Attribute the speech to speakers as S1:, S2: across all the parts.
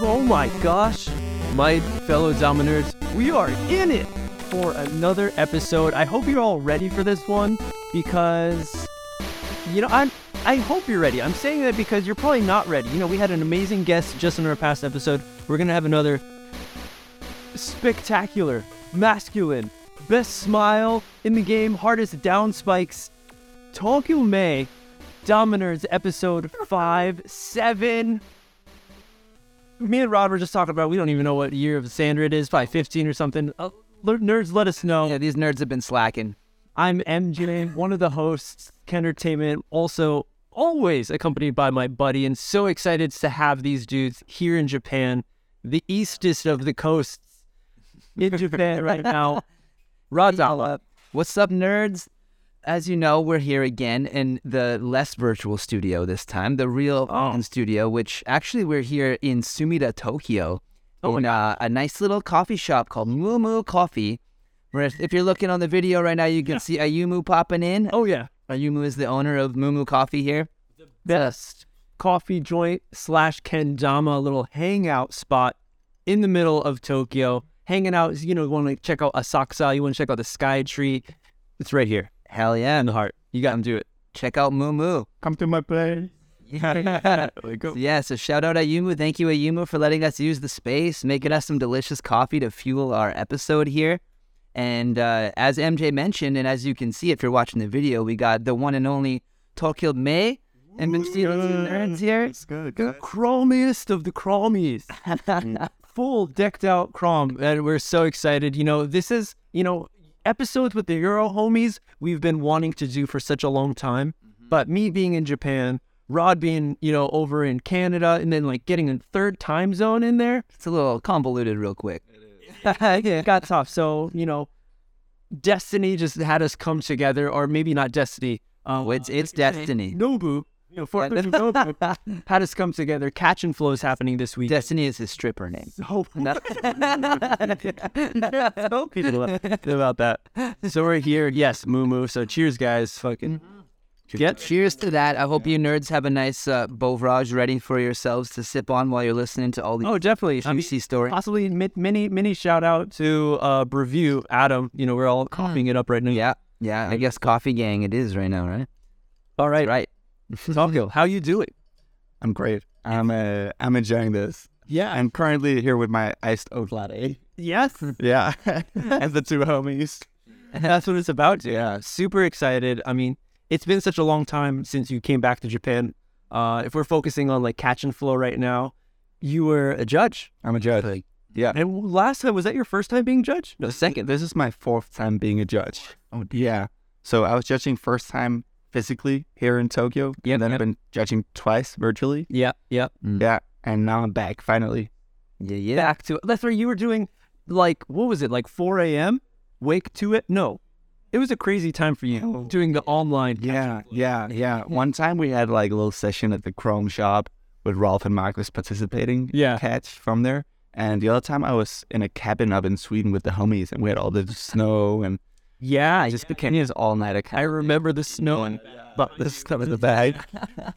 S1: Oh my gosh! My fellow Dominators, we are in it for another episode. I hope you're all ready for this one because, you know, I'm. I hope you're ready. I'm saying that because you're probably not ready. You know, we had an amazing guest just in our past episode. We're gonna have another spectacular, masculine, best smile in the game, hardest down spikes. Tokyo May, Dominators episode five seven me and Rod were just talking about we don't even know what year of Sandra it is, probably 15 or something. Uh, ler- nerds, let us know.
S2: Yeah, these nerds have been slacking.
S1: I'm MJ, one of the hosts, Kentertainment, also always accompanied by my buddy, and so excited to have these dudes here in Japan, the eastest of the coasts in Japan right now. Rod's all up.
S2: What's up, nerds? As you know, we're here again in the less virtual studio this time, the real
S1: Oh.
S2: fucking studio, which actually we're here in Sumida, Tokyo,
S1: Oh
S2: in uh, a nice little coffee shop called Moo Moo Coffee. Where if if you're looking on the video right now, you can see Ayumu popping in.
S1: Oh, yeah.
S2: Ayumu is the owner of Moo Moo Coffee here.
S1: best coffee joint slash kendama little hangout spot in the middle of Tokyo. Hanging out, you know, you want to check out Asakusa, you want to check out the Sky Tree. It's right here
S2: Hell yeah.
S1: in the heart. You got to do it.
S2: Check out Moo Moo.
S1: Come to my place.
S2: So yeah, so shout out Ayumu. Thank you, Ayumu, for letting us use the space, making us some delicious coffee to fuel our episode here. And uh, as MJ mentioned, and as you can see if you're watching the video, we got the one and only Tokyo May and Mr. Nerds here.
S3: good.
S1: The crawliest of the crawlies. full decked out crom and we're so excited you know this is you know episodes with the euro homies we've been wanting to do for such a long time but me being in japan rod being you know over in canada and then like getting a third time zone in there
S2: It's a little convoluted, real quick.
S1: yeah. got tough so you know destiny just had us come together or maybe not destiny um,
S2: Oh, it's it's destiny.
S1: nobu you know, for, Nobu had us come together catch and flow is happening this week
S2: Destiny is his stripper name.
S1: so so people about that. So we're here. Yes, Moo Moo. So cheers, guys. Fucking
S2: Yep. Cheers to that. I hope you nerds have a nice uh, beverage ready for yourselves to sip on while you're listening to all these
S1: oh, definitely. I mean,
S2: juicy stories.
S1: possibly mi- mini mini shout out to uh Breview Adam. You know we're all copying it up right now.
S2: Yeah, yeah. I guess coffee gang it is right now, right?
S1: All right,
S2: Right.
S1: Tokyo, how you doing?
S3: I'm great. I'm uh, I'm enjoying this.
S1: Yeah.
S3: I'm currently here with my iced oat latte.
S1: Yes,
S3: Yeah, and the two homies.
S1: that's what it's about. Yeah, super excited. I mean, it's been such a long time since you came back to Japan. Uh, if we're focusing on like catch and flow right now, you were a judge.
S3: I'm a judge. yeah,
S1: And last time, was that your first time being judge? No, second.
S3: this is my fourth time being a judge. Oh, yeah. So I was judging first time physically here in Tokyo. Yeah, then I've been judging twice virtually.
S1: Yeah, yeah.
S3: Yeah, and now I'm back finally.
S2: Mm. Yeah, yeah.
S1: Back to it. That's where you were doing, like, what was it, like 4 a.m.? Wake to it? No. It was a crazy time for you doing the online.
S3: Yeah, yeah, yeah. One time we had like a little session at the Chrome shop with Rolf and Marcus participating.
S1: Yeah.
S3: Catch from there. And the other time I was in a cabin up in Sweden with the homies and we had all the snow and
S1: Yeah.
S3: just became his all nighter
S1: I remember the snow and
S3: but this stuff in the bag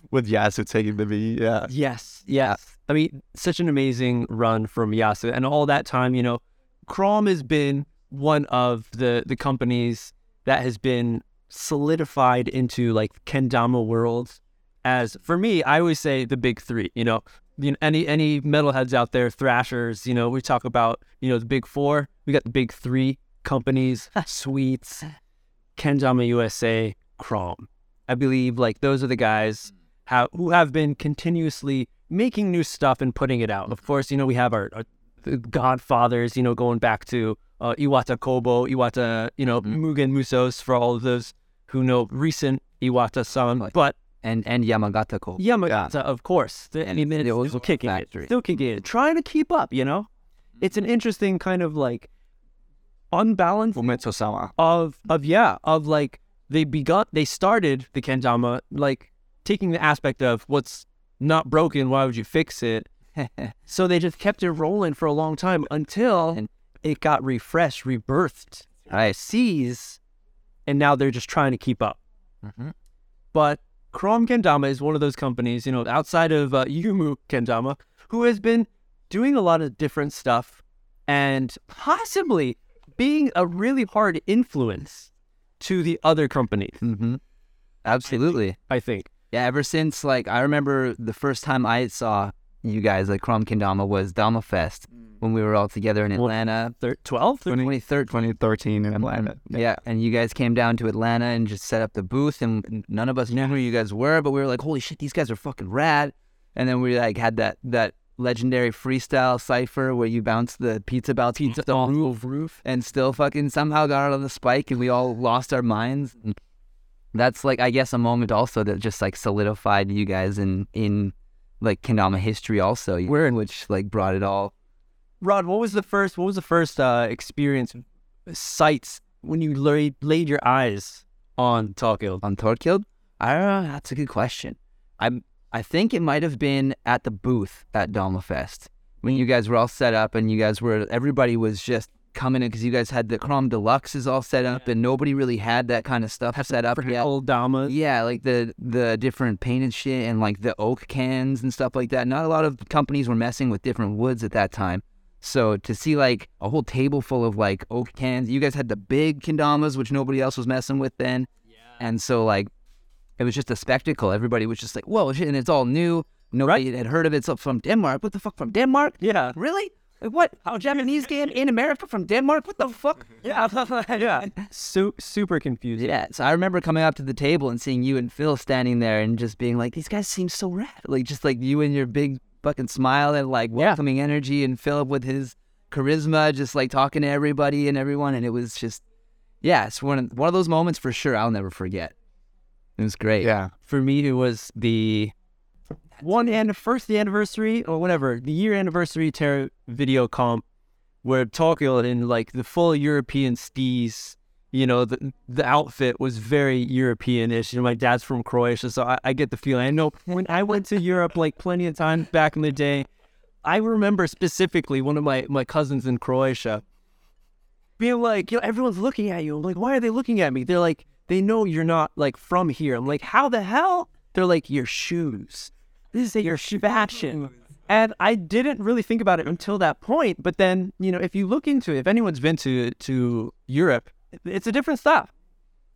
S3: with Yasu taking the V. Yeah.
S1: Yes, yes. I mean, such an amazing run from Yasu, and all that time, you know, Crom has been one of the the companies that has been solidified into like kendama worlds. As for me, I always say the big three. You know, you know any any metalheads out there, thrashers. You know, we talk about you know the big four. We got the big three companies: Sweets, Kendama USA, Crom. I believe like those are the guys how, who have been continuously making new stuff and putting it out. Of course, you know, we have our, our the godfathers, you know, going back to uh, Iwata Kobo, Iwata, you know, Mugen Musos for all of those who know recent Iwata san.
S2: Right.
S1: But
S2: And and Yamagata Ko.
S1: Yamagata, of course, the, I mean,
S2: the
S1: it's
S2: old
S1: still kicking
S2: factory.
S1: it, still kicking it, trying to keep up, you know? It's an interesting kind of like unbalanced
S3: Fumetsu Sama.
S1: of of yeah of like they begun they started the kendama like taking the aspect of what's not broken why would you fix it so they just kept it rolling for a long time until
S2: And-
S1: it got refreshed rebirthed
S2: Right.
S1: seized and now they're just trying to keep up
S2: Mm-hmm.
S1: but Chrome Kendama is one of those companies, you know, outside of uh, Yumu Kendama, who has been doing a lot of different stuff and possibly being a really hard influence to the other companies,
S2: Mm-hmm. Absolutely.
S1: I think.
S2: Yeah, ever since like I remember the first time I saw you guys like Crom Kendama was Dama Fest
S3: Mm.
S2: when we were all together in
S1: Well,
S2: Atlanta.
S1: Thir- 12?
S2: 2013.
S3: 2013 in Atlanta.
S2: Yeah. and you guys came down to Atlanta and just set up the booth, and none of us knew who you guys were, but we were like, "Holy shit, these guys are fucking rad!" And then we like had that that legendary freestyle cipher where you bounced the pizza bounce pizza the roof, roof, and still fucking somehow got out on the spike, and we all lost our minds. And That's like I guess a moment also that just like solidified you guys in in like Kendama history also,
S1: We're in-
S2: which like brought it all.
S1: Rod, what was the first? What was the first uh, experience sights when you laid, laid your eyes on Talkild?
S2: on Thorkild? I don't know. That's a good question. I'm. I think it might have been at the booth at Dalmafest when you guys were all set up and you guys were everybody was just coming in because you guys had the Crom Deluxes all set up and nobody really had that kind of stuff set up yet.
S1: Old Dama.
S2: Yeah, like the the different painted shit and like the oak cans and stuff like that. Not a lot of companies were messing with different woods at that time. So to see like a whole table full of like oak cans, you guys had the big kendamas, which nobody else was messing with then. Yeah. And so like it was just a spectacle. Everybody was just like, whoa, shit, and it's all new. Nobody had heard of it. So from Denmark. What the fuck from Denmark?
S1: Yeah.
S2: Really? Like, What? How Japanese game in America from Denmark? What the fuck?
S1: Yeah. yeah. Su- super confusing.
S2: Yeah, so I remember coming up to the table and seeing you and Phil standing there and just being like, "These guys seem so rad." Like just like you and your big fucking smile and like welcoming energy, and Philip with his charisma, just like talking to everybody and everyone, and it was just, yeah, it's one of, one of those moments for sure I'll never forget. It was great.
S3: Yeah.
S1: For me, it was the one and first the anniversary or whatever the year anniversary Terra video comp where Talkild in like the full European stees. You know, the the outfit was very European-ish. You know, my dad's from Croatia, so I, I get the feeling. I know when I went to Europe, like plenty of times back in the day, I remember specifically one of my my cousins in Croatia being like, you know, everyone's looking at you. I'm like, why are they looking at me? They're like, they know you're not like from here. I'm like, how the hell? They're like, your shoes. This is your shoe fashion. And I didn't really think about it until that point. But then, you know, if you look into it, if anyone's been to to Europe, it's a different stuff.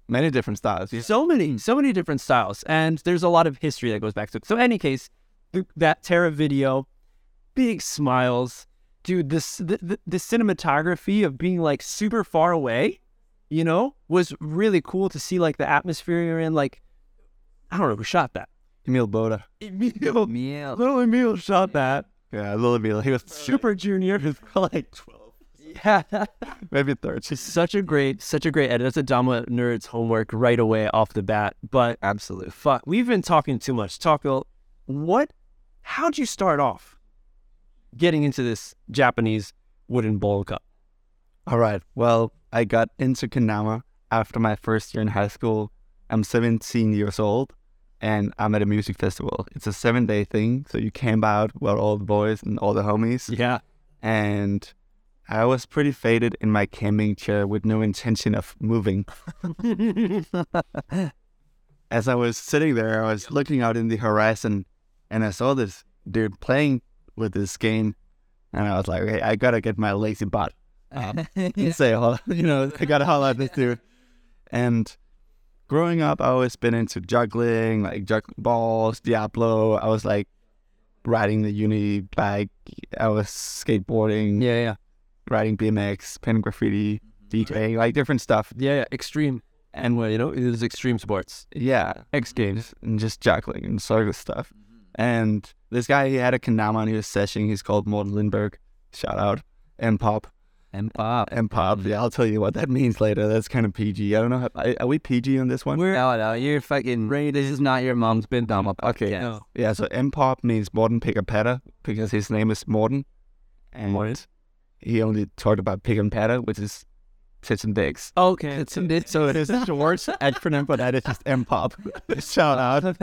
S3: Many different styles.
S1: So many, so many different styles, and there's a lot of history that goes back to it. So, in any case, th- that Terra video, big smiles, dude. This the, the, the cinematography of being like super far away, you know, was really cool to see. Like the atmosphere you're in. Like, I don't know who shot that.
S3: Emil Boda.
S1: Emil,
S2: Meal.
S1: little Emil shot that.
S3: Yeah, little Emil. He was
S1: Super Junior was like twelve. Yeah.
S3: maybe 30.
S1: such a great, such a great edit. That's a Dama nerd's homework right away off the bat. But
S2: Absolute.
S1: fuck, we've been talking too much. Taco, what? How'd you start off getting into this Japanese wooden bowl cup?
S3: All right. Well, I got into Kanama after my first year in high school. I'm 17 years old and I'm at a music festival. It's a seven day thing. So you camp out with all the boys and all the homies.
S1: Yeah,
S3: And I was pretty faded in my camping chair with no intention of moving. As I was sitting there, I was looking out in the horizon and I saw this dude playing with this game. And I was like, okay, I gotta get my lazy butt and say, "Holla," you know, I gotta holla at this dude. And growing up, I always been into juggling, like juggling balls, Diablo. I was like riding the uni bike. I was skateboarding,
S1: yeah, yeah,
S3: riding BMX, painting graffiti, DJing, like different stuff.
S1: yeah, yeah. Extreme, and well, you know, it was extreme sports.
S3: Yeah, X Games and just juggling and circus stuff. And this guy, he had a kendama in his session. He's called Morten Lindberg. Shout out. And Pop.
S2: and pop.
S3: And Pop. Yeah, I'll tell you what that means later. That's kind of PG. I don't know. How, are- are we PG on this one?
S2: No, no, you're fucking. This is not your mom's been Dama.
S3: Okay.
S2: Yeah.
S1: No.
S3: Yeah, so M Pop means Morten Pick and Patter because his name is Morten. And he only talked about Pick and Patter, which is tits and dicks.
S1: Okay,
S3: So it is the worst acronym for that. It's just M Pop. Shout out.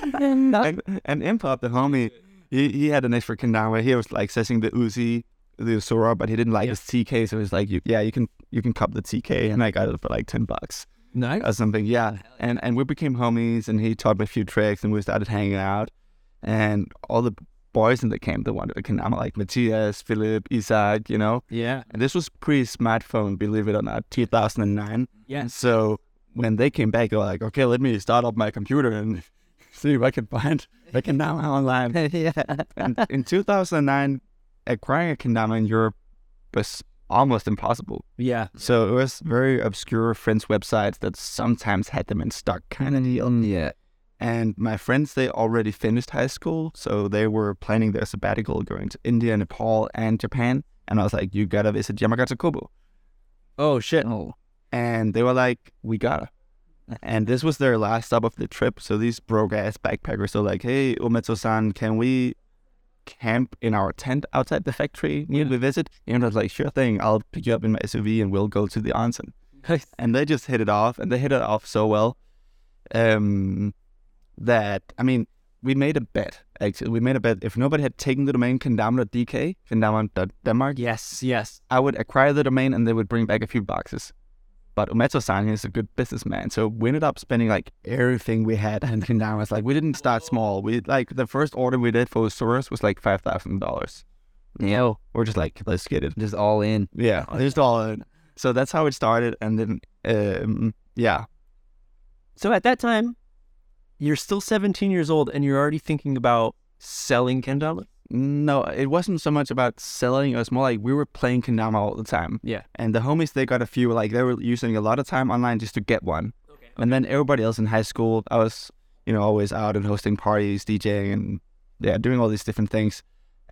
S3: and, and M Pop, the homie, he, he had an extra kendama. He was like sessing the Uzi, the Usura, but he didn't like his TK. So he's like, you, yeah, you can you can cop the TK. And I got it for like 10 bucks
S1: nice.
S3: or something. Yeah, and and we became homies, and he taught me a few tricks, and we started hanging out, and all the
S2: boys in the camp, the one that can, I'm like Matthias, Philip, Isaac, you know.
S1: Yeah.
S2: And this was pre-smartphone, believe it or not, 2009.
S1: Yeah.
S2: So when they came back, they were like, okay, let me start up my computer and see if I can find a kendama online.
S4: yeah.
S2: and in 2009, acquiring a kendama in Europe was almost impossible.
S1: Yeah.
S2: So it was very obscure friends' websites that sometimes had them in stock, kind of deal.
S4: Yeah.
S2: And my friends, they already finished high school, so they were planning their sabbatical, going to India, Nepal, and Japan. And I was like, "You gotta visit Yamagata Kobo."
S1: Oh shit.
S4: Oh.
S2: And they were like, "We gotta." And this was their last stop of the trip, so these broke ass backpackers are like, "Hey, Umetsu-san, can we camp in our tent outside the factory? Need we visit?" And I was like, "Sure thing. I'll pick you up in my SUV, and we'll go to the onsen." and they just hit it off and they hit it off so well um that i mean we made a bet actually we made a bet if nobody had taken the domain kendama.dk kendama.denmark
S1: yes. Yes.
S2: i would acquire the domain and they would bring back a few boxes but umetsu-san is a good businessman so we ended up spending like everything we had on kendamas like we didn't start small we like the first order we did for Soros was like $5000
S4: Yeah.
S2: we're just like let's get it
S4: Just all in.
S2: yeah, just all in. So that's how it started, and then um, yeah,
S1: So at that time, you're still 17 years old, and you're already thinking about selling kendama.
S2: no, it wasn't so much about selling. It was more like we were playing kendama all the time.
S1: Yeah.
S2: and the homies they got a few. Like they were using a lot of time online just to get one.
S1: Okay.
S2: And then everybody else in high school, I was you know always out and hosting parties, DJing, and yeah, doing all these different things.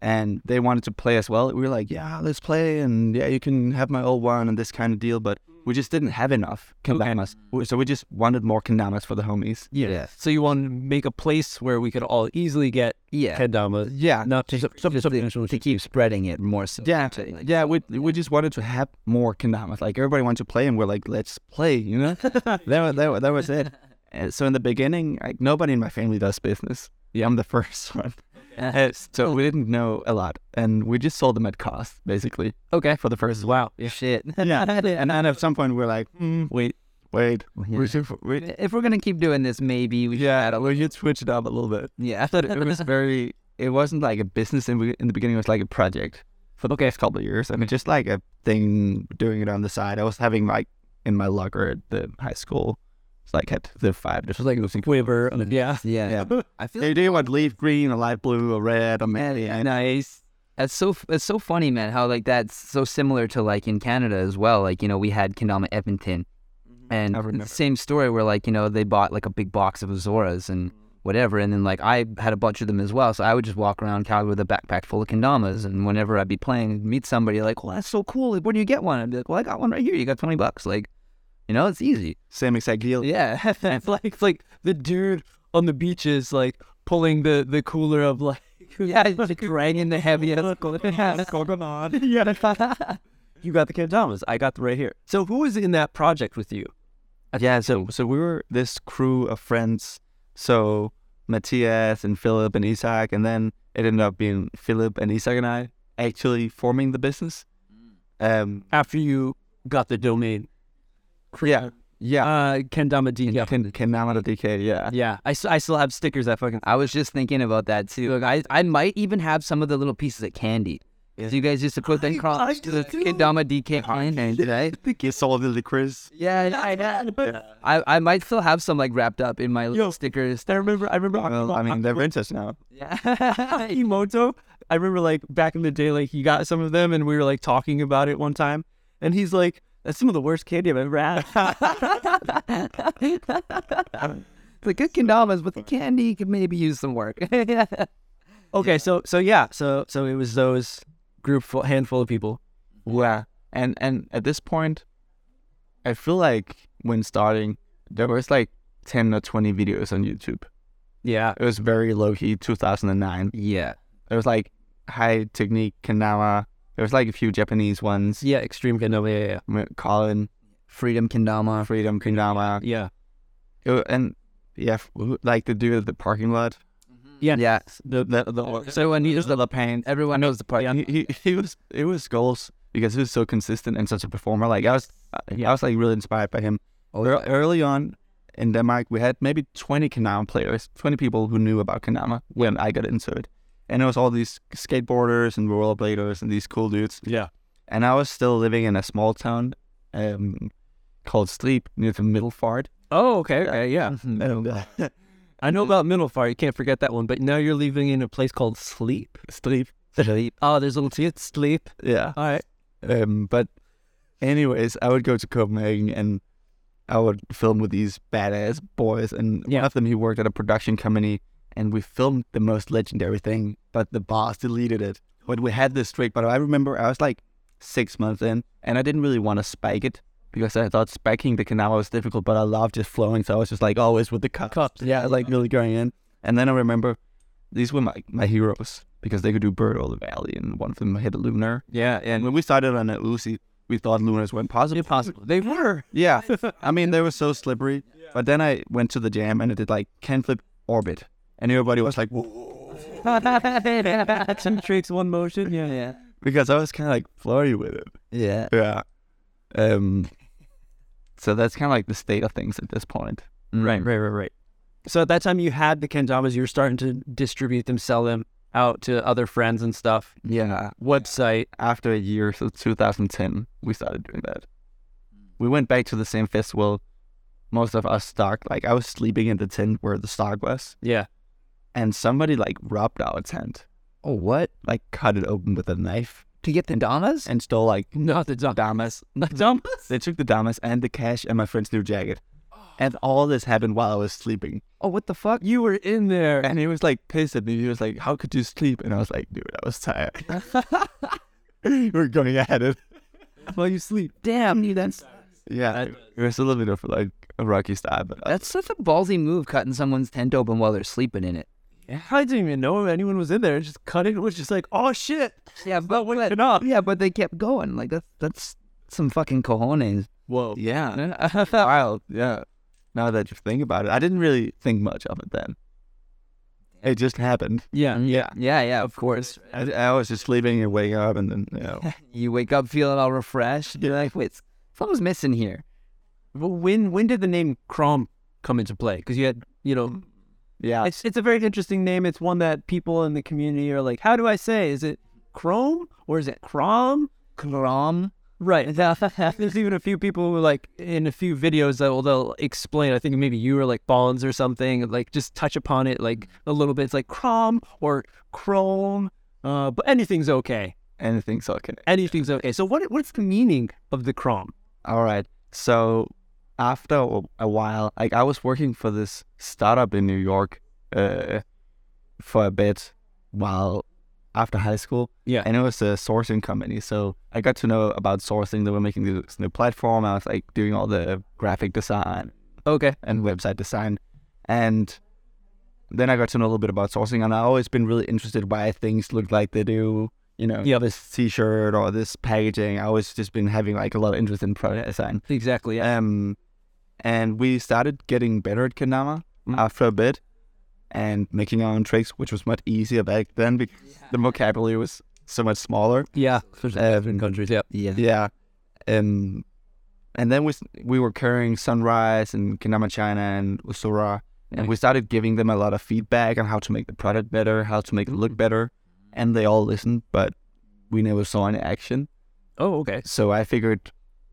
S2: And they wanted to play as well. We were like, yeah, let's play, and yeah, you can have my old one and this kind of deal. But we just didn't have enough kendamas, so we just wanted more kendamas for the homies.
S1: Yeah.
S4: Yeah.
S1: So you want to make a place where we could all easily get
S4: Yeah.
S1: kendama.
S2: Yeah,
S1: Not to
S4: Just to, to keep spreading it more so.
S2: Yeah,
S4: to, like-
S2: yeah. We we just wanted to have more kendamas. Like everybody wanted to play, and we're like, let's play. You know, that was that, wa- that was it. And so in the beginning, like nobody in my family does business. Yeah, I'm the first one.
S4: Uh,
S2: And so we didn't know a lot, and we just sold them at cost, basically.
S1: Okay.
S2: For the first wow. Yeah.
S4: Shit.
S2: and then at some point we're like, "Hmm, wait, wait, we should, we,
S4: if we're gonna keep doing this, maybe we should
S2: yeah,
S4: add a
S2: we should switch it up a little bit.
S4: Yeah.
S2: It was very. It wasn't like a business in, in the beginning. It was like a project for the first couple of years. I mean, just like a thing doing it on the side. I was having like in my locker at the high school. It's like had the five. This was like losing.
S1: Quiver. Yeah.
S4: Mm-hmm. yeah.
S2: Yeah.
S4: I feel
S2: They do want leaf green, a light blue, a red, a maybe. And
S4: nice. That's so that's so funny, man. How like that's so similar to like in Canada as well. Like you know we had Kendama Edmonton,
S2: Mm-hmm. I remember.
S4: and same story where like you know they bought like a big box of Azoras and
S2: Mm-hmm.
S4: whatever, and then like I had a bunch of them as well. So I would just walk around Calgary with a backpack full of Kendamas, and whenever I'd be playing, I'd meet somebody like, well that's so cool. Like, where do you get one? I'd be like, well I got one right here. You got twenty bucks. Like, you know it's easy.
S2: same exact deal.
S4: Yeah.
S1: It's like it's like the dude on the beach is like pulling the the cooler of like
S4: Yeah, it's like dragging the heaviest.
S1: yeah. you got the kendamas. I got the right here. So who was in that project with you?
S2: Yeah, so so we were this crew of friends. So Matthias and Philip and Isaac, and then it ended up being Philip and Isaac and I actually forming the business.
S4: Mm.
S2: Um,
S1: After you got the domain,
S2: yeah, yeah.
S1: uh, kendama D.
S2: yeah. Can can now DK, yeah.
S1: Yeah, I, s- I still have stickers that fucking.
S4: I was just thinking about that too. Look, I I might even have some of the little pieces of candy. So you guys used to put that cross to the Kendama DK line and did I?
S2: You saw the licorice.
S4: Yeah, I know. I, I might still have some like wrapped up in my little stickers.
S1: I remember. I remember.
S2: Well, I mean, they're vintage now.
S4: Yeah.
S1: Imoto. I remember like back in the day, like he got some of them, and we were like talking about it one time, and he's like, "That's some of the worst candy I've ever had."
S4: It's like good kendamas, but the candy could maybe use some work.
S1: okay, so so yeah, so so it was those group full, handful of people.
S2: Yeah. And and at this point, I feel like when starting, there was like ten or twenty videos on YouTube.
S1: Yeah,
S2: It was very low key, two thousand and nine.
S4: yeah.
S2: There was like high technique Kanama. There was like a few Japanese ones.
S1: yeah, extreme kendama. Yeah, yeah,
S2: M- Colin,
S4: Freedom kendama.
S2: Freedom Kanama,
S1: yeah.
S2: It- and yeah, f- like the dude at the parking lot.
S1: Yeah.
S4: Yeah.
S2: The the the
S4: So when you
S2: the Lapine.
S4: everyone knows the part.
S2: He, he he was it was goals because he was so consistent and such a performer. Like I was I was like really inspired by him.
S4: Oh,
S2: Ear- Early on in Denmark, we had maybe 20 Kanama players, 20 people who knew about Kanama when I got into it. and it was all these skateboarders and rollerbladers and these cool dudes.
S1: Yeah.
S2: And I was still living in a small town um, called Sleep near the Middlefart.
S1: Oh, okay, okay, yeah.
S2: And, uh,
S1: I know about Middlefar. You can't forget that one. But now you're living in a place called Sleep.
S2: Sleep.
S5: Sleep.
S1: Oh, there's a little see it's Sleep.
S2: Yeah.
S1: All right.
S2: Um, but anyways, I would go to Copenhagen and I would film with these badass boys. And one
S1: Yeah.
S2: of them, he worked at a production company, and we filmed the most legendary thing, but the boss deleted it. But we had this trick. But I remember I was like six months in, and I didn't really want to spike it because I thought spiking the canal was difficult. But I loved just flowing, so I was just like always with the cups. Yeah, like really going in. And then I remember these were my, my heroes because they could do Bird Over the Valley, and one of them hit a lunar.
S1: Yeah,
S2: And when we started on a Uzi, we thought Lunas were impossible.
S1: impossible. They were.
S2: Yeah. I mean, they were so slippery. But then I went to the jam and I did like can flip orbit. And everybody was like, whoa.
S1: Two tricks, one motion. Yeah, yeah.
S2: Because I was kind of like flirty with it.
S5: Yeah.
S2: Yeah. Um. So that's kind of like the state of things at this point.
S5: Right.
S1: Right, right, right. So at that time, you had the kendamas. You were starting to distribute them, sell them out to other friends and stuff.
S2: Yeah.
S1: Website.
S2: After a year, so 2010, we started doing that. We went back to the same festival. Most of us stock, like I was sleeping in the tent where the stock was,
S1: Yeah.
S2: and somebody like robbed our tent.
S5: Oh, what?
S2: like cut it open with a knife
S5: To get the damas?
S2: and stole like
S1: Not the dumb.
S2: damas.
S1: The dumb.
S2: They took the damas and the cash and my friend's new jacket. And all this happened while I was sleeping.
S5: Oh, what the fuck?
S1: You were in there.
S2: And he was like pissed at me. He was like, How could you sleep? And I was like, dude, I was tired. We're going at it.
S1: while you sleep.
S5: Damn, you that's
S2: Yeah. It was a little bit of like a rocky start, but
S5: that's such a ballsy move, cutting someone's tent open while they're sleeping in it.
S1: I didn't even know anyone was in there. Just cut it. Was just like, oh shit.
S5: Yeah, but
S1: Get up.
S5: yeah, but they kept going. Like that's that's some fucking cojones.
S1: Whoa.
S2: yeah. Wild. Yeah. Now that you think about it, I didn't really think much of it then. It just happened.
S1: Yeah.
S2: Yeah.
S5: Yeah, yeah, of course.
S2: I, I was just sleeping and waking up and then, you know.
S5: You wake up feeling all refreshed. You're like, wait, something's missing here.
S1: Well, when when did the name Crom come into play? Because you had, you know,
S2: Yeah.
S1: it's it's a very interesting name. It's one that people in the community are like, how do I say? Is it Chrome or is it Crom?
S5: Crom.
S1: Right. There's even a few people who like in a few videos that will they'll explain. I think maybe you or like Bonds or something like just touch upon it like a little bit. It's like Crom or Chrome, uh, but anything's okay.
S2: Anything's okay.
S1: Anything's okay. So what what's the meaning of the Crom?
S2: All right. So after a- a while, like I was working for this startup in New York uh, for a bit while after high school,
S1: Yeah.
S2: and it was a sourcing company. So I got to know about sourcing. They were making this new platform. I was like doing all the graphic design
S1: Okay.
S2: and website design, and then I got to know a little bit about sourcing. And I've always been really interested why things look like they do. You know,
S1: Yep.
S2: this T-shirt or this packaging. I always just been having like a lot of interest in product design.
S1: Exactly. Yeah.
S2: Um, and we started getting better at kendama
S1: Mm.
S2: after a bit, and making our own tricks, which was much easier back then because the vocabulary was so much smaller.
S1: Yeah.
S2: Um,
S1: countries. Yeah.
S5: Yeah.
S2: yeah. Um, and then we s- we were carrying Sunrise and Kendama China and Usura, and we started giving them a lot of feedback on how to make the product better, how to make it look better, and they all listened, but we never saw any action.
S1: Oh, okay.
S2: So I figured,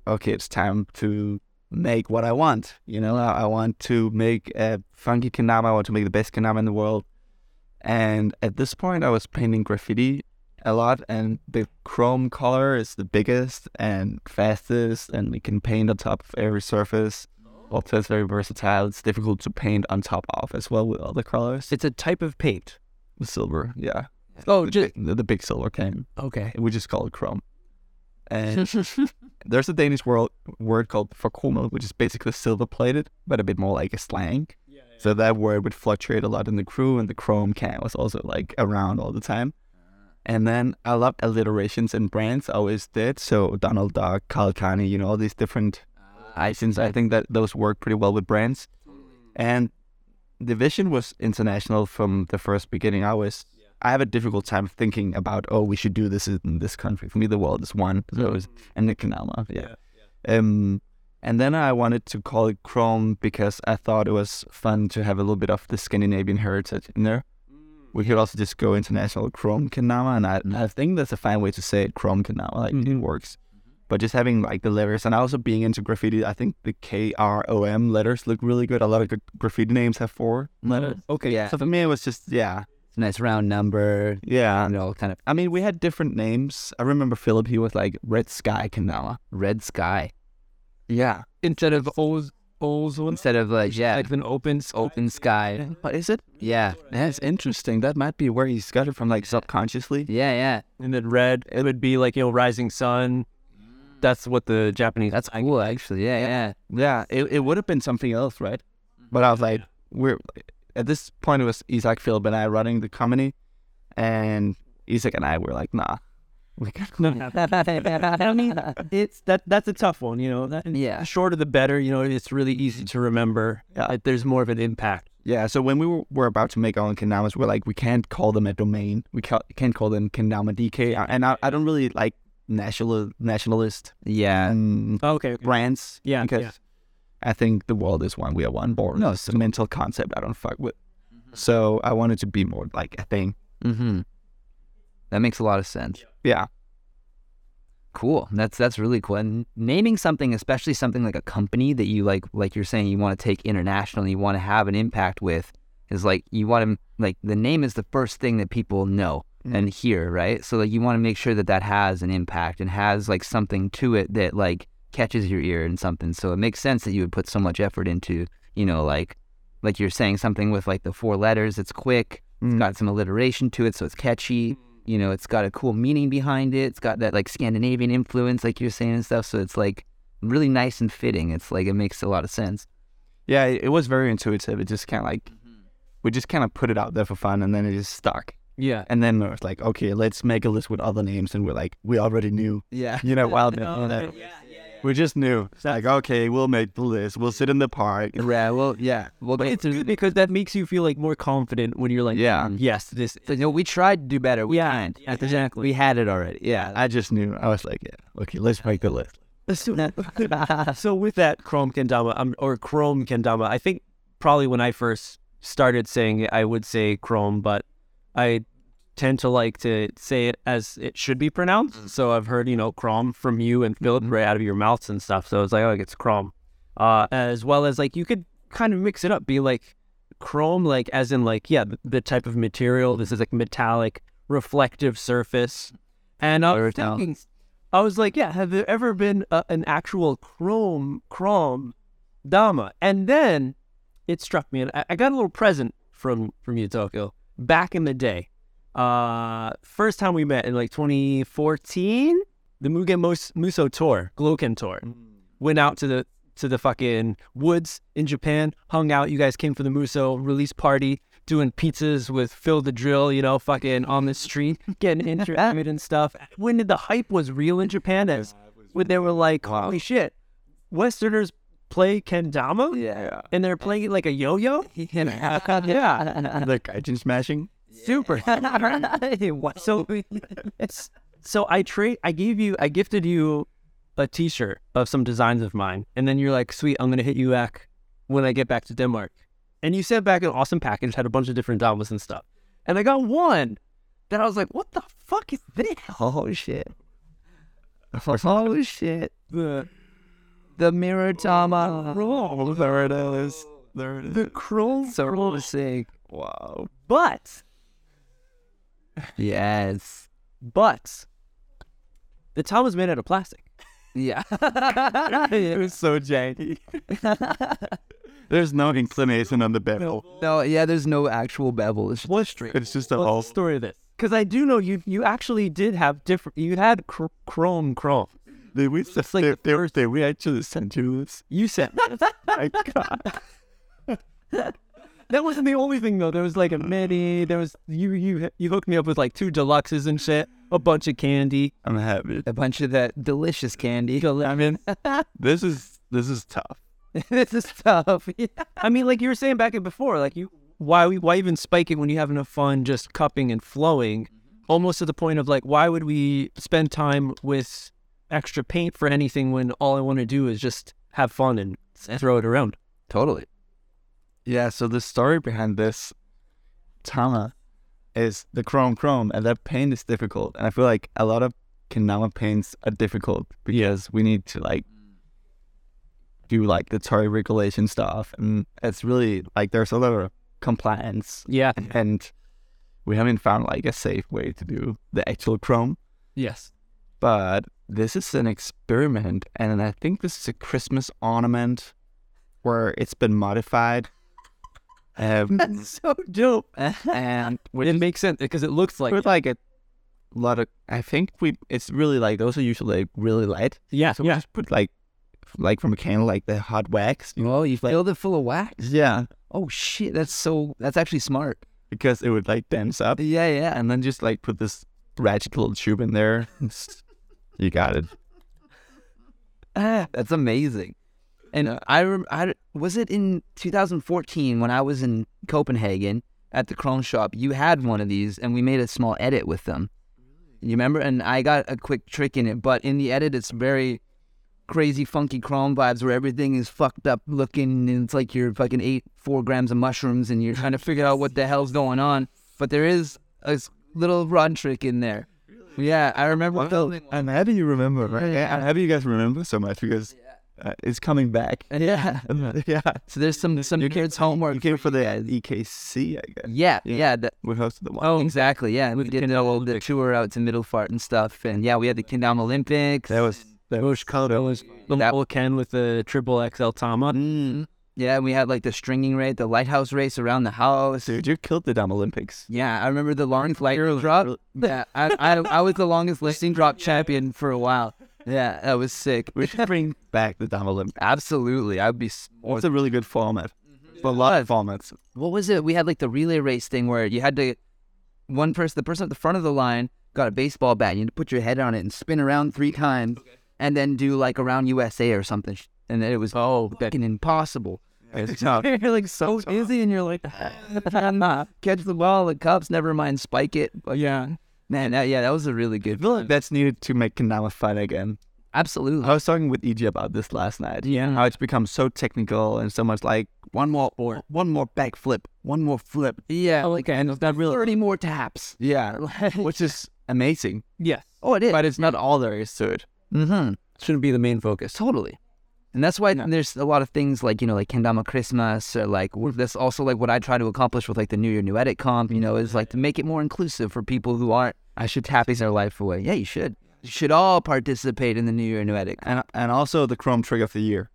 S2: okay, it's time to make what I want. You know, I, I want to make a funky kanama. I want to make the best kanama in the world. And at this point, I was painting graffiti a lot, and the chrome color is the biggest and fastest, and we can paint on top of every surface. Also, it's very versatile. It's difficult to paint on top of as well with other colors.
S1: It's a type of paint.
S2: It's silver, yeah.
S1: Oh,
S2: The
S1: just
S2: big- the, the big silver can.
S1: okay.
S2: We just call it chrome. And there's a Danish world, word called forkromel, which is basically silver plated, but a bit more like a slang. So that word would fluctuate a lot in the crew, and the chrome can was also like around all the time. And then I love alliterations and brands, I always did. So Donald Duck, Carl Carney, you know, all these different I since I think that those work pretty well with brands. And the vision was international from the first beginning. I was I have a difficult time thinking about oh we should do this in this country. For me, the world is one. So it was, and the canal, Mm. yeah. Um, and then I wanted to call it Chrome because I thought it was fun to have a little bit of the Scandinavian heritage in there. We could also just go international Chrome Kanama, and I, I think that's a fine way to say it, Chrome Kanama. Like it works. But just having like the letters, and also being into graffiti, I think the K R O M letters look really good. A lot of good graffiti names have four letters.
S6: Okay, Mm-hmm. yeah.
S2: So for me, it was just yeah,
S6: It's a nice round number.
S2: yeah.
S6: And all kind of
S2: I mean, we had different names. I remember Philip. He was like Red Sky Kanama.
S6: red sky
S2: Yeah,
S1: instead of O's O's
S6: instead of like yeah
S1: like an open sky.
S6: open sky.
S2: but is it?
S6: Yeah,
S2: That's interesting. That might be where he's got it from, like subconsciously.
S6: yeah, yeah.
S1: and then red it would be like you know rising sun. That's what the Japanese.
S6: That's cool actually. Yeah, yeah.
S2: Yeah, it, it would have been something else, right? But I was like, we're at this point it was Isaac, Philip, and I running the company, and Isaac and I were like, nah, we got
S1: no, no, it's that that's a tough one, you know. That,
S6: Yeah.
S1: the shorter the better, you know. It's really easy to remember.
S2: Yeah.
S1: Like, there's more of an impact.
S2: Yeah, so when we were, were about to make our own kendamas, we're like, we can't call them a domain. We ca- can't call them kendama DK. I- And I, I don't really like national nationalist
S6: Yeah.
S2: um,
S1: Okay,
S2: brands.
S1: Yeah,
S2: because
S1: yeah.
S2: I think the world is one. We are one board. No, it's a mental concept I don't fuck with. So I wanted to be more like a thing.
S6: Mhm. That makes a lot of sense.
S2: Yeah,
S6: Cool. That's that's really cool. And naming something, especially something like a company that you like, like you're saying, you want to take international, and you want to have an impact with, is like you want to like the name is the first thing that people know
S1: Mm-hmm.
S2: Mm.
S6: and hear, right? So like you want to make sure that that has an impact and has like something to it that like catches your ear and something. So it makes sense that you would put so much effort into, you know, like like you're saying something with like the four letters. It's quick.
S2: Mm.
S6: It's got some alliteration to it, so it's catchy. You know, it's got a cool meaning behind it. It's got that like Scandinavian influence, like you're saying and stuff. So it's like really nice and fitting. It's like it makes a lot of sense. Mm-hmm.
S2: yeah. It, it was very intuitive. It just kind of like we just kind of put it out there for fun, and then it just stuck.
S1: yeah.
S2: And then it was like, okay, let's make a list with other names, and we're like, we already knew.
S6: Yeah.
S2: You know, wild. that, We just knew. It's like, okay, we'll make the list. We'll sit in the park.
S6: Yeah. Well. Yeah. Well.
S1: But it's good because that makes you feel like more confident when you're like,
S2: Yeah.
S1: yes, this.
S6: So, you know, we tried to do better. We
S1: Yeah,
S6: can't.
S1: yeah, exactly.
S6: We had it already. Yeah.
S2: I just knew. I was like, yeah, okay, let's make the list.
S1: so with that Chrome Kendama um, or Chrome Kendama, I think probably when I first started saying it, I would say Chrome, but I tend to like to say it as it should be pronounced. So I've heard, you know, Chrome from you and Philip right out of your mouths and stuff. So it's like, oh, it's Chrome. Uh, as well as like you could kind of mix it up, be like chrome, like as in like, yeah, the, the type of material. This is like metallic, reflective surface. And I was
S6: Metallic.
S1: thinking, I was like, yeah, have there ever been a, an actual chrome, chrome dama? And then it struck me, and I, I got a little present from from you, Tokyo, back in the day. Uh, first time we met in like 2014, the Mugen Mos- Muso tour, Gloken tour,
S6: Mm.
S1: went out to the to the fucking woods in Japan, hung out. You guys came for the Muso release party, doing pizzas with Phil the Drill, you know, fucking on the street, getting interactive and stuff. When did the hype was real in Japan? As when they were like, holy shit, Westerners play kendama,
S6: yeah.
S1: and they're playing it like a yo-yo.
S6: yeah.
S2: The gaijin smashing.
S1: Super.
S6: What?
S1: so it's so I trade I gave you I gifted you a t-shirt of some designs of mine and then you're like sweet I'm going to hit you back when I get back to Denmark. And you sent back an awesome package had a bunch of different damas and stuff. And I got one that I was like what the fuck is this?
S6: Oh shit. Oh shit.
S1: The
S6: The mirror uh, tama.
S2: Oh, there it is. There it is.
S1: the chrome
S6: So sick.
S2: Wow.
S1: but
S6: Yes.
S1: but the towel was made out of plastic.
S6: Yeah.
S2: It was so janky. There's no inclination on the bevel.
S6: no, yeah, there's no actual bevel. It's just
S1: What street?
S2: It's just a
S1: What's
S2: whole.
S1: the story of this? Because I do know you you actually did have different. You had cr- chrome chrome.
S2: Did we,
S1: It's like the
S2: did- did- did we actually sent you this?
S1: You said
S2: My God.
S1: that wasn't the only thing though. There was like a mini. There was you you you hooked me up with like two deluxes and shit, a bunch of candy.
S2: I'm happy.
S6: a bunch of that delicious candy.
S2: I mean, this is this is tough.
S6: this is tough. Yeah.
S1: I mean, like you were saying back in before, like you why we why even spike it when you have enough fun just cupping and flowing, almost to the point of like why would we spend time with extra paint for anything when all I want to do is just have fun and throw it around.
S6: Totally.
S2: Yeah, so the story behind this Tama
S3: is the chrome chrome, and that paint is difficult. And I feel like a lot of Kanama paints are difficult because we need to like do like the toy regulation stuff, and it's really like there's a lot of compliance,
S1: Yeah.
S3: and we haven't found like a safe way to do the actual chrome.
S1: Yes.
S3: But this is an experiment, and I think this is a Christmas ornament where it's been modified. Um,
S2: so dope.
S3: and we
S1: it makes sense because it looks like
S3: with like a lot of I think we it's really like those are usually really light.
S1: yeah,
S3: So we
S1: yeah.
S3: just put like like from a candle like the hot wax. you know?
S2: oh, you filled it full of wax.
S3: Yeah.
S2: Oh shit, that's so. That's actually smart.
S3: Because it would like dance up
S2: Yeah, yeah.
S3: and then just like put this ratchet little tube in there. you got it.
S2: Ah, that's amazing. And uh, I, rem- I d- was it in 2014 when I was in Copenhagen at the Krone shop. You had one of these, and we made a small edit with them. You remember? And I got a quick trick in it, but in the edit, it's very crazy, funky Krone vibes where everything is fucked up looking, and it's like you're fucking ate four grams of mushrooms, and you're trying to figure out what the hell's going on. But there is a s- little run trick in there. Yeah, I remember. filming one.
S3: I'm happy you remember, right?
S2: Yeah.
S3: I'm happy you guys remember so much because uh, it's coming back.
S2: Yeah.
S3: yeah.
S2: So there's some some kids homework.
S3: You came for the EKC, I guess.
S2: Yeah, yeah,
S3: Yeah.
S2: that-
S3: We hosted the one.
S1: Oh,
S2: exactly. Yeah, we did the, old- the tour out to Middlefart and stuff, and yeah, we had the Kendam Olympics.
S3: That was that was
S1: That was the
S2: That-
S1: little Ken with the triple XL Tama.
S2: Mm. yeah, and we had like the stringing race, the lighthouse race around the house.
S3: Dude, you killed the damn Olympics.
S2: Yeah, I remember the longest light drop. Yeah, I, I I was the longest listing drop champion for a while. Yeah, that was sick.
S3: We should bring back the damn Olympics.
S2: Absolutely, I'd be. s-
S3: It's a really good format. For Mm-hmm. a lot of formats.
S2: what was it? We had like the relay race thing where you had to one person, the person at the front of the line got a baseball bat. and You had to put your head on it and spin around three times, and then do like around USA or something. And then it was oh, fucking impossible.
S3: It's not-
S2: You're like so dizzy, and you're like, I'm not catch the ball, the cups. Never mind, spike it. But
S1: Yeah.
S2: man, that, yeah, that was a really
S3: I
S2: good.
S3: feel like that's needed to make Kanama fun again.
S2: Absolutely.
S3: I was talking with EJ about this last night.
S1: Yeah.
S3: How it's become so technical and so much like one more or one more backflip, one more flip.
S2: Yeah, like
S1: Okay, and it's not real.
S2: thirty more taps.
S3: Yeah. Which is amazing.
S1: Yes.
S2: Oh, it is.
S3: But it's not all there is to it.
S2: mm-hmm.
S1: Shouldn't be the main focus.
S2: Totally. And that's why there's a lot of things like, you know, like Kendama Christmas or like w- that's also like what I try to accomplish with like the New Year New Edit comp, you know, is like to make it more inclusive for people who aren't I should tapping their life away. Yeah, you should. You should all participate in the New Year New Edit. comp.
S3: And and also the Chrome trick of the year.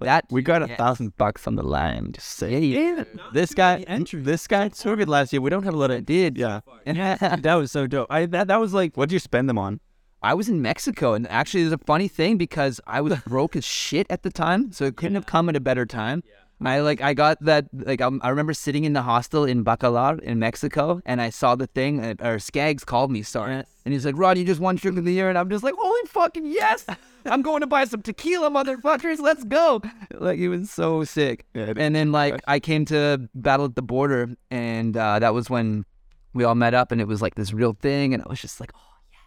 S2: That
S3: We got a
S2: yeah.
S3: thousand bucks on the line. Just say
S2: Yeah, you
S3: this guy this guy took it last year. We don't have a lot of did. Yeah.
S2: did.
S1: That was so dope. I that, that was like
S3: What do you spend them on?
S2: I was in Mexico, and actually, there's a funny thing because I was broke as shit at the time, so it couldn't have come at a better time. I like I got that like um, I remember sitting in the hostel in Bacalar in Mexico, and I saw the thing, and, or Skaggs called me, sorry, and he's like, "Rod, you just won Trick of the Year," and I'm just like, "Holy fucking yes! I'm going to buy some tequila, motherfuckers! Let's go!" Like it was so sick.
S3: Yeah, it-
S2: and then like I came to battle at the border, and uh, that was when we all met up, and it was like this real thing, and I was just like, "Oh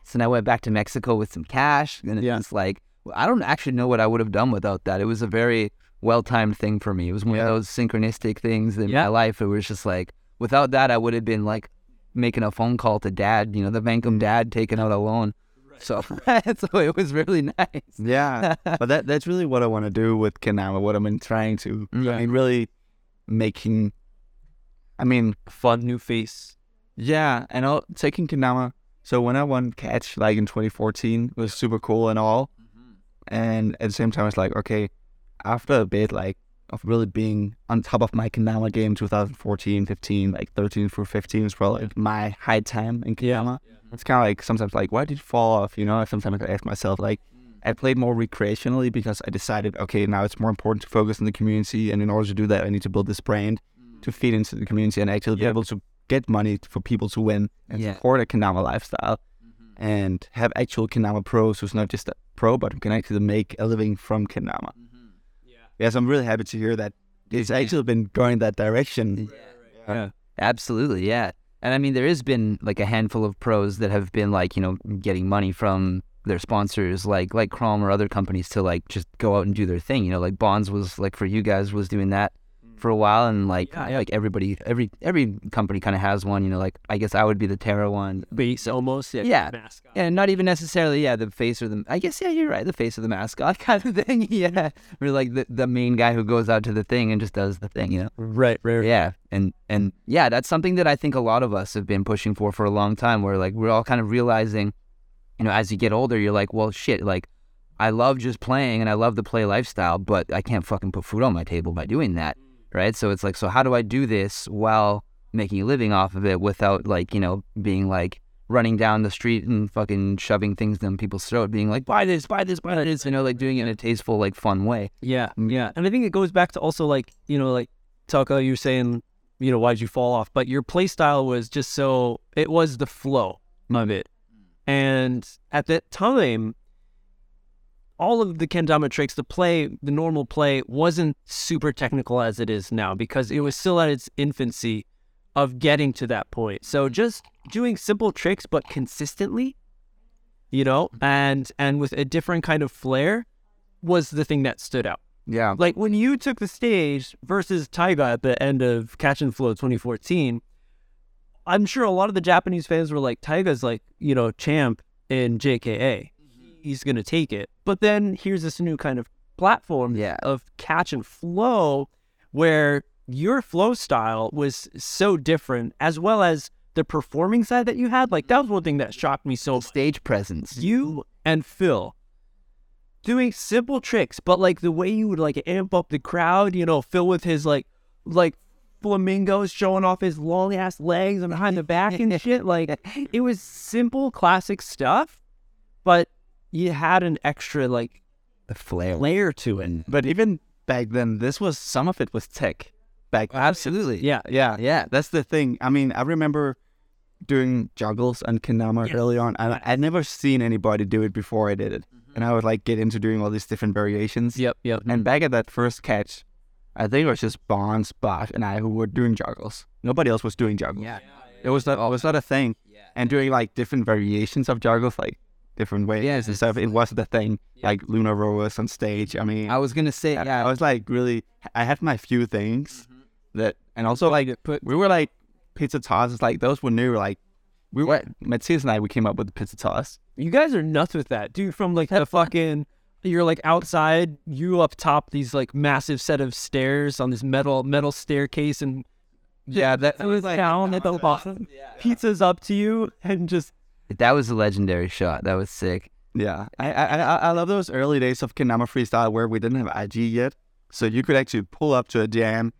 S2: so then I went back to Mexico with some cash. And it's
S3: Yeah.
S2: just like, I don't actually know what I would have done without that. It was a very well timed thing for me. It was one of
S3: Yeah.
S2: those synchronistic things in my
S1: Yeah.
S2: life. It was just like, without that, I would have been like making a phone call to dad, you know, the
S3: Mm.
S2: Vankum dad taking out a loan. So, so it was really nice.
S3: Yeah, but that that's really what I want to do with Kanama. What I've been trying to, I mean, really making. I mean,
S1: fun new face.
S3: yeah, and all, taking Kanama. So when I won catch like in 2014 it was super cool and all,
S1: Mm-hmm.
S3: and at the same time it's like okay, after a bit like of really being on top of my Kanama game 2014, 15, like 13 through 15 is probably like my high time in
S1: Yeah.
S3: Kanama. It's kind of like sometimes like why did it fall off? You know, I sometimes I ask myself like.
S1: Mm.
S3: I played more recreationally because I decided, okay, now it's more important to focus on the community, and in order to do that, I need to build this brand
S1: Mm.
S3: to feed into the community and actually be able to get money for people to win and
S2: Yeah. Mm-hmm.
S3: support a Kanama lifestyle, and have actual Kanama pros who's not just a pro but who can actually make a living from Kanama.
S2: Mm-hmm.
S3: Yes, I'm really happy to hear that it's actually been going that direction.
S2: Absolutely, yeah. And I mean, there has been like a handful of pros that have been like, you know, getting money from their sponsors, like like Chrome or other companies, to like just go out and do their thing. You know, like Bonds was like for you guys was doing that for a while, and like
S1: Yeah.
S2: you know, like everybody, every every company kind of has one. You know, like I guess I would be the Terra one.
S1: Base almost. Yeah.
S2: Yeah.
S1: Mascot.
S2: Yeah, not even necessarily, yeah, the face or the, I guess, yeah, you're right, the face of the mascot kind of thing. Yeah. Or like the, the main guy who goes out to the thing and just does the thing, you know?
S1: Right. Right. right.
S2: Yeah. And, and yeah, that's something that I think a lot of us have been pushing for for a long time, where like we're all kind of realizing, you know, as you get older, you're like, well, shit, like I love just playing and I love the play lifestyle, but I can't fucking put food on my table by doing that. Right. So it's like, so how do I do this while making a living off of it without like, you know, being like, running down the street and fucking shoving things down people's throat, being like, buy this, buy this, buy this, you know, like doing it in a tasteful, like fun way.
S1: Yeah,
S2: Mm.
S1: yeah. And I think it goes back to also like, you know, like Tucker, you were saying, you know, why'd you fall off? But your play style was just so it was the flow of it. And at that time, all of the kendama tricks, the play, the normal play wasn't super technical as it is now because it was still at its infancy of getting to that point. So just doing simple tricks but consistently, you know, and and with a different kind of flair was the thing that stood out.
S2: Yeah.
S1: Like when you took the stage versus Taiga at the end of Catch and Flow 2014, I'm sure a lot of the Japanese fans were like, Taiga's like, you know, champ in JKA. He's going to take it. But then here's this new kind of platform
S2: Yeah.
S1: of Catch and Flow where your flow style was so different, as well as the performing side that you had. Like that was one thing that shocked me so much
S2: Stage presence.
S1: you and Phil doing simple tricks, but like the way you would like amp up the crowd, you know, Phil with his like like flamingos showing off his long ass legs and behind the back and shit. Like it was simple classic stuff, but you had an extra like
S2: The Mm-hmm. flair.
S1: layer to it.
S3: But even back then, this was some of it was tech. Back
S2: Oh, Absolutely.
S1: Yeah.
S3: yeah,
S2: Yeah.
S3: that's the thing. I mean, I remember doing juggles and kendama early on, and I'd never seen anybody do it before I did it.
S2: Mm-hmm.
S3: And I would like get into doing all these different variations.
S1: Yep, yep.
S3: And back at that first catch, I think it was just Bonds, Bosch, and I who were doing juggles. Nobody else was doing juggles.
S2: Yeah.
S3: It was not. It was not a thing. And doing like different variations of juggles, like different ways
S2: Yes,
S3: and stuff. It was the thing. Like Luna Rovers on stage. I mean,
S2: I was going to say,
S3: I-
S2: yeah. Mm-hmm.
S3: I was like really. I had my few things that, and also like we were like pizza tosses. Like those were new. Like we were Matthias and I. We came up with the pizza toss.
S1: You guys are nuts with that, dude. From like the fucking, you're like outside, you up top these like massive set of stairs on this metal metal staircase, and
S3: Yeah, that
S1: it was down at the bottom. Pizza's up to you, and just
S2: that was a legendary shot. That was sick.
S3: Yeah, I I I, I love those early days of Kanama freestyle where we didn't have IG yet, so you could actually pull up to a jam,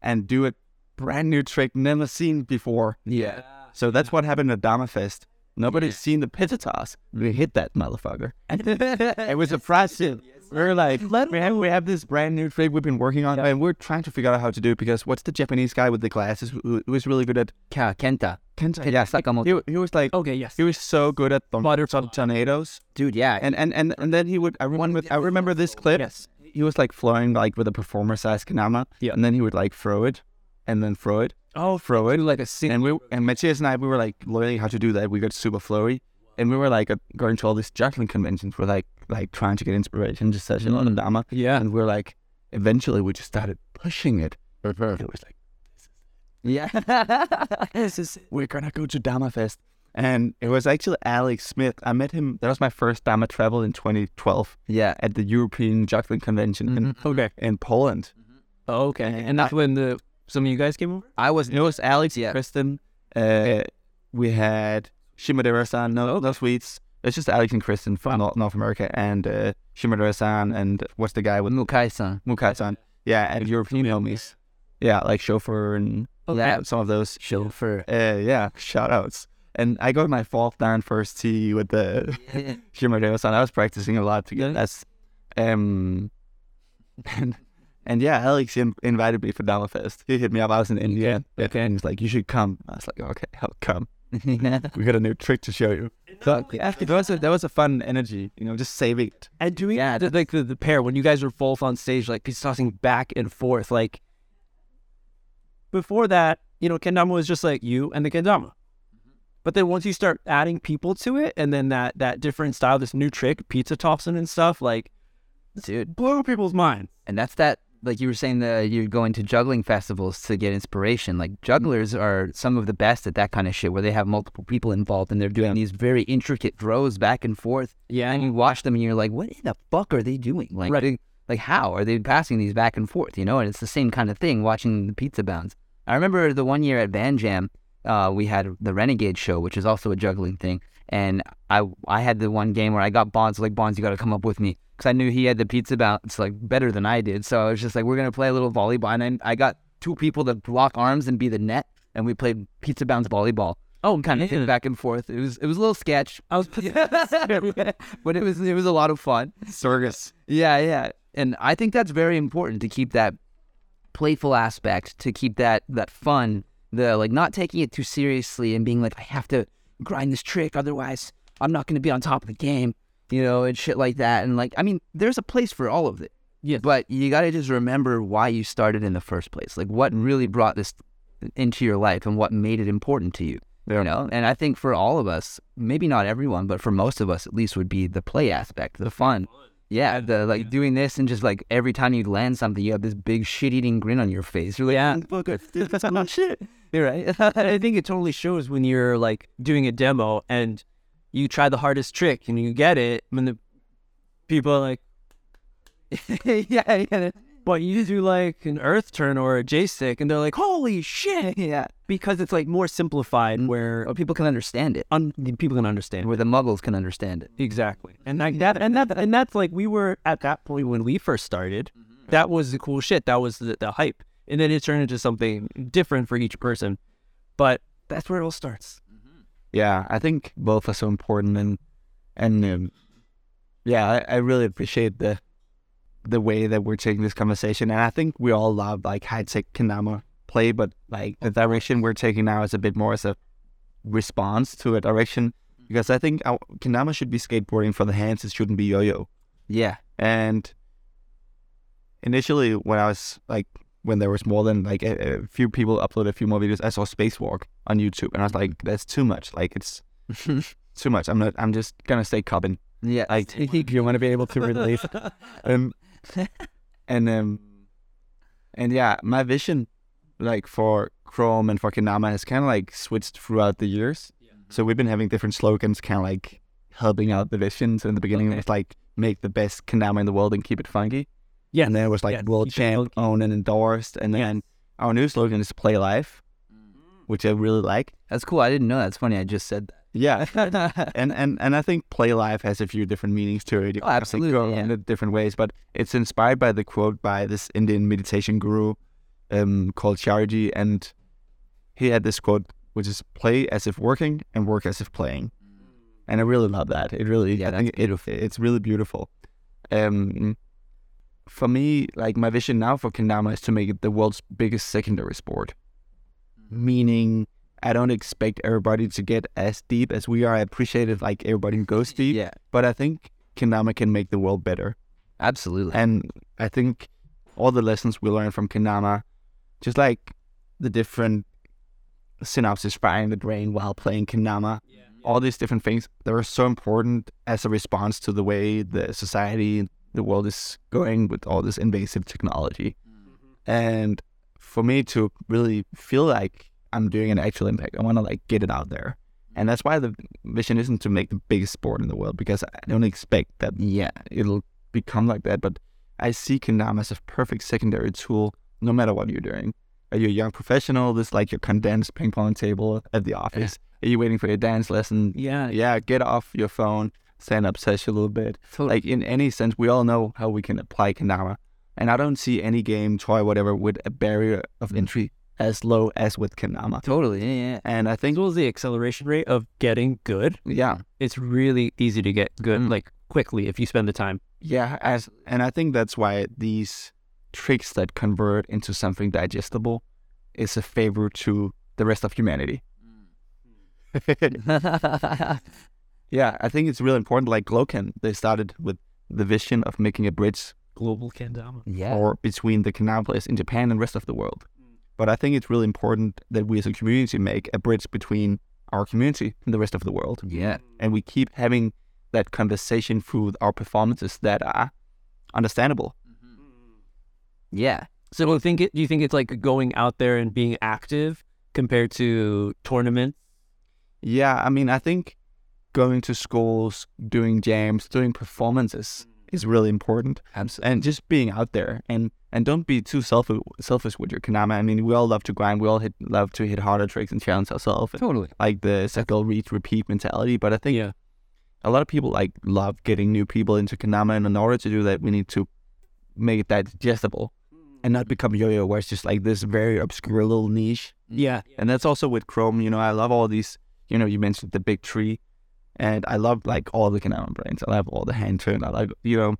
S3: and do a brand new trick never seen before.
S2: Yeah.
S3: So that's what happened at Dama Fest. Nobody's seen the pizza toss. We hit that motherfucker. it was a surprising. We're like, we have, we have this brand new trick we've been working on, and we're trying to figure out how to do it because what's the Japanese guy with the glasses who, who was really good at
S2: Ka- Kenta.
S3: Kenta?
S2: Yeah, Sakamoto.
S3: He, wa- he was like,
S1: okay, yes.
S3: he was so good at the
S1: Butterfly.
S3: tornadoes,
S2: Dude, yeah.
S3: and and and and then he would. I remember, I remember this clip.
S1: Yes.
S3: He was like flowing like with a performer size kanama,
S1: Yeah.
S3: and then he would like throw it, and then throw it,
S1: Oh, f-
S3: throw it,
S1: like a sing.
S3: and we and Matthias and I we were like learning how to do that. We got super flowy, and we were like uh, going to all these juggling conventions. We're like like trying to get inspiration to such a lot of
S2: Mm.
S3: dharma.
S1: Yeah.
S3: and we're like eventually we just started pushing it. It was like
S2: yeah.
S1: This is
S3: we're gonna go to Dharma Fest, and it was actually Alex Smith. I met him. That was my first Dharma travel in 2012
S2: yeah.
S3: at the European Juggling Convention in,
S1: okay.
S3: Mm-hmm. in Poland.
S1: Oh, okay, and that's when the some of you guys came over.
S2: I was,
S3: It was Alex,
S2: Yeah.
S3: Kristen. Uh, we had Shimadera-san, no, no Sweets. It's just Alex and Kristen from North, North America and uh, Shimadera-san and what's the guy with
S2: Mukai-san.
S3: Mukai-san. Yeah, and European homies. Yeah, like Chauffeur and
S2: Yeah.
S3: some of those.
S2: Chauffeur.
S3: Uh, yeah, shout outs. And I got my fourth down first tee with the Shimadera-san. I was practicing a lot to get that's um and and yeah, Alex in- invited me for Dharma Fest. He hit me up. I was in India. Okay. And he's like, you should come. I was like, okay, I'll come. We got a new trick to show you. So, yeah, that was a, that was a fun energy, you know, just saving it.
S1: And doing
S2: Yeah,
S1: the, like the, the pair when you guys were both on stage, like just tossing back and forth. Like before that, you know, kendama was just like you and the kendama. But then once you start adding people to it, and then that that different style, this new trick, pizza tossing and stuff, like
S2: Dude.
S1: blew people's minds.
S2: And that's that like you were saying that you're going to juggling festivals to get inspiration. Like jugglers are some of the best at that kind of shit, where they have multiple people involved and they're doing these very intricate throws back and forth.
S1: Yeah.
S2: and you watch them and you're like, what in the fuck are they doing? Like,
S1: Right.
S2: they- like how are they passing these back and forth? You know, and it's the same kind of thing watching the pizza bounce. I remember the one year at Van Jam, uh, we had the Renegade show, which is also a juggling thing, and I I had the one game where I got Bonds like Bonds, you got to come up with me because I knew he had the pizza bounce like better than I did. So I was just like, we're gonna play a little volleyball, and I, I got two people to block arms and be the net, and we played pizza bounce volleyball.
S1: Oh,
S2: Kind of
S1: man.
S2: back and forth. It was it was a little sketch,
S1: I was
S2: but it was it was a lot of fun.
S3: Circus.
S2: Yeah, yeah. And I think that's very important to keep that playful aspect, to keep that that fun, the like not taking it too seriously and being like, I have to grind this trick, otherwise I'm not gonna be on top of the game, you know, and shit like that. And like I mean, there's a place for all of it.
S1: Yes.
S2: But you gotta just remember why you started in the first place. Like what really brought this into your life and what made it important to you. You know, and I think for all of us, maybe not everyone, but for most of us at least, would be the play aspect, the fun. Yeah, the like doing this and just like every time you land something, you have this big shit-eating grin on your face. You're like, yeah, fuck it, that's not shit. You're right.
S1: I think it totally shows when you're like doing a demo and you try the hardest trick and you get it. When the people are like,
S2: yeah, yeah,
S1: "But you do like an earth turn or a J stick," and they're like, "Holy shit!"
S2: yeah.
S1: Because it's like more simplified, where
S2: Or people can understand it,
S1: un- people can understand.
S2: where the Muggles can understand it.
S1: Exactly, and like that, and that, and that's like we were at that point when we first started. That was the cool shit. That was the, the hype, and then it turned into something different for each person. But that's where it all starts.
S2: Mm-hmm.
S3: Yeah, I think both are so important, and and um, yeah, I, I really appreciate the the way that we're taking this conversation, and I think we all love like high tech kendama play, but like the direction we're taking now is a bit more as a response to a direction because I think our, kendama should be skateboarding for the hands; it shouldn't be yo-yo.
S2: Yeah,
S3: And initially, when I was like, when there was more than like a, a few people uploaded a few more videos, I saw Spacewalk on YouTube, and I was like, that's too much. Like, it's too much. I'm not. I'm just gonna stay cubbing.
S2: yeah.
S3: Like, you want to be able to release. um, and um, and yeah, my vision, like for Chrome and for Kanama, has kind of like switched throughout the years. So we've been having different slogans, kind of like helping out the visions. In the beginning, it
S2: Okay.
S3: was like make the best Kanama in the world and keep it funky.
S1: Yes,
S3: and then it was like
S1: yes,
S3: world
S1: keep it
S3: champ,
S1: funky.
S3: owned and endorsed. And then our new slogan is play life, which I really like.
S2: that's cool. I didn't know. That's funny. I just said
S3: Yeah,
S2: that.
S3: and and and I think play life has a few different meanings to it. You
S2: Oh,
S3: can, like,
S2: absolutely,
S3: go
S2: yeah.
S3: around it different ways, but it's inspired by the quote by this Indian meditation guru um, called Sharji, and he had this quote, which is "play as if working and work as if playing," and I really love that. It really,
S2: Yeah,
S3: I
S2: that's
S3: think it-
S2: beautiful.
S3: it's really beautiful. Um, for me, like my vision now for kendama is to make it the world's biggest secondary sport,
S2: Mm.
S3: meaning I don't expect everybody to get as deep as we are. I appreciate it, like everybody who goes deep,
S2: yeah,
S3: but I think Kendama can make the world better.
S2: absolutely.
S3: And I think all the lessons we learn from Kendama, just like the different synapses firing the brain while playing Kendama, all these different things, they're so important as a response to the way the society, the world is going with all this invasive technology. And for me to really feel like I'm doing an actual impact, I want to like get it out there. And that's why the vision isn't to make the biggest sport in the world because I don't expect that
S2: yeah,
S3: it'll become like that. But I see Kendama as a perfect secondary tool, no matter what you're doing. Are you a young professional? This is like your condensed ping pong table at the office. Are you waiting for your dance lesson?
S1: yeah,
S3: Yeah, get off your phone, stand up, sesh a little bit.
S2: totally.
S3: Like in any sense, we all know how we can apply Kendama. And I don't see any game, toy, whatever, with a barrier of entry as low as with Kendama.
S2: Mm. totally. Yeah, yeah.
S3: And I think,
S1: as well as the acceleration rate of getting good.
S3: yeah,
S1: It's really easy to get good,
S3: Mm.
S1: like quickly, if you spend the time.
S3: Yeah, as, and I think that's why these tricks that convert into something digestible is a favor to the rest of humanity.
S2: Mm.
S3: yeah, I think it's really important. Like Glocan, they started with the vision of making a bridge
S1: Global Kendama.
S2: yeah.
S3: or between the canal place in Japan and rest of the world. But I think it's really important that we as a community make a bridge between our community and the rest of the world
S2: Yeah.
S3: and we keep having that conversation through our performances that are understandable. Yeah.
S1: So do you think it, do you think it's like going out there and being active compared to tournaments?
S2: Yeah, I mean, I think going to schools, doing jams, doing performances is really important,
S3: Absolutely.
S2: and just being out there and and don't be too selfish selfish with your kanama. I mean, we all love to grind. We all hit, love to hit harder tricks and challenge ourselves,
S3: Totally.
S2: like the cycle, reach, repeat mentality. But I think
S1: Yeah.
S2: a lot of people like love getting new people into kanama, and in order to do that, we need to make that digestible and not become yo-yo, where it's just like this very obscure little niche.
S1: mm, Yeah.
S2: And that's also with Chrome. You know, I love all these. You know, you mentioned the big tree, and I love like all the Kanama brands. I love all the hand turn. I like you know,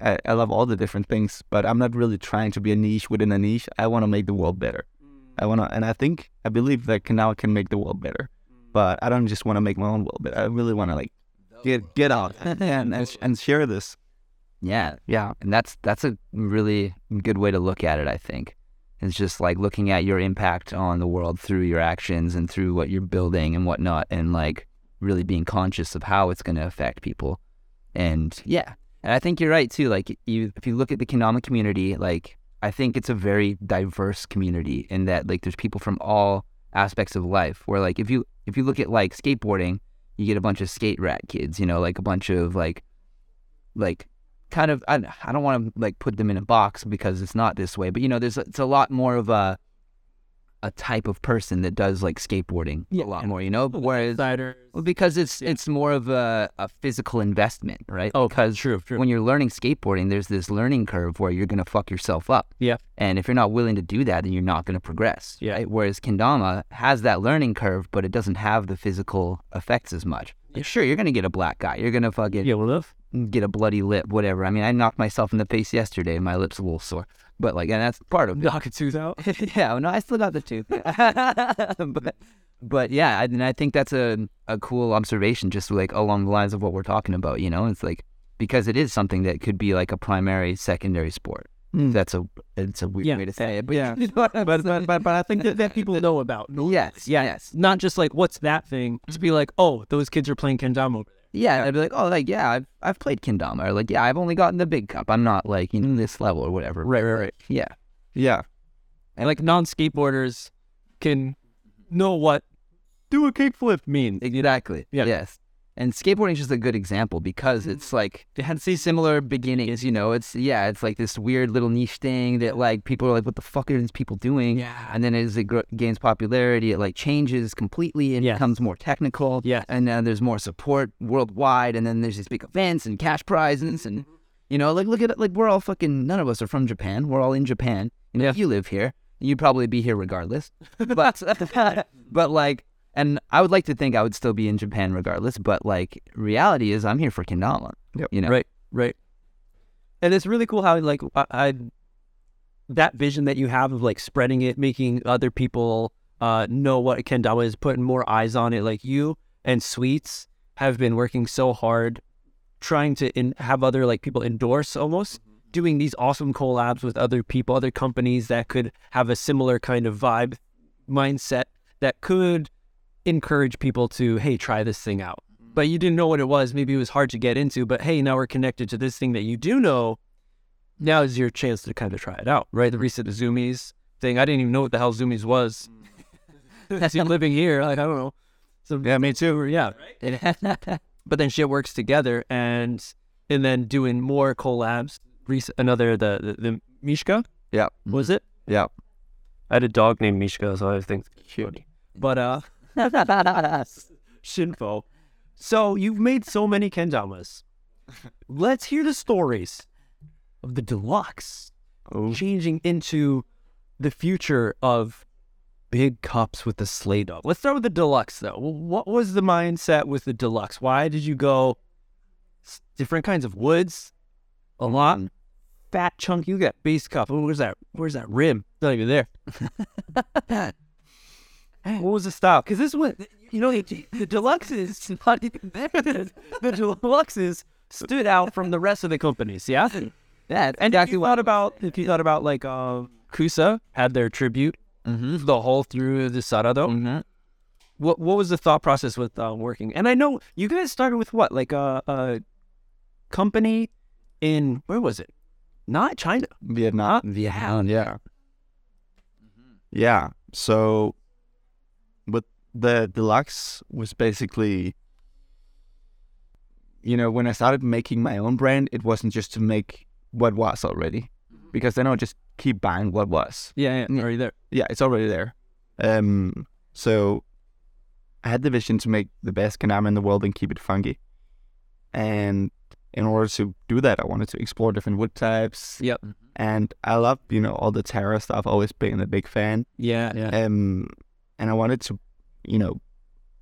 S2: I, I love all the different things. But I'm not really trying to be a niche within a niche. I want to make the world better. I want to, and I think I believe that Kanama can make the world better. But I don't just want to make my own world better. I really want to like get get out and and, and share this.
S3: Yeah.
S2: Yeah.
S3: And that's that's a really good way to look at it, I think. It's just like looking at your impact on the world through your actions and through what you're building and whatnot and like really being conscious of how it's gonna affect people. And yeah. And I think you're right too. Like you if you look at the Kanama community, like I think it's a very diverse community in that like there's people from all aspects of life where like if you if you look at like skateboarding, you get a bunch of skate rat kids, you know, like a bunch of like like kind of I, I don't want to like put them in a box because it's not this way but you know there's it's a lot more of a a type of person that does like skateboarding
S1: Yeah.
S3: a lot more you know whereas
S1: Outsiders.
S3: well, because it's it's more of a, a physical investment right
S1: Oh,
S3: because
S1: true, true.
S3: when you're learning skateboarding there's this learning curve where you're going to fuck yourself up
S1: Yeah.
S3: and if you're not willing to do that then you're not going to progress
S1: Yeah.
S3: right? whereas kendama has that learning curve but it doesn't have the physical effects as much like, sure you're going to get a black guy you're going to fucking
S1: Yeah, well, that's-
S3: get a bloody lip, whatever. I mean, I knocked myself in the face yesterday, and my lip's a little sore. But like, and that's part of it.
S1: knock a tooth out.
S3: yeah, no, I still got the tooth. but, but yeah, I- and I think that's a a cool observation, just like along the lines of what we're talking about. You know, it's like because it is something that could be like a primary, secondary sport.
S2: Mm.
S3: That's a it's a weird
S1: Yeah.
S3: way to say it, Hmm. but
S2: Yeah.
S3: you know what I'm
S1: But,
S3: saying?
S1: but, but, but I think that, that people know about.
S3: yes,
S1: Yeah.
S3: yes,
S1: Not just like, what's that thing? To be like, oh, those kids are playing kendama.
S3: Yeah, I'd be like, oh, like yeah, I've I've played kendama, or like yeah, I've only gotten the big cup. I'm not like you know this level or whatever.
S1: Right, right, right.
S3: Yeah,
S2: Yeah.
S1: And like non skateboarders can know what do a kickflip means.
S3: Exactly.
S1: Yeah.
S3: Yes. And skateboarding is just a good example because it's
S1: Mm-hmm.
S3: like it had similar beginnings. You know, it's yeah, it's like this weird little niche thing that like people are like, what the fuck are these people doing?
S1: Yeah.
S3: And then as it gr- gains popularity, it like changes completely and
S1: Yes.
S3: becomes more technical.
S1: Yes.
S3: And then there's more support worldwide. And then there's these big events and cash prizes and you know, like look at it, like we're all fucking none of us are from Japan. We're all in Japan. You know, if you live here, you'd probably be here regardless. But but like and I would like to think I would still be in Japan regardless, but like reality is I'm here for Kendama.
S2: Yep.
S3: You know.
S1: Right, right. And it's really cool how like I, I that vision that you have of like spreading it, making other people uh, know what kendama is, putting more eyes on it. Like you and Sweets have been working so hard, trying to in, have other like people endorse almost doing these awesome collabs with other people, other companies that could have a similar kind of vibe mindset that could encourage people to hey try this thing out but you didn't know what it was. Maybe it was hard to get into, but hey, now we're connected to this thing that you do know. Now is your chance to kind of try it out, right? The recent Zoomies thing. I didn't even know what the hell Zoomies was. See, living here, like I don't know. So Mm. yeah, me too. Yeah, but then shit works together, and and then doing more collabs. Rec- another the, the the Mishka
S2: Yeah.
S3: Mm-hmm.
S1: was it?
S2: Yeah.
S1: I had a dog named Mishka, so I think
S2: Cute.
S1: but uh Shinfo. So you've made so many kendamas. Let's hear the stories of the deluxe changing into the future of big cups with the sleigh dog. Let's start with the deluxe though. Wh- What was the mindset with the deluxe? Why did you go s- different kinds of woods? A lot. Fat chunk, you got base cup. Oh, Where's that? Where's that rim? Not even there. What was the style? Because this one, you know, the, the deluxes, not even there. the deluxes stood out from the rest of the companies. Yeah,
S3: Yeah,
S1: and if you thought about if you thought about like uh, Kusa had their tribute
S3: mm-hmm.
S1: the whole through the Sarado. What what was the thought process with uh, working? And I know you guys started with what like a, a company in where was it? Not China.
S3: Vietnam. Vietnam. Yeah. Mm-hmm. Yeah. So, but the deluxe was basically, you know, when I started making my own brand, it wasn't just to make what was already, because then I would just keep buying what was.
S1: Yeah,
S3: yeah,
S1: already there.
S3: Yeah, it's already there. Um, so I had the vision to make the best kanama in the world and keep it funky. And in order to do that, I wanted to explore different wood types.
S1: Yep.
S3: And I love, you know, all the terra stuff. Always been a big fan.
S1: Yeah, yeah.
S3: Um, and I wanted to, you know,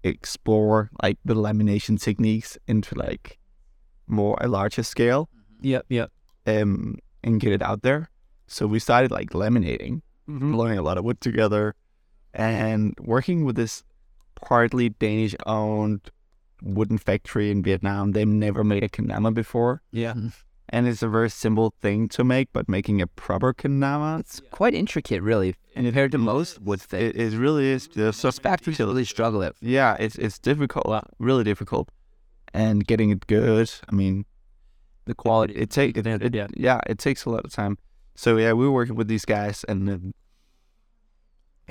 S3: explore like the lamination techniques into like more a larger scale.
S1: Yep, yep.
S3: Um, and get it out there. So we started like laminating blowing a lot of wood together and working with this partly Danish owned wooden factory in Vietnam. They've never made a kanama before.
S1: Yeah.
S3: And it's a very simple thing to make, but making a proper kanama
S2: It's quite intricate, really, compared to most wood things.
S3: it, it really is there's so
S2: Most factories really struggle it.
S3: yeah, it's it's difficult, really difficult. And getting it good, I mean,
S1: The quality.
S3: it takes it,
S1: Standard,
S3: it-
S1: yeah.
S3: yeah. it takes a lot of time so yeah we were working with these guys and um,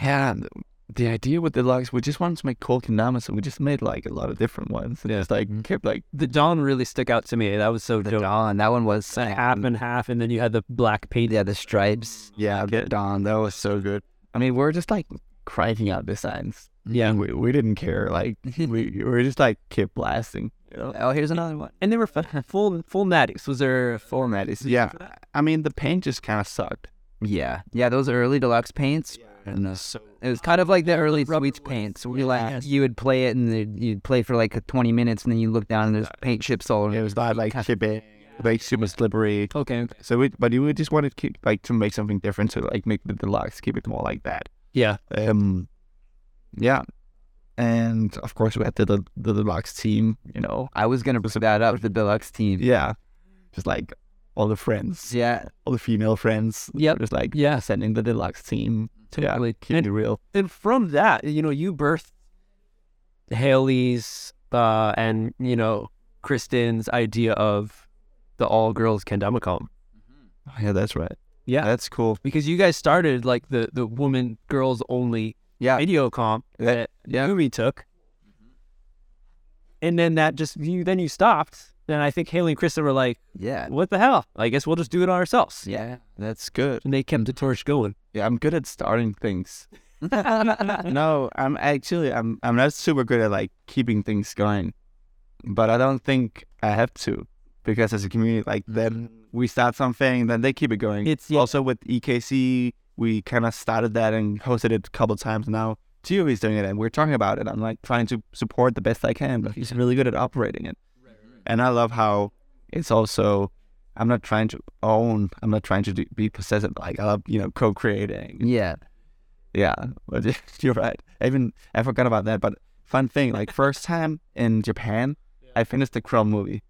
S3: yeah the, the idea with the lugs we just wanted to make cool kendamas and we just made like a lot of different ones and it's like kept like
S1: The Dawn really stuck out to me. That was so dope.
S2: Dawn, that one was
S1: Half and half, and then you had the black paint.
S2: yeah, the stripes.
S3: yeah don that was so good i mean we we're just like cracking out designs
S1: Yeah.
S3: and we, we didn't care like we, we were just like kept blasting you know?
S2: Oh, here's another one.
S1: And they were f- full full natics. Was there a full
S3: format is yeah i mean the paint just kind of sucked
S2: Yeah, yeah, those early deluxe paints. And uh, it was kind of like the early sweet paints. Where you like you would play it and then you'd play for like twenty minutes, and then you look down and there's paint chips all over.
S3: it was not like chipping like super slippery
S1: Okay, okay.
S3: So we, but we just wanted to keep, like to make something different to like make the deluxe keep it more like that.
S1: Yeah.
S3: Um, yeah, and of course we had the the, the deluxe team. You know,
S2: I was gonna bring that up the deluxe team.
S3: yeah, just like all the friends,
S2: Yeah,
S3: all the female friends.
S1: Yep.
S3: just like
S1: Yeah.
S3: sending the deluxe team. to, Yeah,
S1: Totally.
S3: keep
S1: And-
S3: it real.
S1: And from that, you know, you birthed Haley's uh, and, you know, Kristen's idea of the all girls Kendamicom.
S3: Oh, yeah, that's right.
S1: Yeah.
S3: that's cool.
S1: Because you guys started like the, the woman girls only
S3: Yeah.
S1: video comp that
S3: yeah.
S1: Umi took. And then that just you then you stopped. And I think Haley and Kristen were like,
S2: yeah,
S1: What the hell? I guess we'll just do it on ourselves.
S2: yeah.
S3: That's good.
S1: And they kept the torch going.
S3: Yeah, I'm good at starting things. no, I'm actually I'm I'm not super good at like keeping things going, but I don't think I have to because as a community, like then we start something, then they keep it going.
S1: It's- yeah.
S3: also with EKC, we kind of started that and hosted it a couple times now. Tio is doing it, and we're talking about it. I'm like trying to support the best I can, but he's really good at operating it, and I love how it's also. I'm not trying to own. I'm not trying to do, be possessive. Like I love, you know, co-creating.
S2: Yeah,
S3: Yeah, but you're right. I even I forgot about that. But fun thing, like first time in Japan, I finished the Chrome movie.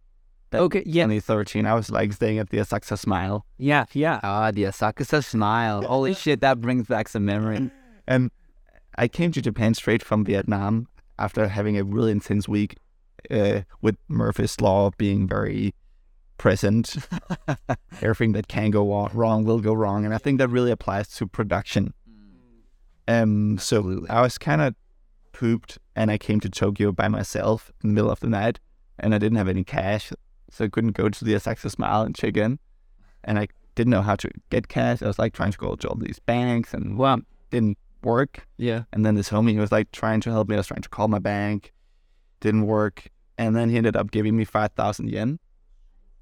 S1: Okay, yeah.
S3: 2013. I was like staying at the Asakusa Smile,
S1: Yeah, yeah.
S2: ah, the Asakusa smile. Holy shit, that brings back some memory.
S3: and I came to Japan straight from Vietnam after having a really intense week uh, with Murphy's Law being very present. Everything that can go wa- wrong will go wrong, and I think that really applies to production. Um, so
S2: Mm. Absolutely.
S3: I was kind of pooped, and I came to Tokyo by myself in the middle of the night, and I didn't have any cash, so I couldn't go to the Asakusa Smile and check in, and I didn't know how to get cash. I was like trying to go to all these banks, and well, didn't work.
S1: Yeah.
S3: And then this homie he was like trying to help me. I was trying to call my bank, didn't work, and then he ended up giving me five thousand yen,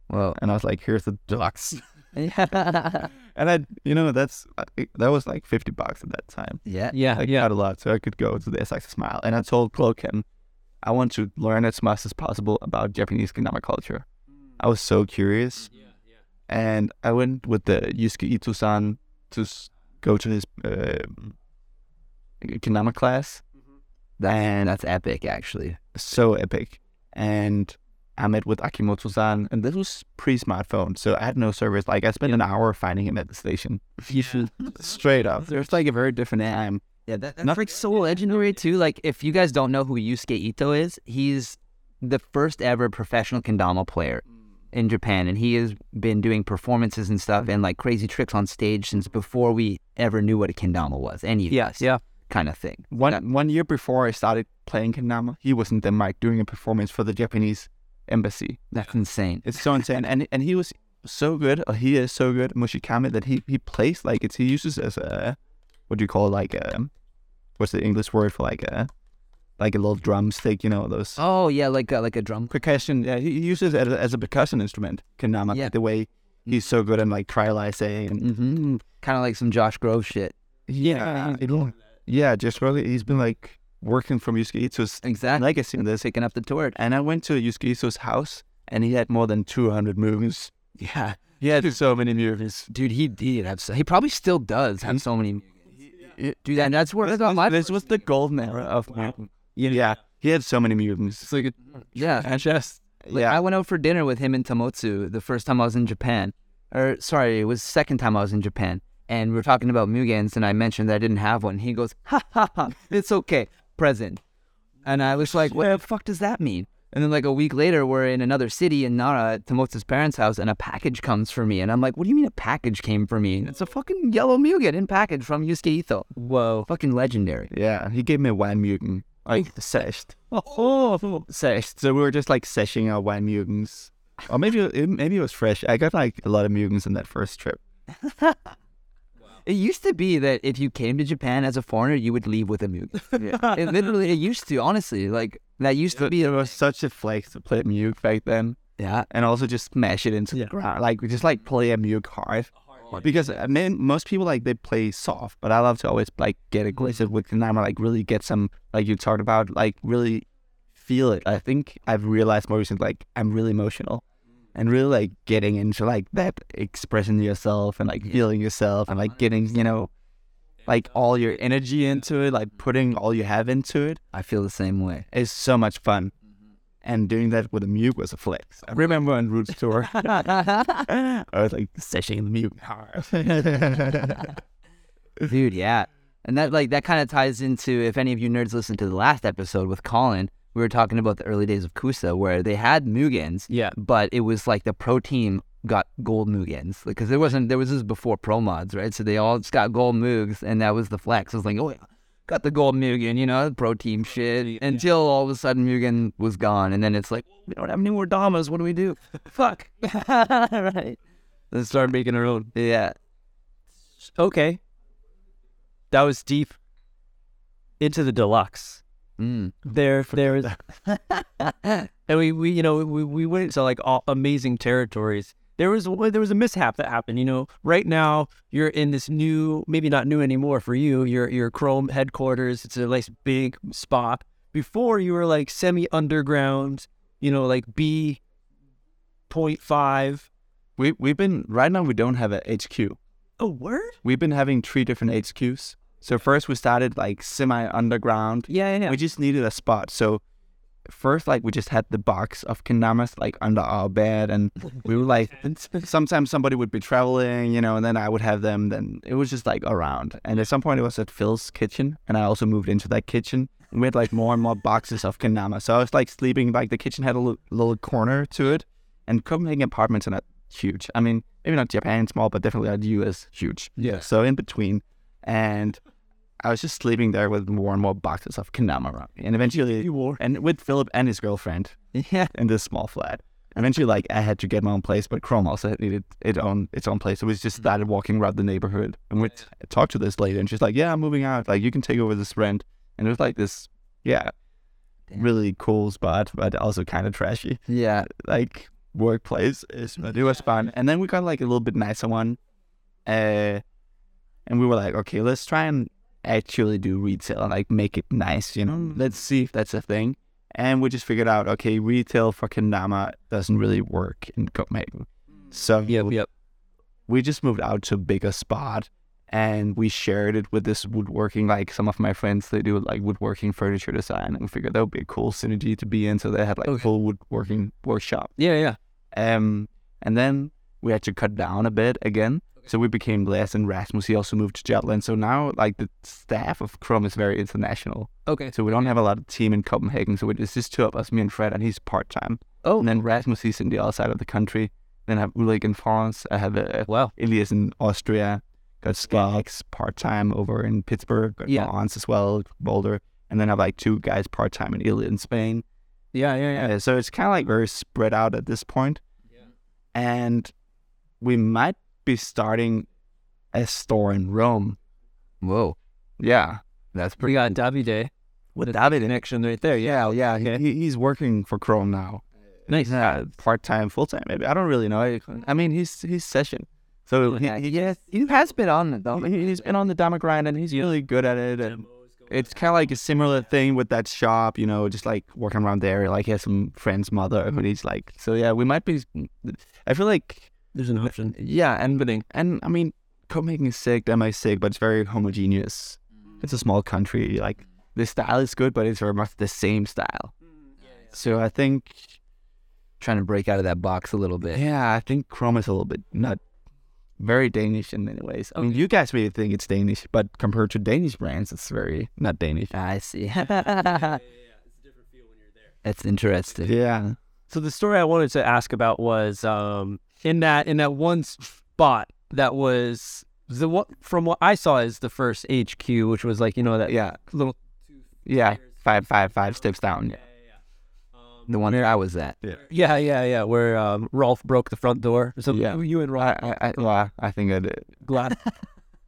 S2: Well,
S3: and I was like, "Here's the deluxe."
S2: yeah,
S3: and I, you know, that's that was like fifty bucks at that time.
S2: yeah,
S1: Yeah,
S3: I
S1: yeah.
S3: got a lot, so I could go to the SX Smile. And I told Cloaken, I want to learn as much as possible about Japanese economic culture. I was so curious.
S1: Mm,
S3: And I went with the Yusuke Ito-san to s- go to his uh, economic class.
S1: Mm-hmm.
S2: That- that's epic, actually.
S3: So epic. And I met with Akimoto-san, and this was pre-smartphone, so I had no service. Like, I spent an hour finding him at the station. Straight up. There's like a very different time.
S2: Yeah, that, that's like so legendary too. Like, if you guys don't know who Yusuke Ito is, he's the first ever professional kendama player. in Japan, and he has been doing performances and stuff and like crazy tricks on stage since before we ever knew what a kendama was. Any of
S1: Yes.
S2: this
S1: Yeah.
S2: kind of thing.
S3: One one year before I started playing kendama, he was in Denmark doing a performance for the Japanese embassy.
S2: That's insane.
S3: It's so insane, and and he was so good, or he is so good, Mushikami, that he he plays like it's he uses as a what do you call it, like a what's the English word for like a like a little drumstick, you know those
S2: Oh yeah, like uh, like a drum.
S3: percussion. Yeah, he he uses it as a, as a percussion instrument, kendama.
S2: Yeah.
S3: the way he's so good and like trializing and
S2: Mm-hmm. Kind of like some Josh Grove shit.
S3: yeah, it- yeah, just really he's been like working from Yusuke Ito's
S2: Exactly.
S3: legacy in this.
S2: Picking up the torch.
S3: And I went to Yusuke Ito's house, and he had more than 200 movies.
S2: Yeah,
S3: He had so many movies.
S2: dude, he did have. So, he probably still does have so many.
S3: yeah.
S2: Dude, and that's where that's my
S3: This was the golden era of mutant. Yeah, he had so many mutants. It's like a,
S2: yeah.
S3: just
S2: Like,
S3: yeah,
S2: I went out for dinner with him in Tamotsu the first time I was in Japan. Or sorry, it was the second time I was in Japan. And we were talking about Mugens and I mentioned that I didn't have one. He goes, ha ha ha, it's okay, present. And I was like, what the fuck does that mean? And then like a week later, we're in another city in Nara at Tamotsu's parents' house and a package comes for me. And I'm like, what do you mean a package came for me? And it's a fucking yellow Mugen in package from Yusuke Ito.
S1: Whoa.
S2: Fucking legendary.
S3: yeah. He gave me one mutant, like seshed,
S1: Oh.
S3: seshed. So we were just like seshing our one mutants, or maybe it, maybe it was fresh. I got like a lot of mutants in that first trip.
S2: It used to be that if you came to Japan as a foreigner, you would leave with a Mugen. It literally, it used to, honestly. Like, that used to be.
S3: It was such a flex to play Muke back then.
S2: Yeah.
S3: and also just smash it into
S1: Yeah.
S3: the ground. Like we just like play a Muke hard. Because I mean, most people like they play soft, but I love to always like
S2: Mm-hmm.
S3: get aggressive with Kanama, like really get some like you talked about, like really feel it. I think I've realized more recently, like I'm really emotional, and really like getting into like that expressing yourself and like feeling yourself and like getting you know, like
S2: uh,
S3: all your energy into it, like putting all you have into it
S2: mm-hmm. I feel the same way. Mm-hmm.
S3: is so much fun. And doing that with a mute was a flex. I remember on Roots Tour, I was like seshing the mute hard.
S2: Dude, yeah. And that, like, that kind of ties into if any of you nerds listened to the last episode with Colin, we were talking about the early days of Kusa where they had Mugens,
S1: Yeah.
S2: but it was like the pro team got gold Mugens because there wasn't, there was this before pro mods, right? So they all just got gold Mugs and that was the flex. It was like, oh, yeah. Got the gold Mugen, you know, pro team shit. Until all of a sudden Mugen was gone, and then it's like we don't have any more Damas. What do we do? Fuck. right.
S1: Let's start making our own.
S2: Yeah.
S1: Okay. That was deep into the deluxe.
S2: Mm.
S1: There, there is, and we, we, you know, we, we went to like all amazing territories. There was there was a mishap that happened. You know, right now you're in this new, maybe not new anymore for you. Your your Chrome headquarters. It's a nice big spot. Before you were like semi underground. You know, like B. Point five.
S3: we we've been right now we don't have a HQ.
S1: A Oh, word?
S3: We've been having three different HQs. So first we started like semi underground.
S1: Yeah, yeah,
S3: We just needed a spot. So first like we just had the box of kendamas like under our bed and we were like sometimes somebody would be traveling, you know, and then I would have them. Then it was just like around. And at some point, it was at Phil's kitchen, and I also moved into that kitchen. And we had like more and more boxes of kendama. So I was like sleeping, like the kitchen had a little, little corner to it. And Copenhagen apartments are not huge. I mean, maybe not Japan small, but definitely not US huge.
S1: Yeah.
S3: So in between. And I was just sleeping there with more and more boxes of kendama around me. And eventually,
S1: You were.
S3: and with Philip and his girlfriend
S2: Yeah.
S3: in this small flat. Eventually, like I had to get my own place, but Chrome also had needed its own its own place. So we
S2: Mm.
S3: just started walking around the neighborhood, and we t- talked to this lady, and she's like, "Yeah, I'm moving out. Like you can take over this rent." And it was like this, yeah,
S2: Damn.
S3: really cool spot, but also kind of trashy,
S2: Yeah.
S3: like workplace. Is but it was fun. And then we got like a little bit nicer one, uh, and we were like, "Okay, let's try and actually do retail and like make it nice. You know,
S1: Mm.
S3: let's see if that's a thing." and we just figured out okay retail for kendama doesn't really work in copenhagen so
S1: Mm. Yep, yep.
S3: we just moved out to a bigger spot and we shared it with this woodworking like some of my friends they do like woodworking furniture design and we figured that would be a cool synergy to be in so they had like
S1: Okay.
S3: full woodworking workshop
S1: Yeah, yeah.
S3: um, and then we had to cut down a bit again so we became less and Rasmus he also moved to Jutland so now like the staff of Chrome is very international
S1: Okay.
S3: so we don't have a lot of team in Copenhagen. So it- it's just two of us, me and Fred, and he's part time.
S2: Oh.
S3: And then Rasmus is in the other side of the country. Then I have Ulrich in France. I have uh,
S2: Wow.
S3: Elias in Austria. Got Skaggs part time over in Pittsburgh. Got
S2: Yeah.
S3: my aunts as well, Boulder. And then I have like two guys part time in Italy and Spain.
S1: Yeah, yeah,
S3: Uh, so it's kind of like very spread out at this point. And we might be starting a store in Rome.
S2: Whoa.
S3: Yeah.
S2: That's
S1: We got Davide.
S3: With
S1: The
S3: David.
S1: connection right there. Yeah.
S3: Yeah, yeah. He, he- he's working for Chrome now.
S1: Nice.
S3: Uh, part time, full time, maybe. I don't really know. I, I mean, he's he's session. So he, he,
S2: yes, he has been on it though.
S3: he- he's been on the Dama grind and he's really good at it. And it's kind of like a similar thing with that shop, you know, just like walking around there. Like he has some friend's mother who he's like, so yeah, we might be. I feel like
S1: There's an option.
S3: Yeah, and and I mean, Copenhagen is sick, Denmark is sick, but it's very homogeneous. It's a small country. Like the style is good, but it's very much the same style. So I think,
S2: Trying to break out of that box a little bit.
S3: yeah, I think Chrome is a little bit not very Danish in many ways. I mean, you guys really think it's Danish, but compared to Danish brands, it's very not Danish.
S2: I see. That's interesting.
S3: Yeah,
S1: So the story I wanted to ask about was um, in that in that one spot that was the what from what I saw is the first HQ, which was like you know that
S3: yeah,
S1: little
S3: yeah. Five, five, five steps down. Yeah,
S2: The one that I was at.
S1: yeah yeah yeah where um, Rolf broke the front door. So
S3: Yeah.
S1: you and Rolf
S3: I, I, I, well, I- I think I did.
S1: glad.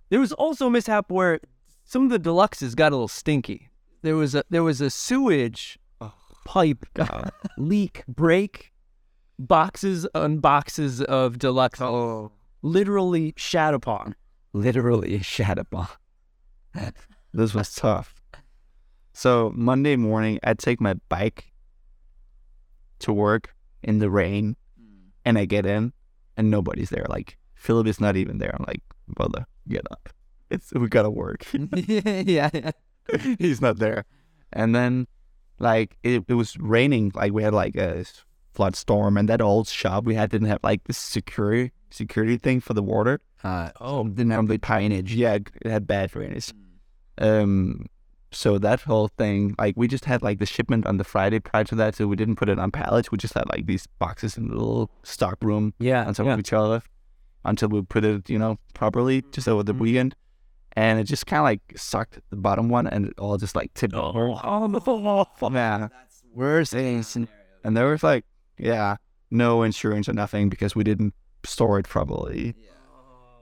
S1: there was also a mishap where some of the deluxes got a little stinky. There was a there was a sewage pipe
S3: God.
S1: leak break. Boxes on boxes of deluxe
S3: oh,
S1: literally shat upon.
S2: Literally a shadow bomb.
S3: This was tough. So Monday morning, I take my bike to work in the rain,
S1: Hmm.
S3: and I get in, and nobody's there. Like Philip is not even there. I'm like, brother, get up. It's we gotta work.
S2: yeah. yeah.
S3: He's not there. And then, like it, it was raining. Like we had like a s- flood storm, and that old shop we had didn't have like this security security thing for the water.
S2: Uh,
S3: Oh, didn't have the drainage. Yeah, it had bad drainage. Um, so that whole thing, like we just had like the shipment on the Friday prior to that, so we didn't put it on pallets. We just had like these boxes in the little stock room
S1: Yeah,
S3: on top
S1: yeah.
S3: of each other until we put it, you know, properly just over the weekend. And it just kind of like sucked the bottom one, and it all just like tipped over. Yeah,
S2: worst case scenario.
S3: and there was like, yeah, no insurance or nothing because we didn't store it properly.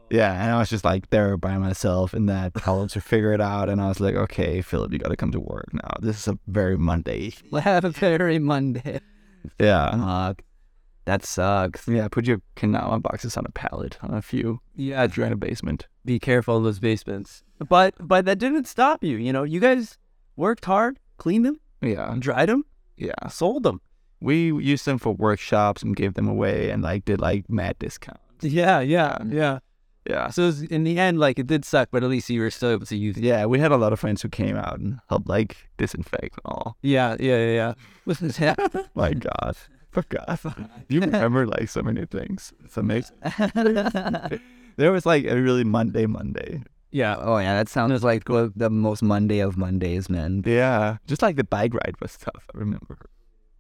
S3: Yeah, and I was just like there by myself in that column to figure it out. And I was like, okay, Philip, you got to come to work now. This is a very Monday.
S2: Very Monday.
S3: Yeah.
S2: Fuck. That sucks.
S3: Yeah, put your Kanama boxes on a pallet, on a few.
S1: yeah.
S3: If you're in a basement.
S1: Be careful in those basements. But but that didn't stop you. You know, you guys worked hard, cleaned them,
S3: Yeah.
S1: dried them,
S3: Yeah.
S1: sold them.
S3: We used them for workshops and gave them away and like did like mad discount.
S1: Yeah, yeah, yeah.
S3: Yeah.
S1: So it was, in the end, like it did suck, but at least you were still able to use it.
S3: Yeah, we had a lot of friends who came out and helped like disinfect and all.
S1: Yeah, yeah, yeah, yeah. Listen, yeah.
S3: My God. For God. You remember like so many things. It's amazing. There was like a really Monday Monday.
S1: yeah,
S2: oh yeah, that sounds like the, the most Monday of Mondays, man.
S3: Yeah, just like the bike ride was tough. I remember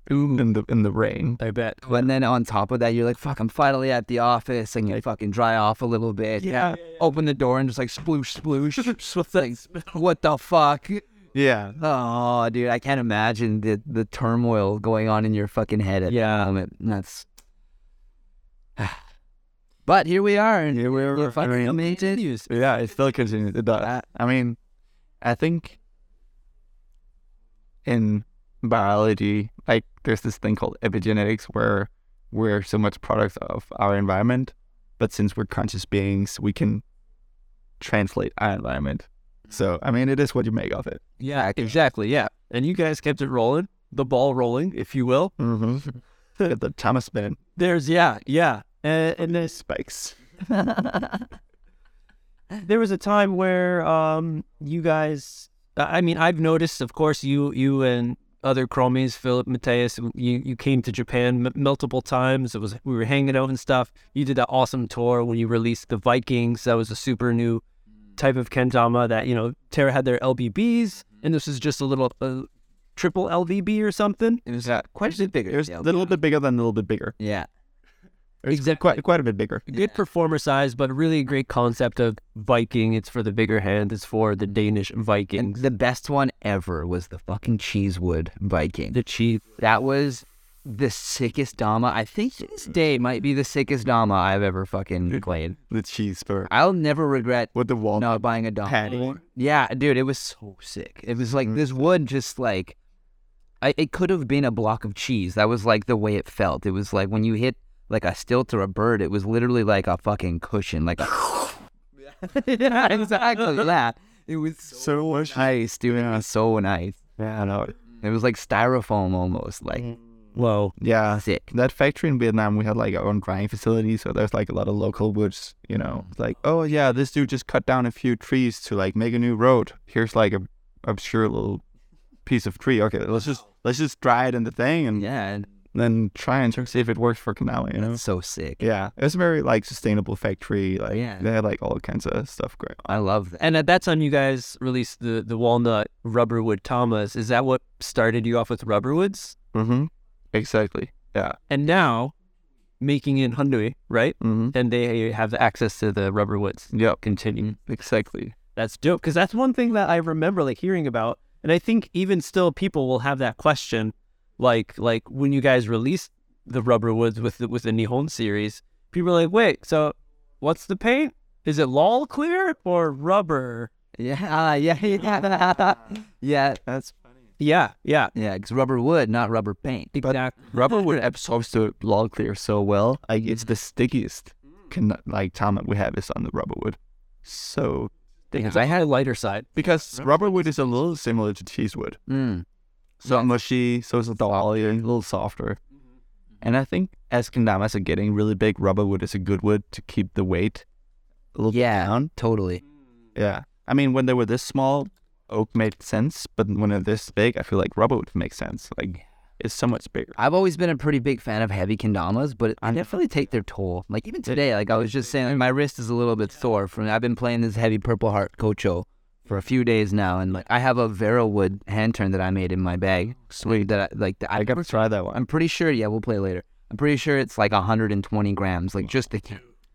S3: in the in the rain.
S1: I bet.
S2: But then on top of that, you're like, fuck, I'm finally at the office and you fucking dry off a little bit.
S3: Yeah.
S2: Open the door and just like sploosh, sploosh. It's like, what the fuck?
S3: Yeah,
S2: Oh, dude, I can't imagine the, the turmoil going on in your fucking head. At
S1: Yeah.
S2: the moment. that's. but here we are. and
S3: Here we
S2: we're
S3: are.
S2: fucking
S3: I mean-
S2: amazing.
S3: yeah. It still continues. It does. I, I mean, I think in biology, like there's this thing called epigenetics where we're so much products of our environment, but since we're conscious beings, we can translate our environment. So I mean, it is what you make of it.
S1: Yeah, exactly. Yeah. And you guys kept it rolling, the ball rolling, if you will.
S3: Mm-hmm. the Thomas Ben
S1: There's, yeah, yeah. And, and this,
S3: spikes.
S1: there was a time where um you guys I I mean I've noticed of course you you and other chromies Philip Mateus you you came to Japan m- multiple times it was we were hanging out and stuff you did that awesome tour when you released the Vikings that was a super new type of kendama that you know Terra had their LBBs and this is just a little uh, triple LVB or something.
S2: It was
S3: Yeah.
S2: Uh, quite a bit bigger.
S3: It was
S2: than
S3: a
S2: the
S3: little
S2: LBR.
S3: bit bigger than a little bit bigger.
S2: Yeah.
S3: It was
S1: Exactly.
S3: Quite quite a bit bigger.
S1: Good performer size, but really a great concept of Viking. It's for the bigger hand. It's for the Danish
S2: And
S1: Vikings.
S2: the best one ever was the fucking Cheesewood Viking.
S1: the chief.
S2: That was the sickest Dama. I think to this day might be the sickest Dama I've ever fucking played.
S3: The cheese burger
S2: I'll never regret
S3: with the walnut
S2: not buying a Dama.
S3: patty.
S2: Yeah, dude, it was so sick. It was like this wood just like I, it could have been a block of cheese. That was like the way it felt. It was like when you hit like a stilt or a bird, it was literally like a fucking cushion, like a Yeah, exactly that. It was so
S3: So much.
S2: nice, dude. It was so nice.
S3: Yeah, no.
S2: It was like styrofoam almost, like
S3: Mm.
S1: Whoa.
S3: Yeah.
S2: sick.
S3: That factory in Vietnam, we had like our own drying facility, so there's like a lot of local woods. You know,
S2: Mm.
S3: It's like oh yeah, this dude just cut down a few trees to like make a new road. Here's like a obscure little piece of tree. Okay, let's just let's just dry it in the thing and
S2: Yeah, and
S3: then try and see if it works for Canal. You know,
S2: so sick.
S3: Mm. yeah, it was a very like sustainable factory. Like
S2: Yeah.
S3: they had like all kinds of stuff going. on.
S2: I love that.
S1: And at that time, you guys released the the walnut rubberwood Thomas. Is that what started you off with rubberwoods?
S3: Mm-hmm. Exactly. Yeah.
S1: And now, making in Hyundai, right?
S3: Mm-hmm.
S1: And they have access to the rubberwoods.
S3: Yep.
S1: Continue.
S3: Exactly.
S1: That's dope because that's one thing that I remember like hearing about, and I think even still people will have that question, like like when you guys released the Rubber Woods with the, with the Nihon series, people are like, wait, so what's the paint? Is it lol clear or rubber?
S2: Yeah, yeah, yeah, yeah,
S3: That's
S1: Yeah, yeah,
S2: yeah. Because rubber wood, not rubber paint.
S1: exactly.
S3: rubber wood absorbs the log clear so well. Like it's the stickiest can like talent we have is on the rubber wood. So
S1: Because I had a lighter side.
S3: because rubber wood is a little similar to cheese wood.
S2: Mm.
S3: So mushy, so it's a dolly, a little softer.
S2: Mm-hmm.
S3: And I think as kendamas are getting really big, rubber wood is a good wood to keep the weight a little bit
S2: Yeah.
S3: down.
S2: Totally. Mm-hmm.
S3: Yeah. I mean, when they were this small, oak made sense, but when they're this big, I feel like rubber would make sense. Like, it's so much bigger.
S2: I've always been a pretty big fan of heavy kendamas, but I definitely take their toll. Like even today, like I was just saying, like, my wrist is a little bit sore from I've been playing this heavy purple heart kocho for a few days now, and like I have a Vera wood hand turn that I made in my bag. Sweet. That I, like that
S3: I
S2: I,
S3: gotta try that one.
S2: I'm pretty sure. Yeah, we'll play later. I'm pretty sure it's like 120 grams, like just the.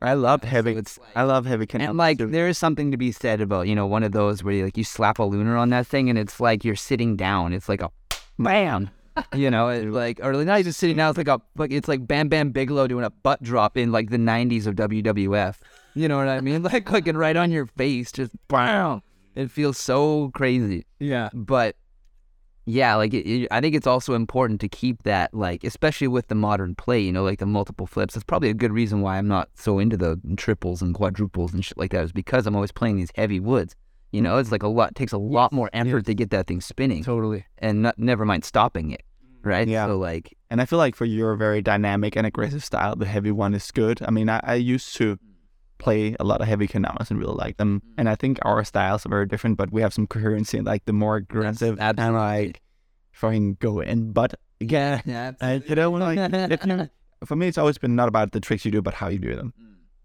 S3: I love heavy.
S2: So it's
S3: I love heavy kendamas.
S2: And like there is something to be said about, you know, one of those where you like you slap a lunar on that thing and it's like you're sitting down. It's like a bam. You know, it, like or not just sitting down, it's like a like it's like Bam Bam Bigelow doing a butt drop in like the nineties of WWF. You know what I mean? Like fucking right on your face, just bam. It feels so crazy
S1: Yeah,
S2: but yeah, like it, it- I think it's also important to keep that, like especially with the modern play, you know, like the multiple flips. That's probably a good reason why I'm not so into the triples and quadruples and shit like that. Is because I'm always playing these heavy woods. You know, it's like a lot takes a lot more effort to get that thing spinning,
S1: totally.
S2: and not, never mind stopping it, right?
S3: Mm. Yeah.
S2: So like,
S3: And I feel like for your very dynamic and aggressive style, the heavy one is good. I mean, I, I used to play a lot of heavy kanamas and really like them. And I think our styles are very different, but we have some coherency. Like the more aggressive
S2: That's
S3: and like fucking go in, but yeah,
S2: yeah,
S3: I, you know, like it- for me, it's always been not about the tricks you do, but how you do them.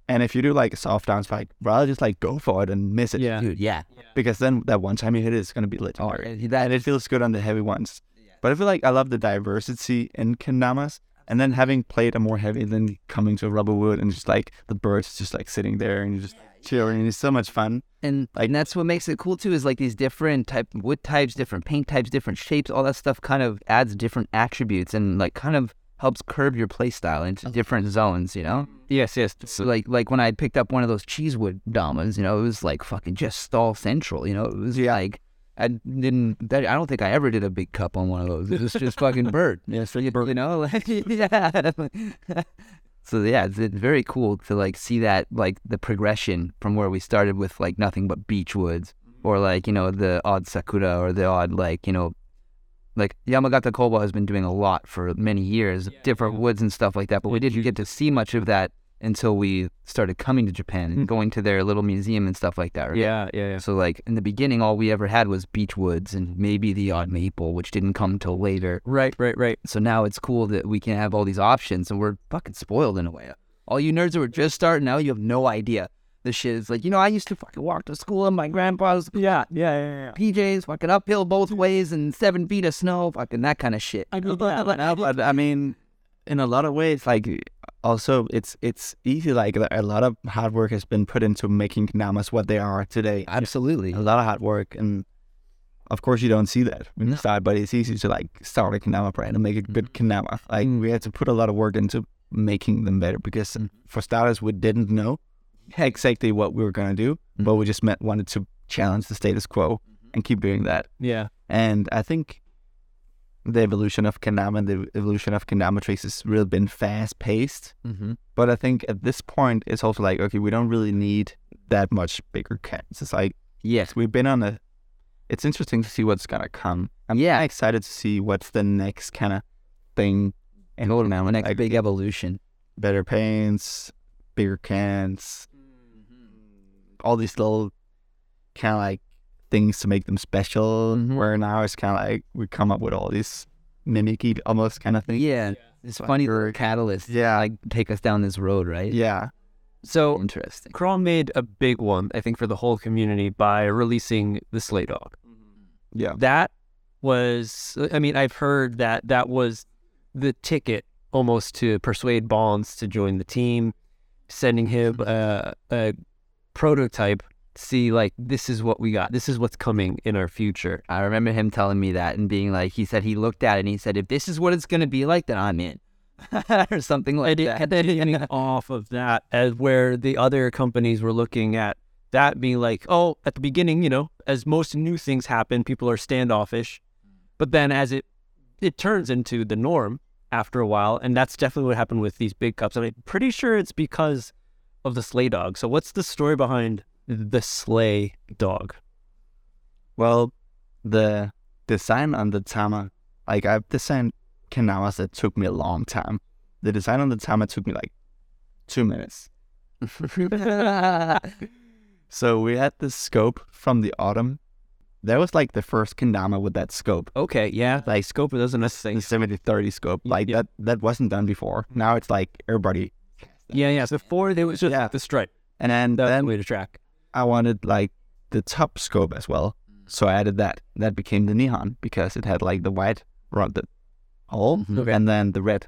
S3: And if you do like a soft downs fight, rather just like go for it and miss it,
S1: Yeah,
S2: dude, yeah,
S3: because then that one time you hit it is gonna be legendary and
S2: that
S3: it feels good on the heavy ones. But I feel like I love the diversity in kendamas, and then having played a more heavy than coming to rubber wood and just like the birds just like sitting there and you're just chilling, and it's so much fun.
S2: and
S3: Like-
S2: and that's what makes it cool too is like these different type wood types different paint types different shapes all that stuff kind of adds different attributes and like kind of helps curb your play style into
S3: Oh.
S2: different zones you know
S1: Yes, yes.
S2: so like like when i picked up one of those cheesewood damas you know it was like fucking just stall central you know it was like i didn't that, i don't think i ever did a big cup on one of those it was just fucking bird
S3: Yeah, so you
S2: you know like yeah so yeah it's, it's very cool to like see that like the progression from where we started with like nothing but beech woods or like you know the odd sakura or the odd like you know like yamagata koba has been doing a lot for many years different woods and stuff like that but we didn't get to see much of that until we started coming to japan
S3: Hmm.
S2: and going to their little museum and stuff like that right?
S1: Yeah, yeah, yeah.
S2: So like in the beginning, all we ever had was beech woods and maybe the odd maple, which didn't come till later.
S1: Right, right, right.
S2: So now it's cool that we can have all these options and we're fucking spoiled in a way. All you nerds who are just starting out, you have no idea. the shit. It's like, you know, I used to fucking walk to school in my grandpa's
S1: Yeah, Uh, yeah, yeah.
S2: PJs, fucking uphill both ways and seven feet of snow, fucking that kind of shit.
S1: I mean, yeah,
S2: Like,
S3: No, but I mean, in a lot of ways, like also it's it's easy. Like a lot of hard work has been put into making Namas what they are today.
S2: Absolutely.
S3: A lot of hard work, and of course you don't see that when you start. But it's easy to like start a Kanama brand and make a good Kanama. Like we had to put a lot of work into making them better because for starters we didn't know exactly what we were gonna do, but we just meant, wanted to challenge the status quo and keep doing that.
S1: Yeah.
S3: And I think the evolution of Kanama and the evolution of Kanama Trace has really been fast paced.
S2: Mm-hmm.
S3: But I think at this point, it's also like, okay, we don't really need that much bigger cans. It's like,
S2: Yes.
S3: we've been on a. It's interesting to see what's going to come. I'm
S2: Yeah.
S3: excited to see what's the next kind of thing. And hold on,
S2: The next
S3: like,
S2: big evolution.
S3: better paints, bigger cans,
S2: Mm-hmm.
S3: all these little kind of like things to make them special.
S2: Mhm.
S3: Where now it's kind of like we come up with all these mimicky almost kind of thing.
S2: Yeah. It's funny little catalyst.
S3: Yeah.
S2: Like take us down this road, right?
S3: Yeah. Mm.
S1: So
S2: Interesting.
S1: Crawl made a big one, I think, for the whole community by releasing the Slay Dog.
S3: Yeah.
S1: That was, I mean, I've heard that that was the ticket almost to persuade Bonds to join the team, sending him a, a prototype. See, like, this is what we got. This is what's coming in our future.
S2: I remember him telling me that and being like, he said he looked at it and he said, if this is what it's going to be like, then I'm in. or something like
S1: And it,
S2: that.
S1: and then getting off of that as where the other companies were looking at that being like, oh, at the beginning, you know, as most new things happen, people are standoffish. But then as it it turns into the norm after a while, and that's definitely what happened with these big cups. I'm pretty sure it's because of the sleigh dog. So what's the story behind the sleigh dog?
S3: Well, the design on the Tama, like I've designed Kanamas that took me a long time. The design on the Tama took me like two minutes. So we had this scope from the autumn. That was like the first Kendama with that scope.
S1: Okay, yeah, like scope of those are necessary.
S3: the 70 30 scope.
S1: Yeah.
S3: Like that that wasn't done before. Now it's like everybody.
S1: Yeah, yeah. So Before there was just
S3: Yeah.
S1: the stripe.
S3: And then,
S1: That's the
S3: then
S1: way to track.
S3: I wanted like the top scope as well. So I added that. That became the neon because it had like the white rounded hole
S1: Okay.
S2: Mm-hmm.
S3: Mm-hmm. and then the red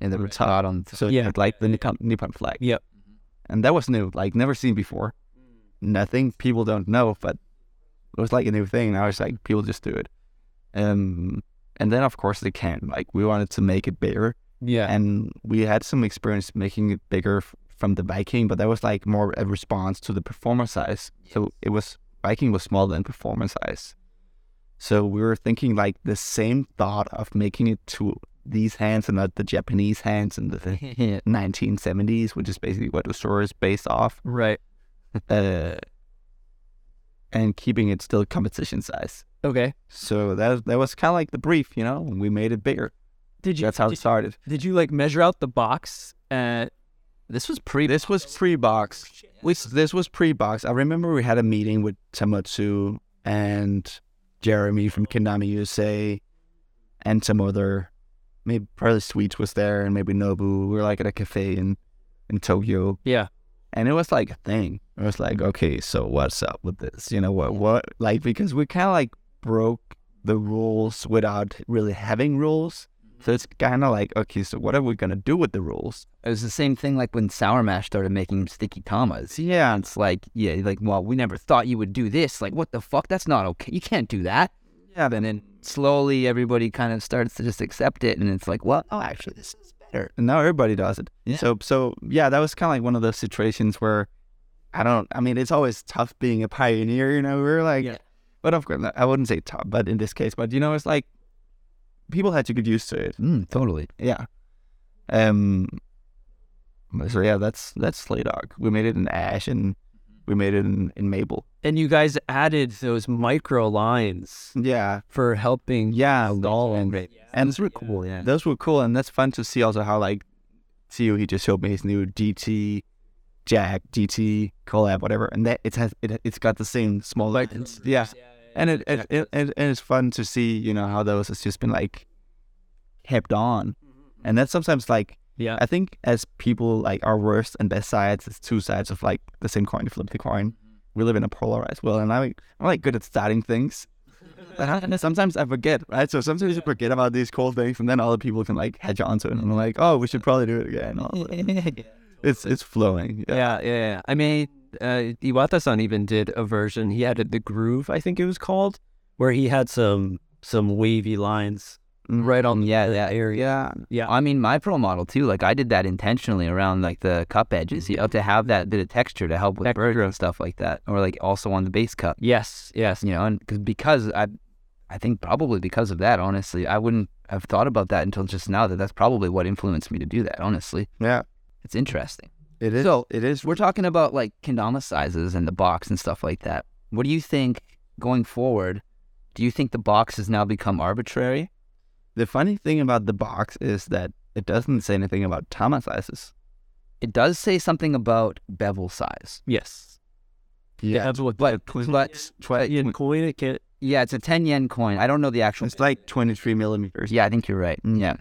S3: in Oh. the
S2: Right.
S3: top.
S2: on the
S3: So
S1: Yeah.
S3: yeah, had like the Nippon, Nippon flag.
S1: Yep.
S3: And that was new, like never seen before. Nothing people don't know, but it was like a new thing. Now it's like people just do it. Um, and then of course they can. Like we wanted to make it bigger,
S1: Yeah.
S3: and we had some experience making it bigger f- from the Viking, but that was like more a response to the performer size. So it was Viking was smaller than performer size. So we were thinking like the same thought of making it to these hands and not the Japanese hands and the 1970s, which is basically what Usura is based off,
S1: right.
S3: uh, and keeping it still competition size.
S1: Okay.
S3: So that that was kind of like the brief, you know. and We made it bigger.
S1: Did
S3: That's how it started.
S1: Did you like measure out the box? Uh, this was pre.
S3: This was pre-box. Which this was pre-box. I remember we had a meeting with Tamotsu and Jeremy from Konami USA, and some other, maybe probably Sweets was there, and maybe Nobu. We were like at a cafe in in Tokyo,
S1: yeah.
S3: and it was like a thing. It was like, okay, so what's up with this? You know what? What like because we kind of like broke the rules without really having rules. So it's kind of like, okay, so what are we gonna do with the rules?
S2: It was the same thing like when Sour Mash started making sticky tamas.
S3: Yeah,
S2: It's like, yeah, like, well, we never thought you would do this. Like, what the fuck? That's not okay. You can't do that.
S3: yeah. Then
S2: And slowly everybody kind of starts to just accept it. And it's like, well, oh, actually, this is better.
S3: and now everybody does it.
S2: Yeah.
S3: So so yeah, that was kind of like one of those situations where I don't. I mean, it's always tough being a pioneer. You know, we were like,
S1: Yeah.
S3: but of course, I wouldn't say tough, but in this case, but you know, it's like people had to get used to it.
S2: Mm, totally.
S3: Yeah. Um. So yeah, that's that's Slay Dog. We made it in Ash and we made it in, in Mabel.
S1: And you guys added those micro lines
S3: Yeah.
S1: for helping.
S3: Yeah.
S1: Doll and
S3: And
S2: Those were cool, yeah.
S3: those were cool, and that's fun to see. Also, how like, Tio he just showed me his new DT, Jack DT collab, whatever, and that it has it, it's got the same small like yeah, and it, it, it, it and it's fun to see you know how those has just been like kept on, and that's sometimes like
S1: Yeah.
S3: I think as people, like our worst and best sides, it's two sides of like the same coin. You flip the coin. We live in a polarized world, and I'm, I'm like good at starting things. But I- sometimes I forget, right? So sometimes you forget about these cool things, and then other people can like hedge onto it, and I'm like, oh, we should probably do it again. All that. It's it's flowing. Yeah.
S1: Yeah, yeah, yeah. I mean, uh, Iwata-san even did a version. He had it, the groove, I think it was called, where he had some some wavy lines
S3: Mm.
S1: right on
S2: Yeah,
S1: the
S2: yeah.
S1: area.
S3: Yeah.
S1: Yeah.
S2: I mean, my pro model too. Like I did that intentionally around like the cup edges, you know, to have that bit of texture to help with birds and stuff like that, or like also on the base cup,
S1: Yes, yes.
S2: you know, and cause, because I, I think probably because of that, honestly, I wouldn't have thought about that until just now. That that's probably what influenced me to do that. Honestly,
S3: Yeah.
S2: it's interesting.
S3: It is.
S2: So,
S3: it is.
S2: We're talking about like kendama sizes and the box and stuff like that. What do you think going forward? Do you think the box has now become arbitrary?
S3: The funny thing about the box is that it doesn't say anything about Tama sizes.
S2: It does say something about bevel size.
S1: Yes. That's what
S2: But,
S1: twi-
S2: but, but
S1: Uh, in coin it can
S2: Yeah, it's a 10 yen coin. I don't know the actual.
S3: It's like 23 millimeters.
S2: Yeah, I think you're right.
S3: Mm.
S2: Yeah.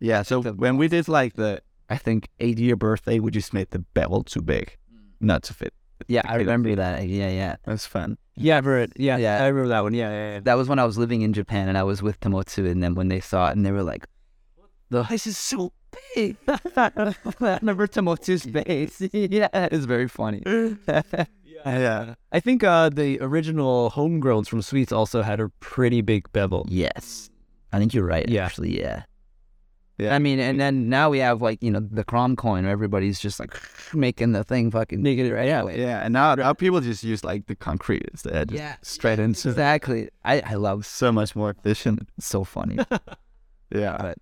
S3: Yeah. So
S2: The-
S3: when we did like the, I think eight year birthday, we just made the bevel too big, not to fit.
S2: Mm. Yeah,
S3: the
S2: I
S3: kid.
S2: remember that. Yeah, yeah.
S3: That's fun.
S1: Yeah, I remember it. Yeah,
S2: Yeah.
S1: yeah. I remember that one. Yeah, yeah, yeah.
S2: That was when I was living in Japan and I was with Tomotsu and then when they saw it and they were like, the this is so big. I remember Tomotsu's face. yeah, it was very funny.
S3: Yeah.
S1: I think uh, the original homegrowns from Sweets also had a pretty big bevel.
S2: yes. I think you're right,
S1: Yeah.
S2: actually. Yeah.
S3: Yeah.
S2: I mean, and then now we have like, you know, the Crom coin where everybody's just like making the thing fucking making it right out.
S3: Yeah. And now, now people just use like the concrete instead. just
S2: Yeah.
S3: Straight into that.
S2: Exactly. I, I love
S3: So much more efficient.
S2: it's so funny.
S3: Yeah.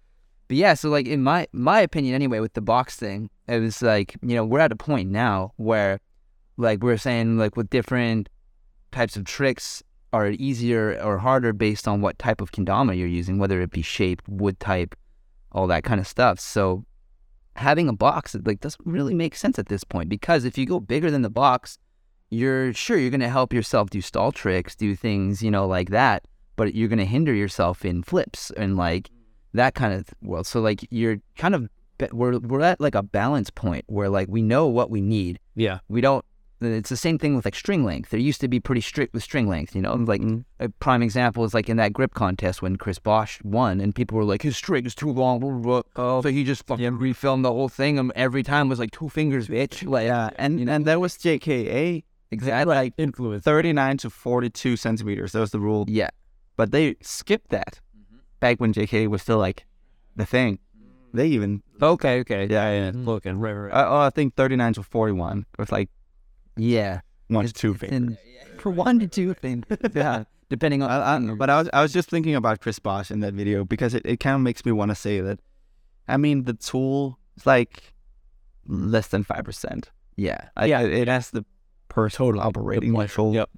S2: But yeah, so like in my my opinion anyway, with the box thing, it was like you know we're at a point now where, like we're saying like with different types of tricks are easier or harder based on what type of kendama you're using, whether it be shape, wood type, all that kind of stuff. So having a box it like doesn't really make sense at this point because if you go bigger than the box, you're sure you're gonna help yourself do stall tricks, do things you know like that, but you're gonna hinder yourself in flips and like that kind of world. So like you're kind of we're we're at like a balance point where like we know what we need.
S1: Yeah.
S2: We don't. It's the same thing with like string length. There used to be pretty strict with string length. You know, like
S3: Mm.
S2: a prime example is like in that grip contest when Chris Bosch won, and people were like, his string is too long. blah, blah, blah." So he just fucking refilmed the whole thing, and every time was like two fingers, bitch. Like
S3: Yeah. And
S2: You know-
S3: and that was JKA
S2: exactly. Like
S1: Influence.
S3: 39 to 42 centimeters. That was the rule.
S2: yeah, Mm-hmm.
S3: But they skipped that back when JKA was still like the thing.
S2: Mm.
S3: They even
S1: Okay, okay.
S3: yeah yeah.
S1: Looking, right, right. right.
S3: Uh, oh, I think 39 to 41 with like
S2: yeah.
S3: one to
S2: It's-
S3: two
S2: it's
S3: fingers.
S2: in- for one to two fingers.
S3: Yeah.
S2: depending on.
S3: I, I don't know, but I was I was just thinking about Chris Bosch in that video because it, it kind of makes me want to say that. I mean, the tool is like less than five percent.
S2: yeah.
S1: Yeah.
S3: it, it has the per total operating
S1: The
S3: control.
S1: Yep.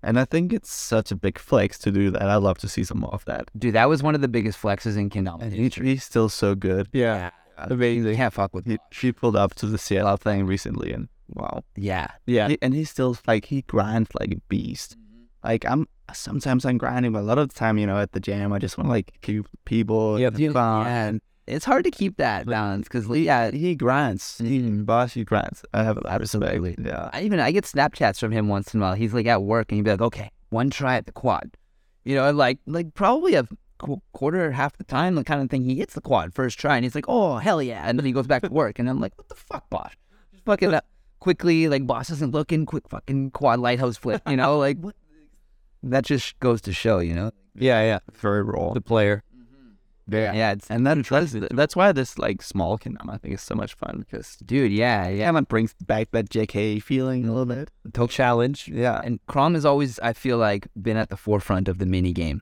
S3: And I think it's such a big flex to do that. I'd love to see some more of that.
S2: Dude, that was one of the biggest flexes in Kendama.
S3: And he, he's still so good.
S1: Yeah.
S2: You
S1: Amazing.
S2: can't fuck with
S3: He, he pulled up to the CLL thing recently, and wow.
S2: Yeah.
S1: Yeah. Mm-hmm.
S3: He- and he still like he grinds like a beast. Like I'm sometimes I'm grinding, but a lot of the time, you know, at the jam, I just want to like keep people.
S1: Yeah,
S3: and
S1: you-
S3: fun.
S2: And it's hard to keep that balance because, yeah,
S3: He grinds.
S1: Mm-hmm.
S3: He, boss, he grinds. I have a lot of respect.
S2: Absolutely.
S3: Yeah.
S2: I even I get Snapchats from him once in a while. He's like at work and he'd be like, okay, one try at the quad. You know, and like, like probably a qu- quarter or half the time, the kind of thing he hits the quad first try and he's like, oh, hell yeah. And then he goes back to work. And I'm like, what the fuck, boss? Just fucking up quickly. Like, boss isn't looking. Quick fucking quad lighthouse flip. You know, like, what? That just goes to show, you know?
S1: Yeah, yeah.
S3: Very raw.
S1: The player.
S2: Yeah. Yeah. It's,
S3: And that, that's that's why this like small kingdom I think is so much fun because
S2: dude, yeah. Yeah.
S3: yeah, it brings back that JK feeling a little bit.
S1: Challenge.
S3: Yeah.
S2: And Crom has always, I feel like, been at the forefront of the mini game.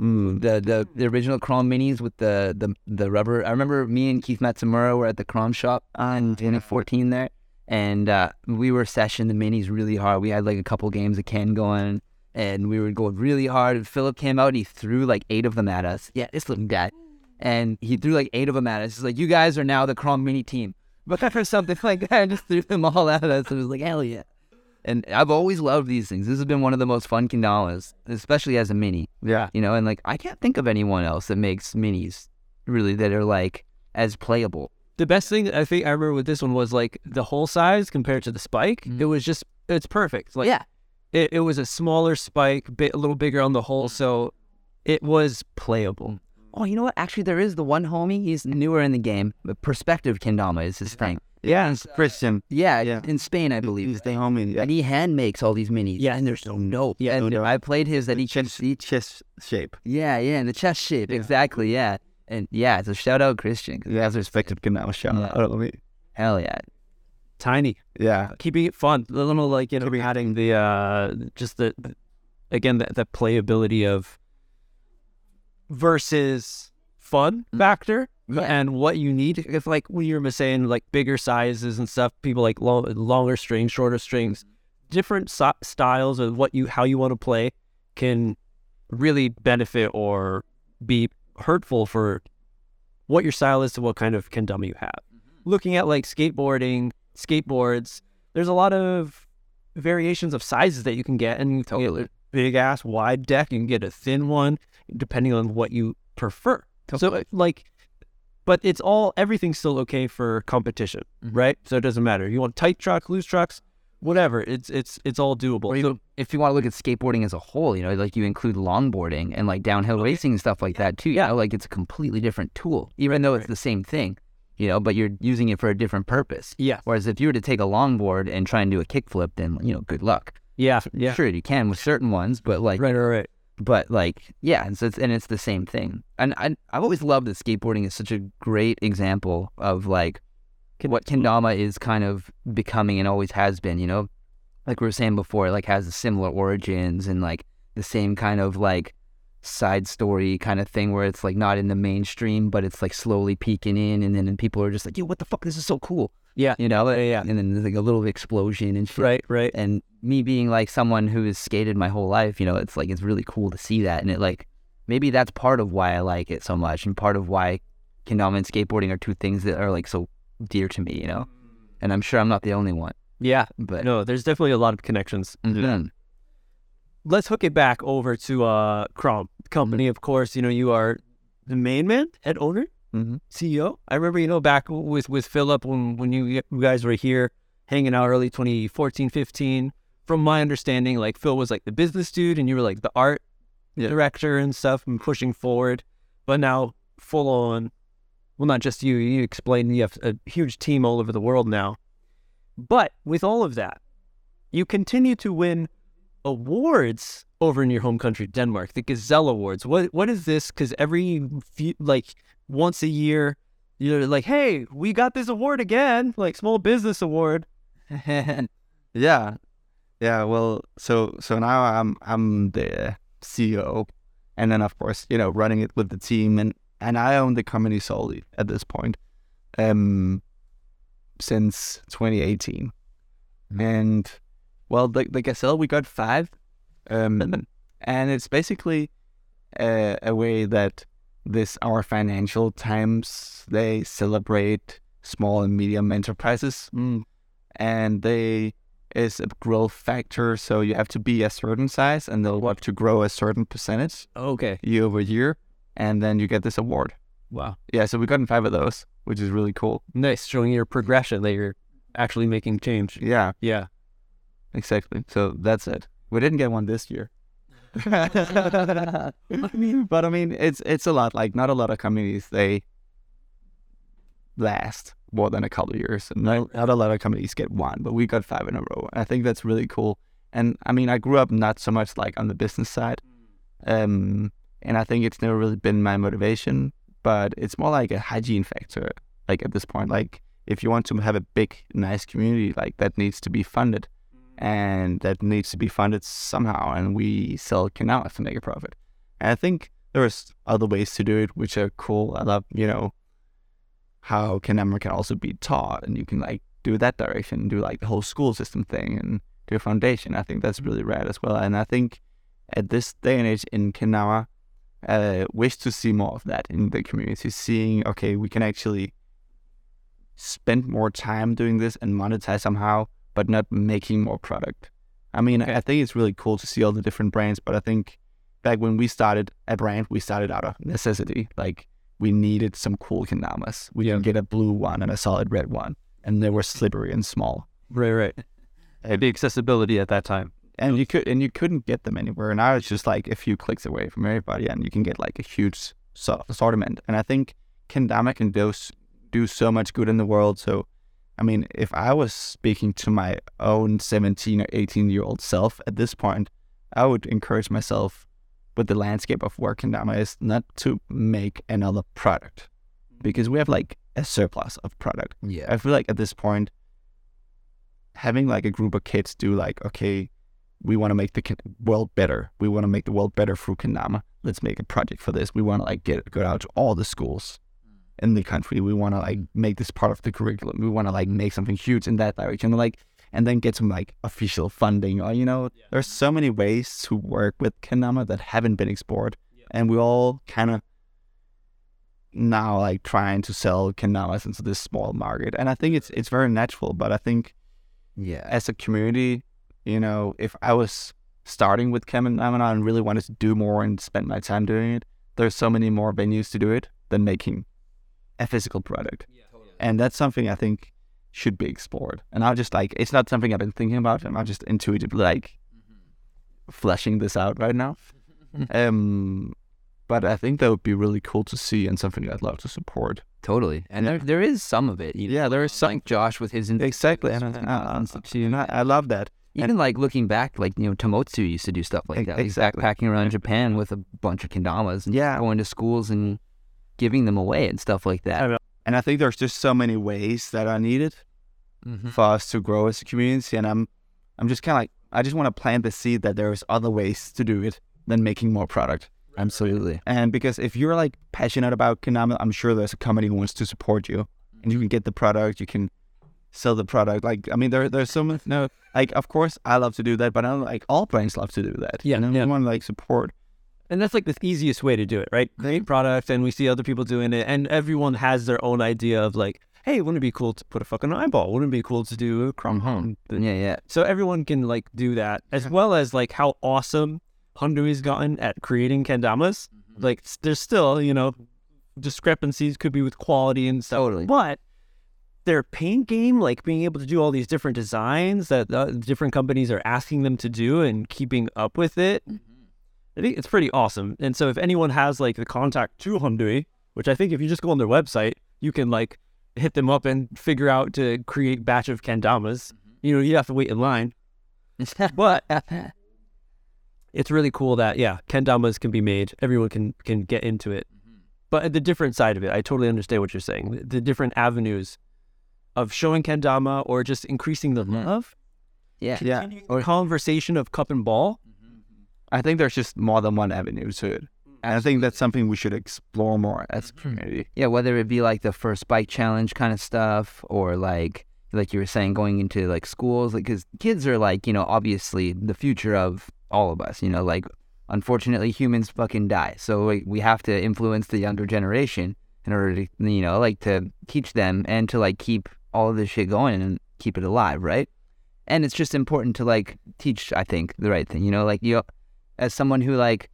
S3: Mm.
S2: The the, the original Crom minis with the, the the rubber. I remember me and Keith Matsumura were at the Crom shop
S3: Ah,
S2: on Dana 14 there, and uh, we were seshing the minis really hard. We had like a couple games of Ken going, and we were going really hard. And Philip came out and he threw like eight of them at us. Yeah, this little guy. And he threw like eight of them at us. He's like, you guys are now the Crom mini team. But or something like that. And just threw them all at us. It was like, hell yeah. And I've always loved these things. This has been one of the most fun kendamas, especially as a mini,
S3: Yeah.
S2: you know. And like, I can't think of anyone else that makes minis really that are like as playable.
S1: The best thing I think I remember with this one was like the hole size compared to the spike. It was just it's perfect. Like
S2: yeah,
S1: it, it was a smaller spike, bit, a little bigger on the hole, so it was playable.
S2: Oh, you know what? Actually, there is the one homie. He's newer in the game. but Perspective Kendama is his thing.
S3: Yeah, it's Christian.
S2: Yeah,
S3: Yeah.
S2: in Spain, I believe.
S3: He's the homie. Yeah.
S2: And he hand makes all these minis. Yeah, and they're so dope. Yeah, and
S3: dope.
S2: I played his that he
S3: Chest, chest shape.
S2: Yeah, yeah, and the chest shape. Exactly, yeah. And yeah, so shout out Christian. 'cause
S3: Yeah, that's respected. Genau, shout
S2: Yeah.
S3: out. I mean,
S2: Hell yeah.
S1: Tiny,
S3: Yeah,
S1: keeping it fun. A little like you know, adding the uh, just the again the, the playability of versus fun factor
S2: Yeah.
S1: and what you need. If like when you were saying like bigger sizes and stuff, people like long, longer strings, shorter strings, different so- styles of what you how you want to play can really benefit or be hurtful for what your style is to what kind of kendama you have. Looking at like skateboarding, skateboards, there's a lot of variations of sizes that you can get, and you can get a big ass wide deck. You can get a thin one, depending on what you prefer. So like, but it's all everything's still okay for competition, right? So it doesn't matter. You want tight truck, loose trucks, whatever. It's it's it's all doable. So-
S2: If you want to look at skateboarding as a whole, you know, like you include longboarding and like downhill racing and stuff like that too. Oh, Yeah, like it's a completely different tool, even though it's the same thing, you know, but you're using it for a different purpose.
S1: yeah,
S2: Whereas if you were to take a longboard and try and do a kickflip, then you know, good luck.
S1: yeah, yeah.
S2: Sure, you can with certain ones, but like
S1: Right, right, right.
S2: but like yeah and so it's and it's the same thing and I, i've always loved that skateboarding is such a great example of like what kendama is kind of becoming and always has been you know like we were saying before it like has the similar origins and like the same kind of like side story kind of thing where it's like not in the mainstream but it's like slowly peeking in and then people are just like yo what the fuck this is so cool
S1: Yeah.
S2: you know
S1: yeah.
S2: and then there's like a little explosion and shit
S1: Right, right.
S2: and me being like someone who has skated my whole life, you know, it's like it's really cool to see that, and it like maybe that's part of why I like it so much, and part of why kendama and skateboarding are two things that are like so dear to me, you know. And I'm sure I'm not the only one,
S1: Yeah.
S2: but
S1: No, there's definitely a lot of connections.
S2: Mhm.
S1: Let's hook it back over to uh Crom Company. Of course, you know, you are the main man, head owner,
S2: Mhm.
S1: CEO. I remember, you know, back with with Philip when when you guys were here hanging out early 2014, 15. From my understanding, like Phil was like the business dude and you were like the art
S3: Yeah.
S1: director and stuff and pushing forward. But now full on well, not just you, you explained you have a huge team all over the world now. But with all of that, you continue to win awards over in your home country, Denmark, the Gazelle Awards. What what is this? Because every few, like once a year, you're like, hey, we got this award again, like Small Business Award.
S3: yeah, yeah. Well, so so now I'm I'm the CEO, and then of course you know running it with the team, and and I own the company solely at this point, um, since 2018, and well, the the Gazelle we got five, um, and it's basically a, a way that this our financial times they celebrate small and medium enterprises
S1: Mm,
S3: and they is a growth factor. So you have to be a certain size, and they'll want to grow a certain percentage
S1: Okay.
S3: year over year, and then you get this award.
S1: Wow.
S3: Yeah, so we've gotten five of those, which is really cool.
S1: Nice. Showing your progression that you're actually making change.
S3: Yeah,
S1: Yeah.
S3: exactly. So that's it. We didn't get one this year. but I mean, it's it's a lot. Like, not a lot of companies they last more than a couple of years, and not, not a lot of companies get one. But we got five in a row. I think that's really cool. And I mean, I grew up not so much like on the business side, um, and I think it's never really been my motivation. But it's more like a hygiene factor. Like at this point, like if you want to have a big, nice community, like that needs to be funded, and that needs to be funded somehow. And we sell canals to make a profit. And I think there's other ways to do it, which are cool. I love, you know, how Kanema can also be taught, and you can like do that direction, do like the whole school system thing, and do a foundation. I think that's really rad as well. And I think at this day and age in Kanama, uh, wish to see more of that in the community. Seeing okay, we can actually spend more time doing this and monetize somehow, but not making more product. I mean, I think it's really cool to see all the different brands, but I think back when we started a brand, we started out of necessity. Like we needed some cool kendamas. We didn't get a blue one and a solid red one, and they were slippery and small.
S1: Right, right.
S3: And,
S1: uh, The accessibility at that time.
S3: and you could and you couldn't get them anywhere. And I was just like a few clicks away from everybody, and you can get like a huge so- assortment. And I think kendama can do s- do so much good in the world. So, I mean, if I was speaking to my own seventeen or eighteen year old self at this point, I would encourage myself with the landscape of where kendama is not to make another product because we have like a surplus of product.
S2: Yeah.
S3: I feel like at this point, having like a group of kids do like, okay, we want to make the kin- world better. We want to make the world better through Kendama. Let's make a project for this. We want to like get go out to all the schools in the country. We want to like make this part of the curriculum. We want to like make something huge in that direction. Like, and then get some like official funding. Or you know, there's so many ways to work with Kendama that haven't been explored, and we all kind of now like trying to sell cannabis into this small market and i think it's it's very natural but i think
S2: Yeah.
S3: as a community you know if i was starting with cannabis and really wanted to do more and spend my time doing it there's so many more venues to do it than making a physical product and that's something i think should be explored and i'm just like it's not something i've been thinking about and i'm just intuitively like fleshing this out right now um but i think that would be really cool to see and something i'd love to support
S2: Totally. And
S3: Yeah.
S2: there, there is some of it. You know?
S3: Yeah, there is some-
S2: Like Josh with his. in-
S3: Exactly, and uh, I,
S2: with his
S3: I,
S2: institute.
S3: I, I love that.
S2: Even like looking back, like, you know, Tomotsu used to do stuff
S3: Ex-
S2: like that.
S3: exactly.
S2: Like backpacking around Japan with a bunch of kendamas and
S3: Yeah.
S2: going to schools and giving them away and stuff like that.
S3: And I think there's just so many ways that are needed
S2: Mm-hmm.
S3: for us to grow as a community. And I'm, I'm just kind of like, I just want to plant the seed that there's other ways to do it than making more product.
S2: Absolutely.
S3: And because if you're like passionate about Konami, I'm sure there's a company who wants to support you, and you can get the product, you can sell the product. Like, I mean, there, there's so much. No, like, of course, I love to do that, but I don't like all brands love to do that.
S1: Yeah,
S3: you know?
S1: yeah.
S3: want to like support.
S1: And that's like the easiest way to do it, right? Create product, and we see other people doing it, and everyone has their own idea of like, hey, wouldn't it be cool to put a fucking eyeball? Wouldn't it be cool to do a crumb home?
S2: Yeah, yeah.
S1: So everyone can like do that, as well as like how awesome Hundui's gotten at creating kendamas. Like s- there's still, you know, discrepancies could be with quality and stuff.
S2: Totally.
S1: But their paint game, like being able to do all these different designs that uh, different companies are asking them to do and keeping up with it, I think it's pretty awesome. And so if anyone has like the contact to Hundui, which I think if you just go on their website, you can like hit them up and figure out to create batch of kendamas. You know, you have to wait in line, but it's really cool that yeah, kendamas can be made. Everyone can can get into it.
S2: Mm-hmm.
S1: But the different side of it, I totally understand what you're saying. The, the different avenues of showing kendama or just increasing the love,
S2: Mm-hmm. yeah.
S3: Yeah,
S1: continuing the conversation of cup and ball.
S3: I think there's just more than one avenue to it. And I think that's something we should explore more as a
S1: Hmm.
S3: community.
S2: Yeah, whether it be like the first bike challenge kind of stuff, or like like you were saying, going into like schools, like because kids are like you know obviously the future of all of us. You know, like unfortunately humans fucking die, so like, we have to influence the younger generation in order to you know like to teach them and to like keep all of this shit going and keep it alive, right? And it's just important to like teach, I think, the right thing. You know, like you, as someone who like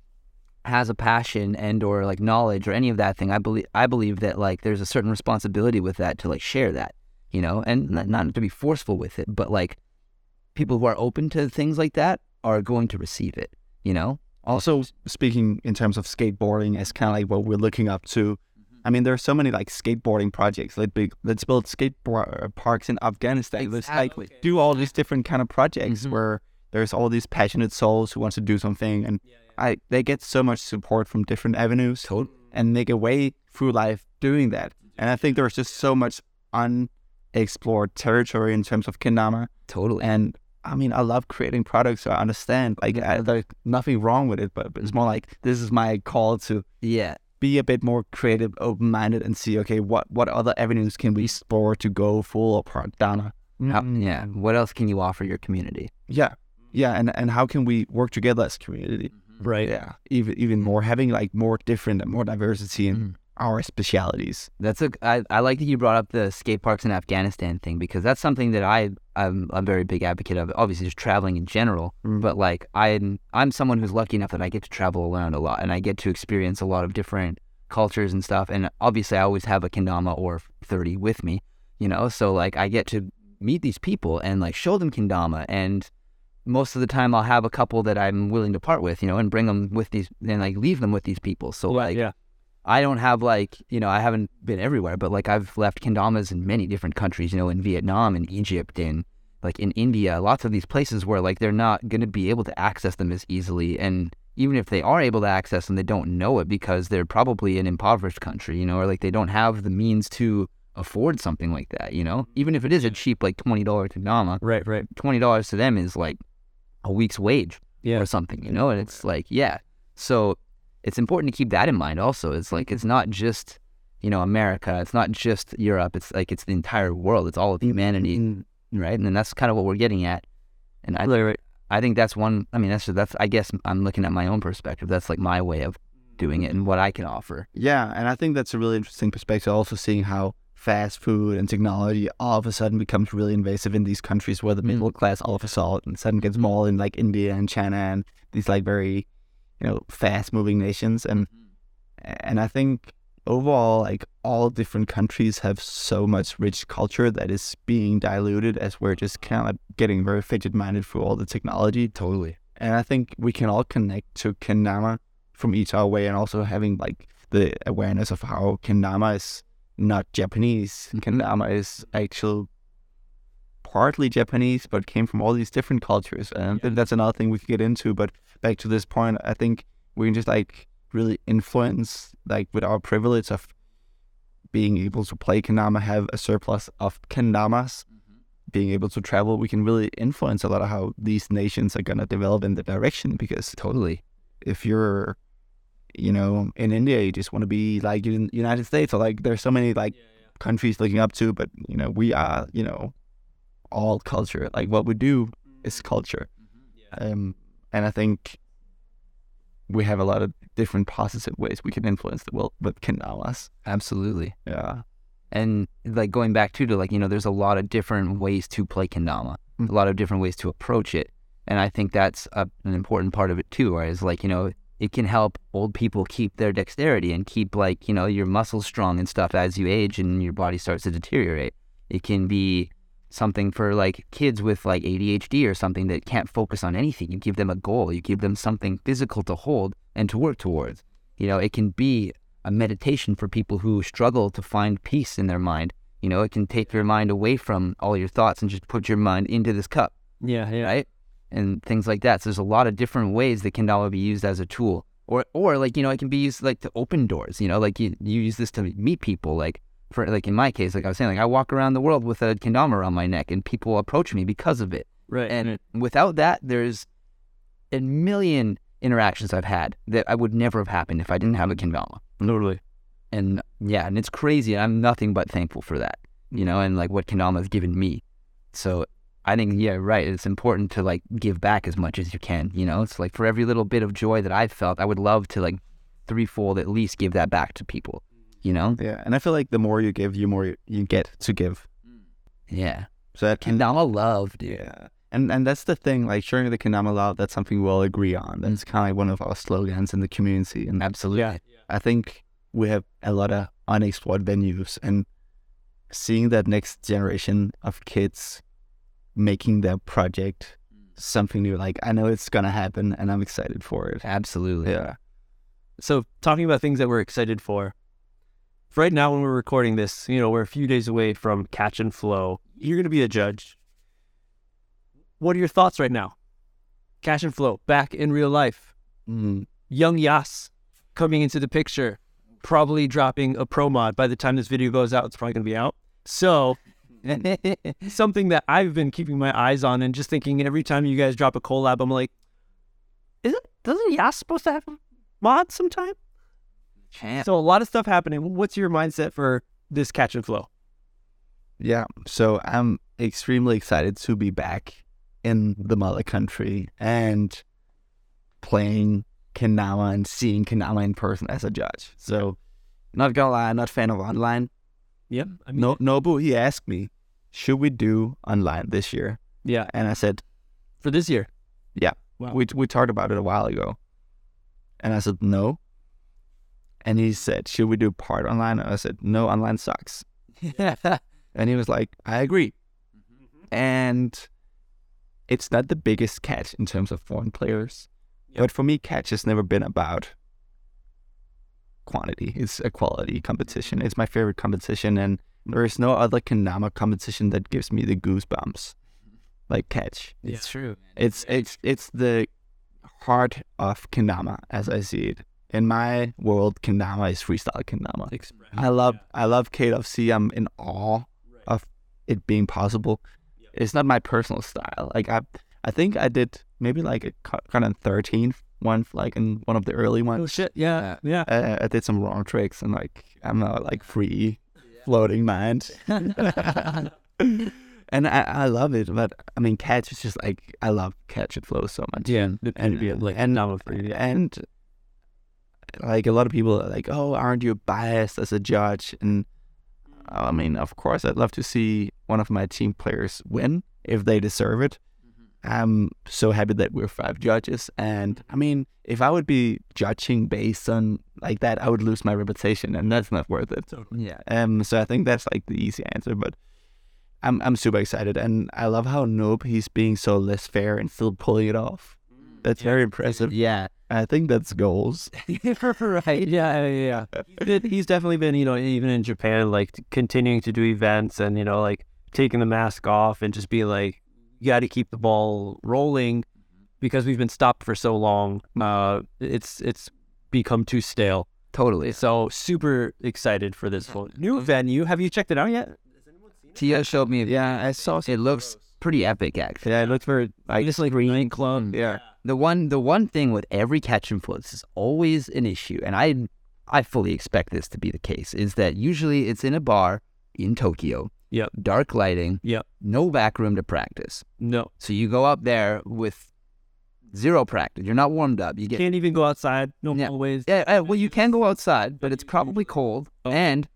S2: has a passion and or like knowledge or any of that thing, I believe I believe that like there's a certain responsibility with that to like share that, you know, and not, not to be forceful with it, but like people who are open to things like that are going to receive it, you know.
S3: Also, speaking in terms of skateboarding as kind of like what we're looking up to, I mean, there are so many like skateboarding projects. Let's, be, let's build skateboard parks in Afghanistan. Let's like
S2: Exactly.
S3: do all these different kind of projects
S2: Mhm.
S3: where there's all these passionate souls who want to do something, and I they get so much support from different avenues and make a way through life doing that. And I think there's just so much unexplored territory in terms of kendama.
S2: Totally.
S3: And I mean, I love creating products, so I understand. Like, I, there's nothing wrong with it, but but it's more like this is my call to
S2: Yeah.
S3: be a bit more creative, open minded, and see okay, what what other avenues can we explore to go full or part down?
S2: How- yeah. What else can you offer your community?
S3: Yeah, yeah, and and how can we work together as a community?
S2: Mm-hmm.
S1: Right.
S3: Yeah, even even more having like more different and more diversity in our specialities.
S2: That's a I, I like that you brought up the skate parks in Afghanistan thing because that's something that I I'm a very big advocate of. Obviously, just traveling in general,
S3: Mm.
S2: but like I'm I'm someone who's lucky enough that I get to travel around a lot and I get to experience a lot of different cultures and stuff. And obviously, I always have a kendama or 30 with me, you know? So, like, I get to meet these people and, like, show them kendama. And most of the time, I'll have a couple that I'm willing to part with, you know, and bring them with these and, like, leave them with these people. So, like,
S1: yeah.
S2: I don't have like, you know, I haven't been everywhere, but like I've left kendamas in many different countries, you know, in Vietnam in Egypt in like in India, lots of these places where like they're not going to be able to access them as easily. And even if they are able to access them, they don't know it because they're probably an impoverished country, you know, or like they don't have the means to afford something like that, you know, even if it is a cheap like $20 kendama,
S1: Right, right.
S2: $20 to them is like a week's wage
S1: Yeah.
S2: or something, you know? And it's like, yeah. So it's important to keep that in mind also. It's like, it's not just, you know, America. It's not just Europe. It's like, it's the entire world. It's all
S1: Mm-hmm.
S2: of humanity. Right. And then that's kind of what we're getting at. And I,
S1: Right, right.
S2: I think that's one, I mean, that's, that's, I guess I'm looking at my own perspective. That's like my way of doing it and what I can offer.
S3: Yeah, and I think that's a really interesting perspective. Also, seeing how fast food and technology all of a sudden becomes really invasive in these countries where the middle class all of a sudden sudden gets small in like India and China and these like very, you know, fast moving nations. And and I think overall, like all different countries have so much rich culture that is being diluted as we're just kind of getting very fidget minded through all the technology.
S2: Totally.
S3: And I think we can all connect to Kendama from each our way and also having like the awareness of how Kendama is not Japanese.
S2: Mhm.
S3: Kendama is actual partly Japanese but came from all these different cultures. And
S1: Yeah.
S3: that's another thing we could get into. But back to this point, I think we can just like really influence like with our privilege of being able to play kendama, have a surplus of kendamas, being able to travel, we can really influence a lot of how these nations are gonna develop in the direction. Because
S2: Totally.
S3: if you're, you know, in India, you just want to be like in the United States, or like there's so many like countries looking up to, but you know, we are, you know, all culture. Like what we do is culture. Um, and I think we have a lot of different positive ways we can influence the world with kendamas.
S2: Absolutely.
S3: Yeah.
S2: and like going back too to like you know there's a lot of different ways to play kendama
S3: Mm.
S2: a lot of different ways to approach it and i think that's a, an important part of it too right is like you know it can help old people keep their dexterity and keep like you know your muscles strong and stuff as you age and your body starts to deteriorate it can be something for like kids with like adhd or something that can't focus on anything you give them a goal you give them something physical to hold and to work towards you know it can be a meditation for people who struggle to find peace in their mind. You know, it can take your mind away from all your thoughts and just put your mind into this cup,
S1: Yeah, yeah.
S2: right? And things like that. So there's a lot of different ways that Kendama be used as a tool. Or or like, you know, it can be used like to open doors, you know, like you, you use this to meet people. Like for like in my case, like I was saying, like I walk around the world with a kendama around my neck and people approach me because of it.
S1: Right.
S2: And without that, there's a million interactions I've had that I would never have happened if I didn't have a kendama.
S1: Totally.
S2: And yeah, and it's crazy. And I'm nothing but thankful for that, you know, and like what kendama has given me. So I think, yeah, right. It's important to like give back as much as you can, you know, it's like for every little bit of joy that I've felt, I would love to like threefold at least give that back to people, you know?
S3: Yeah. And I feel like the more you give, you more you get to give.
S2: Yeah.
S3: So that can
S2: Kendama love, dude.
S3: Yeah. And and that's the thing, like sharing the Kanama love, that's something we all agree on. That's kind of like one of our slogans in the community. And
S2: Absolutely.
S1: Yeah.
S3: I think we have a lot of unexplored venues and seeing that next generation of kids making their project something new, like I know it's gonna happen and I'm excited for it.
S2: Absolutely.
S3: Yeah.
S1: So, talking about things that we're excited for. for Right now, when we're recording this, you know, we're a few days away from Catch and Flow. You're going to be a judge. What are your thoughts right now? Catch and Flow back in real life.
S3: Mm.
S1: young Yas coming into the picture, probably dropping a pro mod. By the time this video goes out, it's probably going to be out. So, something that I've been keeping my eyes on and just thinking every time you guys drop a collab, I'm like, isn't doesn't Yas supposed to have a mod sometime?
S2: Champ.
S1: So a lot of stuff happening. What's your mindset for this catch and flow?
S3: Yeah. So I'm extremely excited to be back in the mother country and playing Kanama and seeing Kanama in person as a judge. So not gonna lie, I'm not fan of online.
S1: Yep. I mean,
S3: No Nobu, he asked me, should we do online this year?
S1: Yeah.
S3: And I said,
S1: For this year.
S3: Yeah.
S1: Wow.
S3: We we talked about it a while ago. And I said, no. And he said, Should we do part online? And I said, No, online sucks. And he was like, I agree. And it's not the biggest catch in terms of foreign players. But for me, catch has never been about quantity. It's a quality competition. It's my favorite competition. And there is no other Kanama competition that gives me the goosebumps like catch.
S1: It's true.
S3: It's it's it's the heart of kendama as I see it. In my world, kendama is freestyle kendama. I love I love KFC. I'm in awe of it being possible. It's not my personal style. Like I I think I did maybe like a kind of 13 one like in one of the early
S1: Oh
S3: ones.
S1: shit! Yeah, yeah.
S3: Uh, I did some wrong tricks and like I'm now like free floating mind. and I, I love it, but I mean catch is just like I love catch it flows so much.
S1: Yeah,
S3: And
S1: like
S3: and
S1: I'm afraid.
S3: and like a lot of people are like, oh, aren't you biased as a judge? And I mean, of course, I'd love to see one of my team players win if they deserve it. I'm so happy that we're five judges, and I mean, if I would be judging based on like that, I would lose my reputation, and that's not worth it.
S2: yeah.
S3: Um, so I think that's like the easy answer, but I'm I'm super excited, and I love how Nope he's being so less fair and still pulling it off. That's very impressive.
S2: Yeah.
S3: I think that's goals.
S1: right. Yeah, yeah, yeah. He's been- He's definitely been, you know, even in Japan, like t- continuing to do events and, you know, like taking the mask off and just be like, you got to keep the ball rolling because we've been stopped for so long. Uh, it's it's become too stale.
S2: Totally.
S1: So super excited for this one. New venue. Have you checked it out yet?
S2: Tio showed me.
S3: Yeah, I saw.
S2: It looks pretty epic, actually.
S1: Yeah, I looked for like just like green club.
S3: Yeah,
S2: The one, the one thing with every catch and floats is always an issue, and I, I fully expect this to be the case. Is that usually it's in a bar in Tokyo,
S1: Yep.
S2: dark lighting,
S1: Yep.
S2: no back room to practice.
S1: No.
S2: So you go up there with zero practice. You're not warmed up. You get
S1: Can't even go outside. No
S2: Yeah.
S1: hallways.
S2: yeah, yeah, well, you can go outside, but it's probably cold.
S1: Oh.
S2: And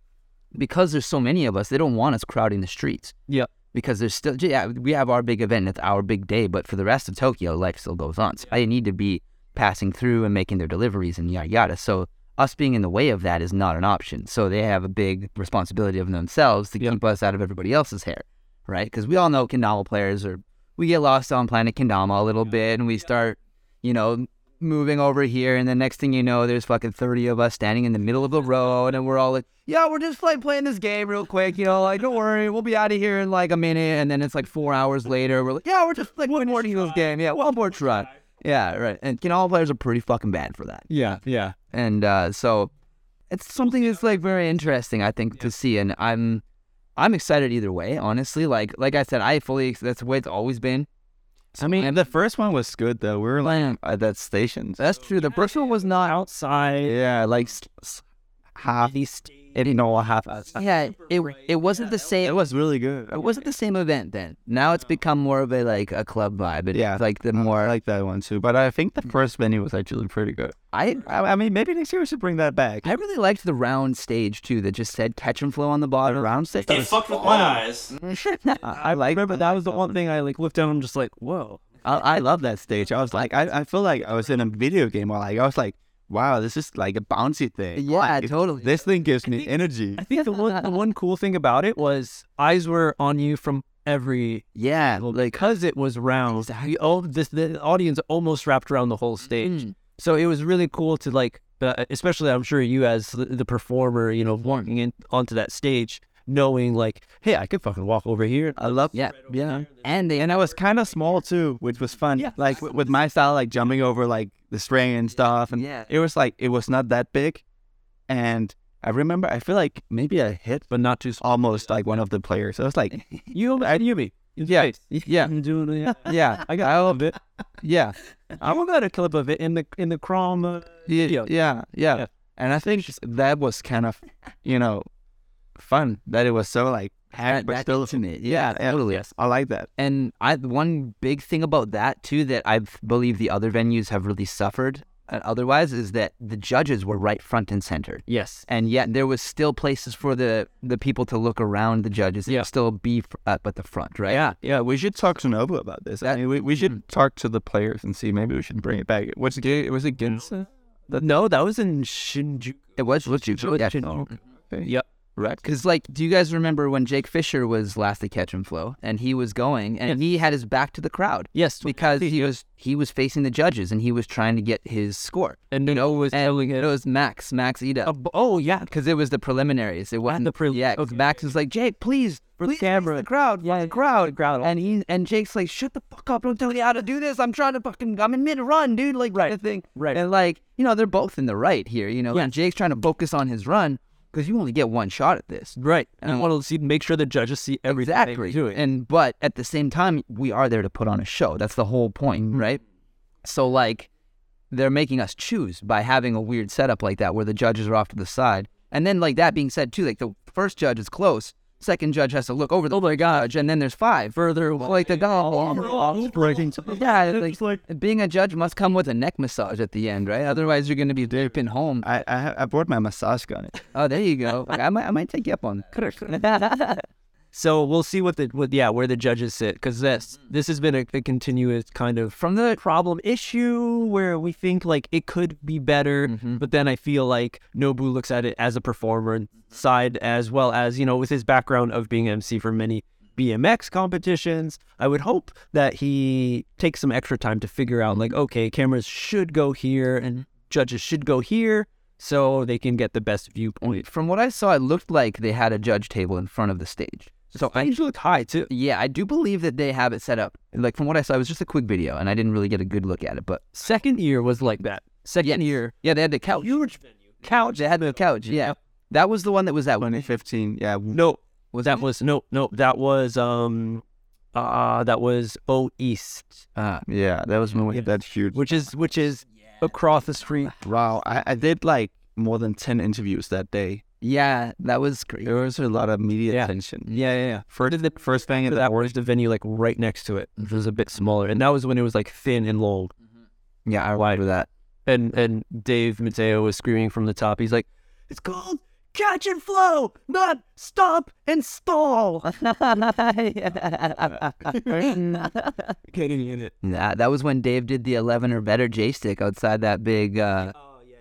S2: because there's so many of us, they don't want us crowding the streets.
S1: Yeah.
S2: Because there's still, yeah, we have our big event, it's our big day, but for the rest of Tokyo, life still goes on. So they need to be passing through and making their deliveries and yada yada. So us being in the way of that is not an option. So they have a big responsibility of themselves to
S1: Yeah.
S2: keep us out of everybody else's hair, right? Because we all know Kendama players are, we get lost on planet Kendama a little bit and we start, you know, moving over here, and the next thing you know, there's fucking 30 of us standing in the middle of the road, and we're all like, yeah, we're just like playing this game real quick, you know, like, don't worry, we'll be out of here in like a minute. And then it's like four hours later, we're like, yeah, we're just like one more Eagles game. Yeah, one more try. Yeah, right. And you know, all players are pretty fucking bad for that.
S1: Yeah, yeah.
S2: And uh, so it's something that's like very interesting, I think, to see. And I'm I'm excited either way, honestly. Like like I said, I fully, that's the way it's always been.
S3: I mean, and the first one was good though. We were like
S2: Like,
S3: at that station.
S2: that's true. The first one was not
S1: Outside.
S3: yeah, like s- s- half east, you know, half.
S2: yeah, it it wasn't the same.
S3: It was really good.
S2: It wasn't the same event then. Now it's become more of a like a club vibe. It's
S3: Yeah.
S2: like the
S3: I
S2: more.
S3: like that one too, but I think the first venue was actually pretty good.
S2: I
S3: I, I mean, maybe next year we should bring that back.
S2: I really liked the round stage too. That just said catch and flow on the bottom. round stage.
S7: It fucked with my eyes.
S3: I, I like.
S1: Remember that was the one thing I like looked down. I'm just like, whoa.
S3: I, I love that stage. I was like, I, I feel like I was in a video game, or like I was like, wow, this is like a bouncy thing.
S2: Yeah,
S3: Like,
S2: totally.
S3: This thing gives me
S1: think-
S3: energy.
S1: I think the one, the one cool thing about it was eyes were on you from every
S2: yeah,
S1: angle
S2: like
S1: because it was round. You, all this the audience almost wrapped around the whole
S2: Mm-hmm.
S1: stage,
S2: Mm,
S1: so it was really cool to like, uh, especially I'm sure you as the, the performer, you know, walking in onto that stage, knowing like, hey, I could fucking walk over here.
S3: I love.
S2: yeah,
S3: yeah.
S2: and they
S3: And I was kind of small too, which was fun.
S1: Yeah.
S3: Like with, with my style, like jumping over like the string and stuff, and
S2: Yeah.
S3: it was like it was not that big. And I remember, I feel like maybe I hit
S1: But not too small.
S3: almost like one of the players. I was like,
S1: You and Yumi.
S3: Yeah, yeah.
S1: I'm doing it.
S3: yeah,
S1: I got all of it.
S3: yeah,
S1: I got a clip of it in the in the Chrome. Uh,
S3: yeah, yeah,
S1: Yeah.
S3: yeah. And I think that was kind of, you know, fun that it was so like hacked,
S2: that,
S3: but
S2: that
S3: still
S2: intimate. Yeah,
S3: yeah,
S2: totally.
S3: I like that.
S2: And I one big thing about that too that I believe the other venues have really suffered. uh, Otherwise, is that the judges were right front and center.
S1: yes.
S2: and yet there was still places for the the people to look around the judges
S1: Yeah.
S2: and still be f- up at the front, right?
S1: Yeah.
S3: Yeah, we should talk to Nobu
S2: Hmm.
S1: uh,
S3: about this. I mean, we, we should talk to the players and see. Maybe we should bring it back. What's it? Was it Ginza?
S1: no, that was in Shinjuku.
S2: It was Shinjuku.
S1: Shinjuku.
S2: Yeah.
S1: Yep. Correct.
S2: Because, like, do you guys remember when Jake Fisher was last to catch and flow, and he was going, and he had his back to the crowd
S1: Yes.
S2: because he was he was facing the judges, and he was trying to get his score.
S1: And no was
S2: And
S1: telling
S2: it
S1: it.
S2: was Max, Max Ida,
S1: oh yeah.
S2: because it was the preliminaries. It wasn't
S1: the prelim-
S2: Yeah, 'cause
S1: okay.
S2: Max was like, Jake, please,
S1: For the
S2: please, face
S1: camera.
S2: the crowd, yeah, the crowd,
S1: crowd.
S2: and he and Jake's like, shut the fuck up, don't tell me how to do this. I'm trying to fucking, I'm in mid run, dude, like right. kind of thing.
S1: Right.
S2: And like, you know, they're both in the right here. You know,
S1: Yeah.
S2: and Jake's trying to focus on his run because you only get one shot at this.
S1: Right. And
S2: And
S1: I
S2: I'm-
S1: want to see make sure the judges see everything
S2: Exactly.
S1: you're doing.
S2: And but at the same time, we are there to put on a show. That's the whole point,
S1: Mm-hmm.
S2: right? So like they're making us choose by having a weird setup like that where the judges are off to the side. And then like that being said too, like the first judge is close, second judge has to look over the oh my judge, and then there's five further like the
S1: Oh,
S2: guy.
S3: breaking.
S2: Yeah, like, being a judge must come with a neck massage at the end, right? Otherwise, you're going to be dipping home.
S3: I, I ha- I brought my massage gun.
S2: Oh, there you go. Like, I might, I might take you up on that.
S1: So we'll see what the what yeah where the judges sit because this this has been a, a continuous kind of
S2: From the
S1: problem issue where we think like it could be better, but then I feel like Nobu looks at it as a performer side as well as you know with his background of being MC for many BMX competitions. I would hope that he takes some extra time to figure out like okay, cameras should go here and judges should go here so they can get the best viewpoint.
S2: From what I saw, it looked like they had a judge table in front of the stage. So I,
S1: Angel looked high too.
S2: yeah, I do believe that they have it set up. Like from what I saw, it was just a quick video, and I didn't really get a good look at it. But
S1: Second year was like that. Second
S2: Yes.
S1: year,
S2: yeah, they had the couch.
S1: huge venue.
S2: Couch. They had the couch. Yeah, that was the one that was at one.
S3: 2015. Yeah. w-
S1: No,
S2: Was
S1: that was no, no, that was um, uh that was O East,
S2: Ah,
S3: uh, Yeah. That was when we had that huge.
S1: which is which is across the street.
S3: Wow. I, I did like more than 10 interviews that day.
S2: yeah, that was great.
S3: There was a lot of media
S1: Yeah.
S3: attention.
S1: Yeah, yeah, yeah. First, the, first thing
S3: at the
S1: that was the venue like right next to it, which was a bit smaller, and that was when it was like thin and long. Mm-hmm.
S2: Yeah, I lied with that.
S1: And and Dave Mateo was screaming from the top. He's like, "It's called catch and flow, not stop and stall." Getting in it.
S2: Nah, that was when Dave did the eleven or better J stick outside that big. Uh,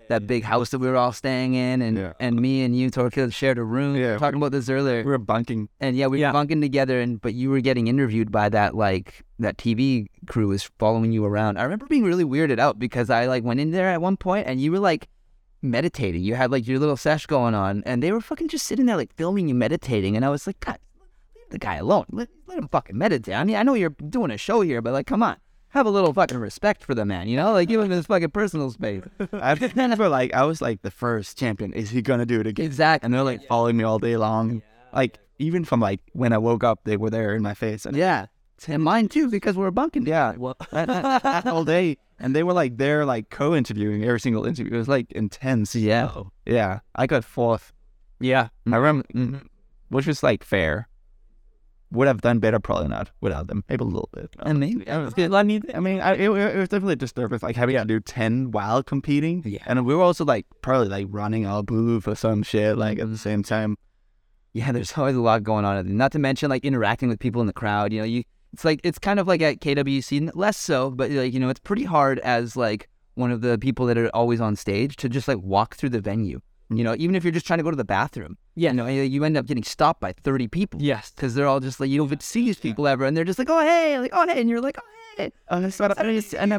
S2: that big house that we were all staying in, and,
S3: Yeah.
S2: and me and you, Torquil, shared a room. We were
S3: Yeah.
S2: talking about this earlier.
S3: We were bunking.
S2: and yeah, we
S1: Yeah.
S2: were bunking together, and but you were getting interviewed by that like that TV crew is following you around. I remember being really weirded out because I like went in there at one point, and you were like meditating. You had like your little sesh going on, and they were fucking just sitting there like filming you meditating, and I was like, God, leave the guy alone. Let, let him fucking meditate. I mean, I know you're doing a show here, but like, come on. Have a little fucking respect for the man, you know? Like, give him his fucking personal space.
S3: I remember like I was like the first champion. Is he gonna do it again?
S2: Exactly.
S3: And they're like following me all day long. Like even from like when I woke up, they were there in my face. And
S2: Yeah. And mine too, because we're bunking.
S3: yeah,
S1: Well,
S3: all day. And they were like there like co-interviewing every single interview. It was like intense.
S2: Yeah.
S3: Yeah. I got fourth.
S1: yeah,
S3: I remember, which was like fair. Would have done better, probably not without them. Maybe a little bit.
S2: And maybe.
S3: I mean, I mean, I, it, it was definitely a disturbance, like having to do ten while competing.
S1: Yeah.
S3: and we were also like probably like running our booth or some shit, like at the same time.
S2: Yeah, there's always a lot going on. Not to mention like interacting with people in the crowd. You know, you it's like it's kind of like at KWC, n- less so, but like you know, it's pretty hard as like one of the people that are always on stage to just like walk through the venue.
S3: Mm.
S2: You know, even if you're just trying to go to the bathroom.
S1: Yeah.
S2: you know, you you end up getting stopped by 30 people.
S1: yes.
S2: because they're all just like you don't even see these people ever, and they're just like, oh hey, like oh hey, and you're like, oh hey,
S3: Oh, that's what I
S2: and I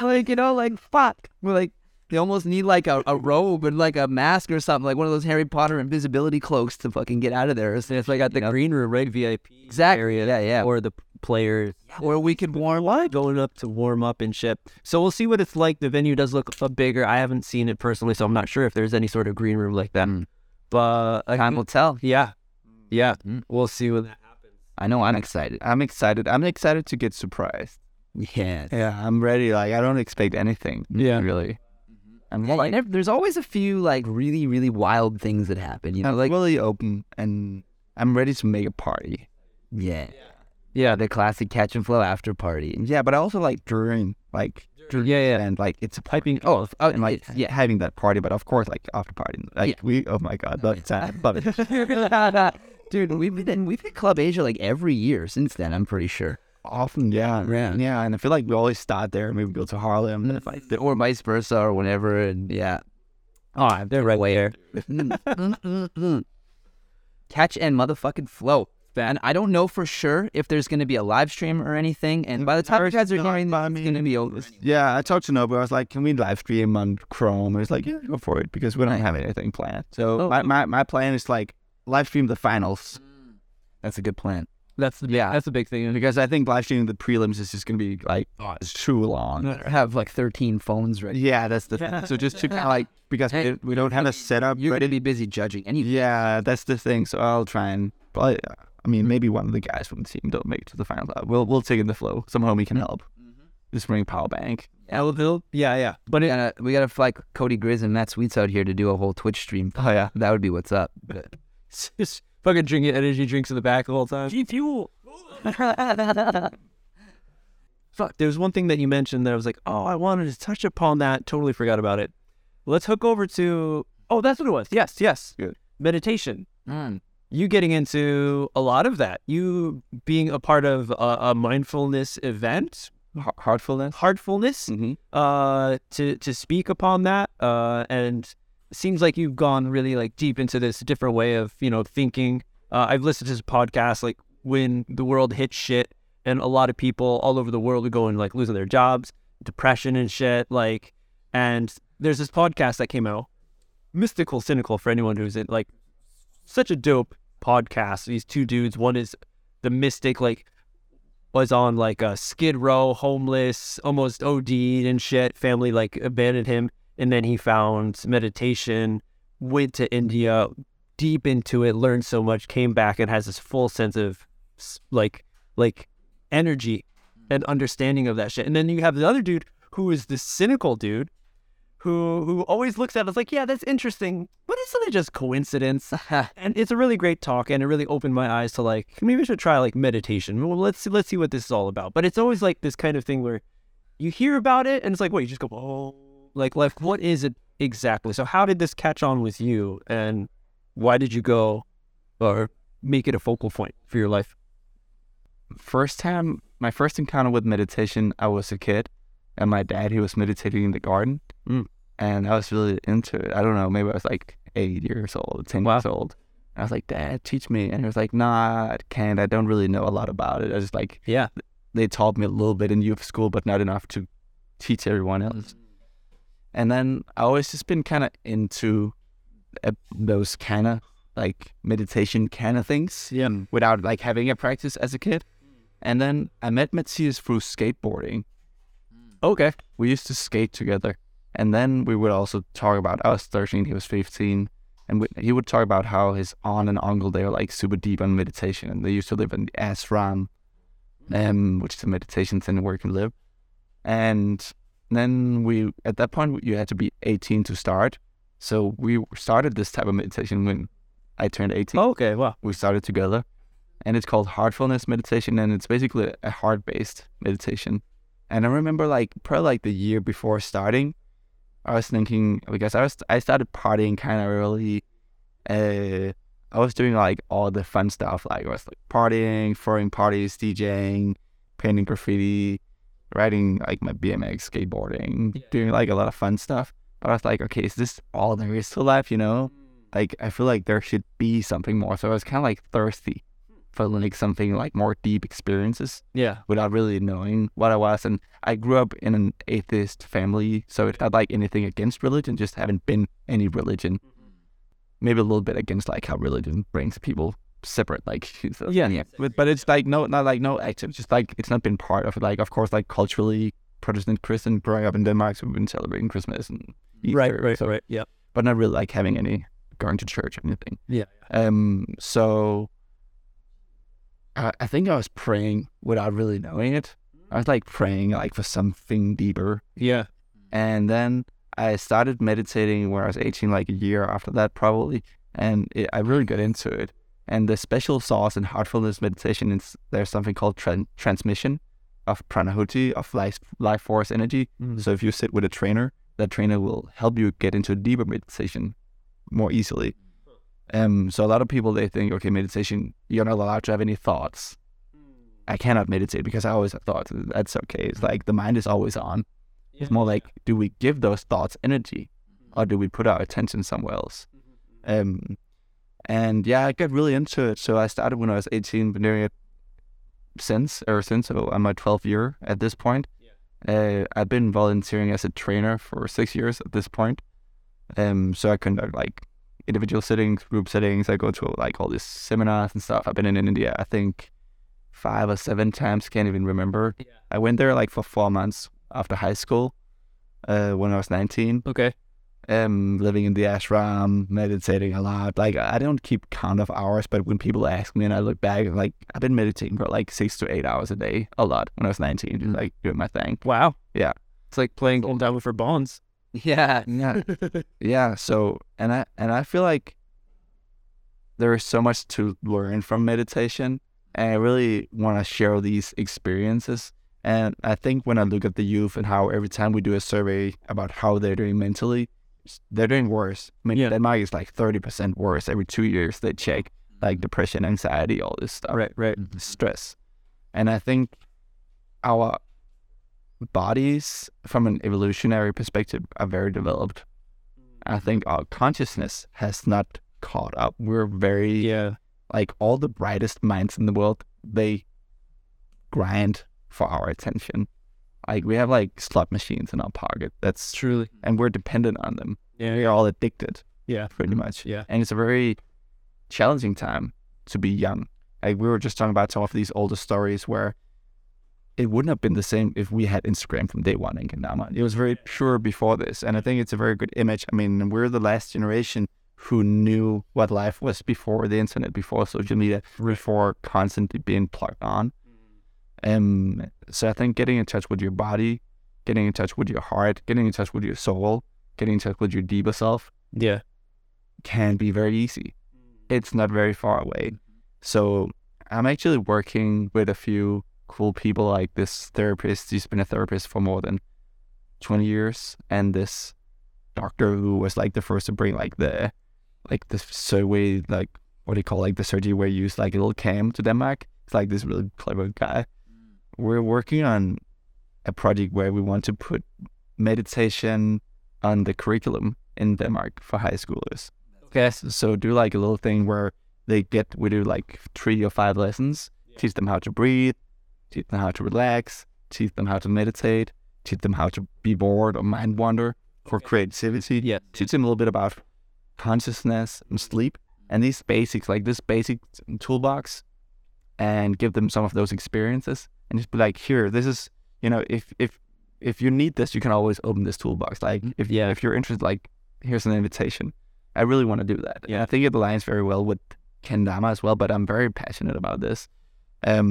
S2: like you know like fuck we're like they almost need like a, a robe and like a mask or something like one of those harry potter invisibility cloaks to fucking get out of there so it's like at
S1: the green room, right? VIP
S2: exact
S1: area.
S2: yeah yeah or,
S1: or the p- players
S2: or we could warm up
S1: going up to warm up and shit. So we'll see what it's like. The venue does look a bigger. I haven't seen it personally, so I'm not sure if there's any sort of green room like that.
S2: Mm.
S1: But I
S2: time will tell
S1: yeah, yeah,
S2: Mm.
S1: we'll see what.
S2: i know i'm excited
S3: I'm excited. I'm excited to get surprised.
S2: yeah
S3: Yeah, I'm ready. Like I don't expect anything.
S1: Yeah.
S3: really. I'm
S2: yeah, you
S3: like,
S2: never, there's always a few like really really wild things that happen you know
S3: I'm
S2: like
S3: really open, and I'm ready to make a party.
S2: yeah
S1: Yeah,
S2: the classic catch and flow after party
S3: Yeah, but I also like during, like
S1: yeah, yeah.
S3: and like it's a party.
S1: Piping.
S2: oh, oh
S3: and like
S2: yeah
S3: having that party, but of course, like after party, like
S2: Yeah.
S3: we, oh my god, love time, love it.
S2: Dude, we've been in, we've hit Club Asia like every year since then. I'm pretty sure.
S3: Often, yeah,
S2: Yeah.
S3: yeah, and I feel like we always start there, and maybe go to Harlem.
S2: Mm. or vice versa or whatever. And yeah,
S1: Oh,
S2: they're right there. Catch and motherfucking flow. And I don't know for sure if there's going to be a live stream or anything. And by the time you guys are hearing this, it's going to be over.
S3: Yeah, I talked to Nobu. I was like, "Can we live stream on Chrome?" He was like, "Yeah, go for it," because we don't have anything planned. So
S2: Oh.
S3: my, my, my plan is like live stream the finals
S2: That's a good plan.
S1: that's the
S2: Yeah.
S1: yeah. That's the big thing.
S3: because I think live streaming the prelims is just gonna be like
S1: Oh,
S3: it's too long.
S2: Have like 13 phones ready.
S3: Yeah, that's the thing. So just to kind of like because
S2: Hey,
S3: we, we don't have a setup
S2: You're going to
S3: ready.
S2: be busy judging anything.
S3: Yeah, that's the thing. So I'll try and probably. I mean, maybe one of the guys from the team don't make it to the final. We'll we'll take in the flow. Some homie can help. Just bring power bank.
S1: yeah, yeah.
S2: But we gotta, we gotta fly Cody Grizz and Matt Sweets out here to do a whole Twitch stream.
S3: Oh yeah.
S2: That would be what's up. But-
S1: Just fucking drinking energy drinks in the back the whole time.
S2: Mm,
S1: Fuck, there was one thing that you mentioned that I was like, oh, I wanted to touch upon that. Totally forgot about it. Let's hook over to. Oh, that's what it was. Yes, yes.
S3: Good.
S1: Meditation.
S2: Mm.
S1: You getting into a lot of that. You being a part of a, a mindfulness event,
S3: Heart- heartfulness.
S1: heartfulness,
S3: Mm-hmm.
S1: uh, to to speak upon that. Uh, and seems like you've gone really like deep into this different way of you know thinking. Uh, I've listened to this podcast like when the world hit shit, and a lot of people all over the world are going like losing their jobs, depression and shit. Like, and there's this podcast that came out, mystical cynical for anyone who's in like such a dope podcast. These two dudes, one is the mystic, like was on like a skid row, homeless, almost OD'd and shit. Family like abandoned him. And then he found meditation, went to India, deep into it, learned so much, came back and has this full sense of s- like, like energy and understanding of that shit. And then you have the other dude who is the cynical dude who, who always looks at us like, yeah, that's interesting, but isn't it just coincidence? and it's a really great talk and it really opened my eyes to like maybe I should try like meditation. Well, let's see, let's see what this is all about. But it's always like this kind of thing where you hear about it and it's like, wait, you just go, oh, like like what is it exactly? So how did this catch on with you and why did you go or make it a focal point for your life?
S3: first time, my first encounter with meditation, I was a kid, and my dad he was meditating in the garden,
S1: Mm.
S3: and I was really into it. I don't know, maybe I was like eight years old, ten
S1: Wow.
S3: years old. I was like, Dad, teach me, and he was like, Nah, I can't. I don't really know a lot about it. I just like
S1: Yeah.
S3: they taught me a little bit in youth school, but not enough to teach everyone else. And then I always just been kind of into uh, those kind of like meditation kind of things
S1: Yeah.
S3: without like having a practice as a kid. And then I met Matthias through skateboarding.
S1: Okay.
S3: We used to skate together. And then we would also talk about, I was 13, he was 15. And we, he would talk about how his aunt and uncle, they were like super deep on meditation. And they used to live in the ashram, um, which is a meditation center where you can live. And then we, at that point, you had to be 18 to start. So we started this type of meditation when I turned 18
S1: Okay. Wow.
S3: we started together and it's called heartfulness meditation and it's basically a heart-based meditation and i remember like probably like the year before starting i was thinking because i was i started partying kind of early uh i was doing like all the fun stuff like i was like partying throwing parties djing painting graffiti riding like my bmx skateboarding doing like a lot of fun stuff but i was like okay is this all there is to life you know like I feel like there should be something more. So I was kind of like thirsty for like something like more deep experiences
S1: Yeah.
S3: without really knowing what I was. And I grew up in an atheist family, so it's not like anything against religion, just haven't been any religion.
S1: Mm-hmm.
S3: Maybe a little bit against like how religion brings people separate, like so-
S1: Yeah.
S3: But, but it's like no, not like no active, just like it's not been part of it. Like of course, like culturally, Protestant Christian growing up in Denmark, so we've been celebrating Christmas and Easter,
S1: Right. Right.
S3: so
S1: Right. Yeah.
S3: but not really like having any going to church or anything.
S1: Yeah.
S3: Um. So I, I think I was praying without really knowing it. I was like praying like for something deeper,
S1: Yeah.
S3: and then I started meditating when I was 18, like a year after that probably, and it, I really got into it. And the special sauce in heartfulness meditation is there's something called tran- transmission of pranahuti of life life force energy. So if you sit with a trainer, that trainer will help you get into a deeper meditation more easily. Um, so a lot of people they think, okay, meditation, you're not allowed to have any thoughts. I cannot meditate because I always have thoughts. and That's okay. It's like the mind is always on. It's more like, do we give those thoughts energy or do we put our attention somewhere else?
S1: Mm-hmm.
S3: Um, and yeah, I got really into it. So I started when I was 18, been doing it since, ever since. So I'm my 12th year at this point. Uh, I've been volunteering as a trainer for six years at this point. Um, so I conduct like individual settings, group settings. I go to like all these seminars and stuff. I've been in India, I think five or seven times. Can't even remember.
S1: Yeah.
S3: I went there like for four months after high school, uh, when I was nineteen.
S1: Okay.
S3: Um, living in the ashram, meditating a lot. Like I don't keep count of hours, but when people ask me and I look back, like I've been meditating for like six to eight hours a day, a lot when I was nineteen, just, like doing my thing.
S1: Wow.
S3: Yeah.
S1: It's like playing Old Diamond for Bonds.
S2: Yeah.
S3: Yeah, yeah so and i and i feel like there is so much to learn from meditation and i really want to share these experiences and i think when i look at the youth and how every time we do a survey about how they're doing mentally s- they're doing worse i mean
S1: Yeah.
S3: denmark is like 30% worse every two years they check like depression anxiety all this stuff
S1: Mm-hmm. right. Right.
S3: stress. And I think our bodies, from an evolutionary perspective, are very developed. I think our consciousness has not caught up. We're very,
S1: Yeah.
S3: like, all the brightest minds in the world, they grind for our attention. Like, we have like slot machines in our pocket. That's true.
S1: Truly.
S3: And we're dependent on them.
S1: Yeah.
S3: We're all addicted
S1: Yeah. Mm-hmm.
S3: pretty much.
S1: Yeah.
S3: And it's a very challenging time to be young. Like we were just talking about some of these older stories where it wouldn't have been the same if we had Instagram from day one in Kendama. It was very pure before this. And I think it's a very good image. I mean, we're the last generation who knew what life was before the internet, before social media, before constantly being plugged on. Um, so I think getting in touch with your body, getting in touch with your heart, getting in touch with your soul, getting in touch with your deeper self,
S1: Yeah.
S3: can be very easy. It's not very far away. So I'm actually working with a few cool people like this therapist. He's been a therapist for more than 20 years and this doctor who was like the first to bring like the like the survey like what do you call like the surgery where you use like a little cam to Denmark. It's like this really clever guy. We're working on a project where we want to put meditation on the curriculum in Denmark for high schoolers.
S1: Okay.
S3: So do like a little thing where they get we do like three or five lessons, teach them how to breathe, teach them how to relax, teach them how to meditate, teach them how to be bored or mind wander for creativity.
S1: Yeah.
S3: Teach them a little bit about consciousness and sleep and these basics, like this basic toolbox, and give them some of those experiences and just be like, here, this is you know, if if if you need this, you can always open this toolbox. Like if
S1: Yeah.
S3: if you're interested, like here's an invitation. I really want to do that. Yeah. I think it aligns very well with Kendama as well, but I'm very passionate about this. Um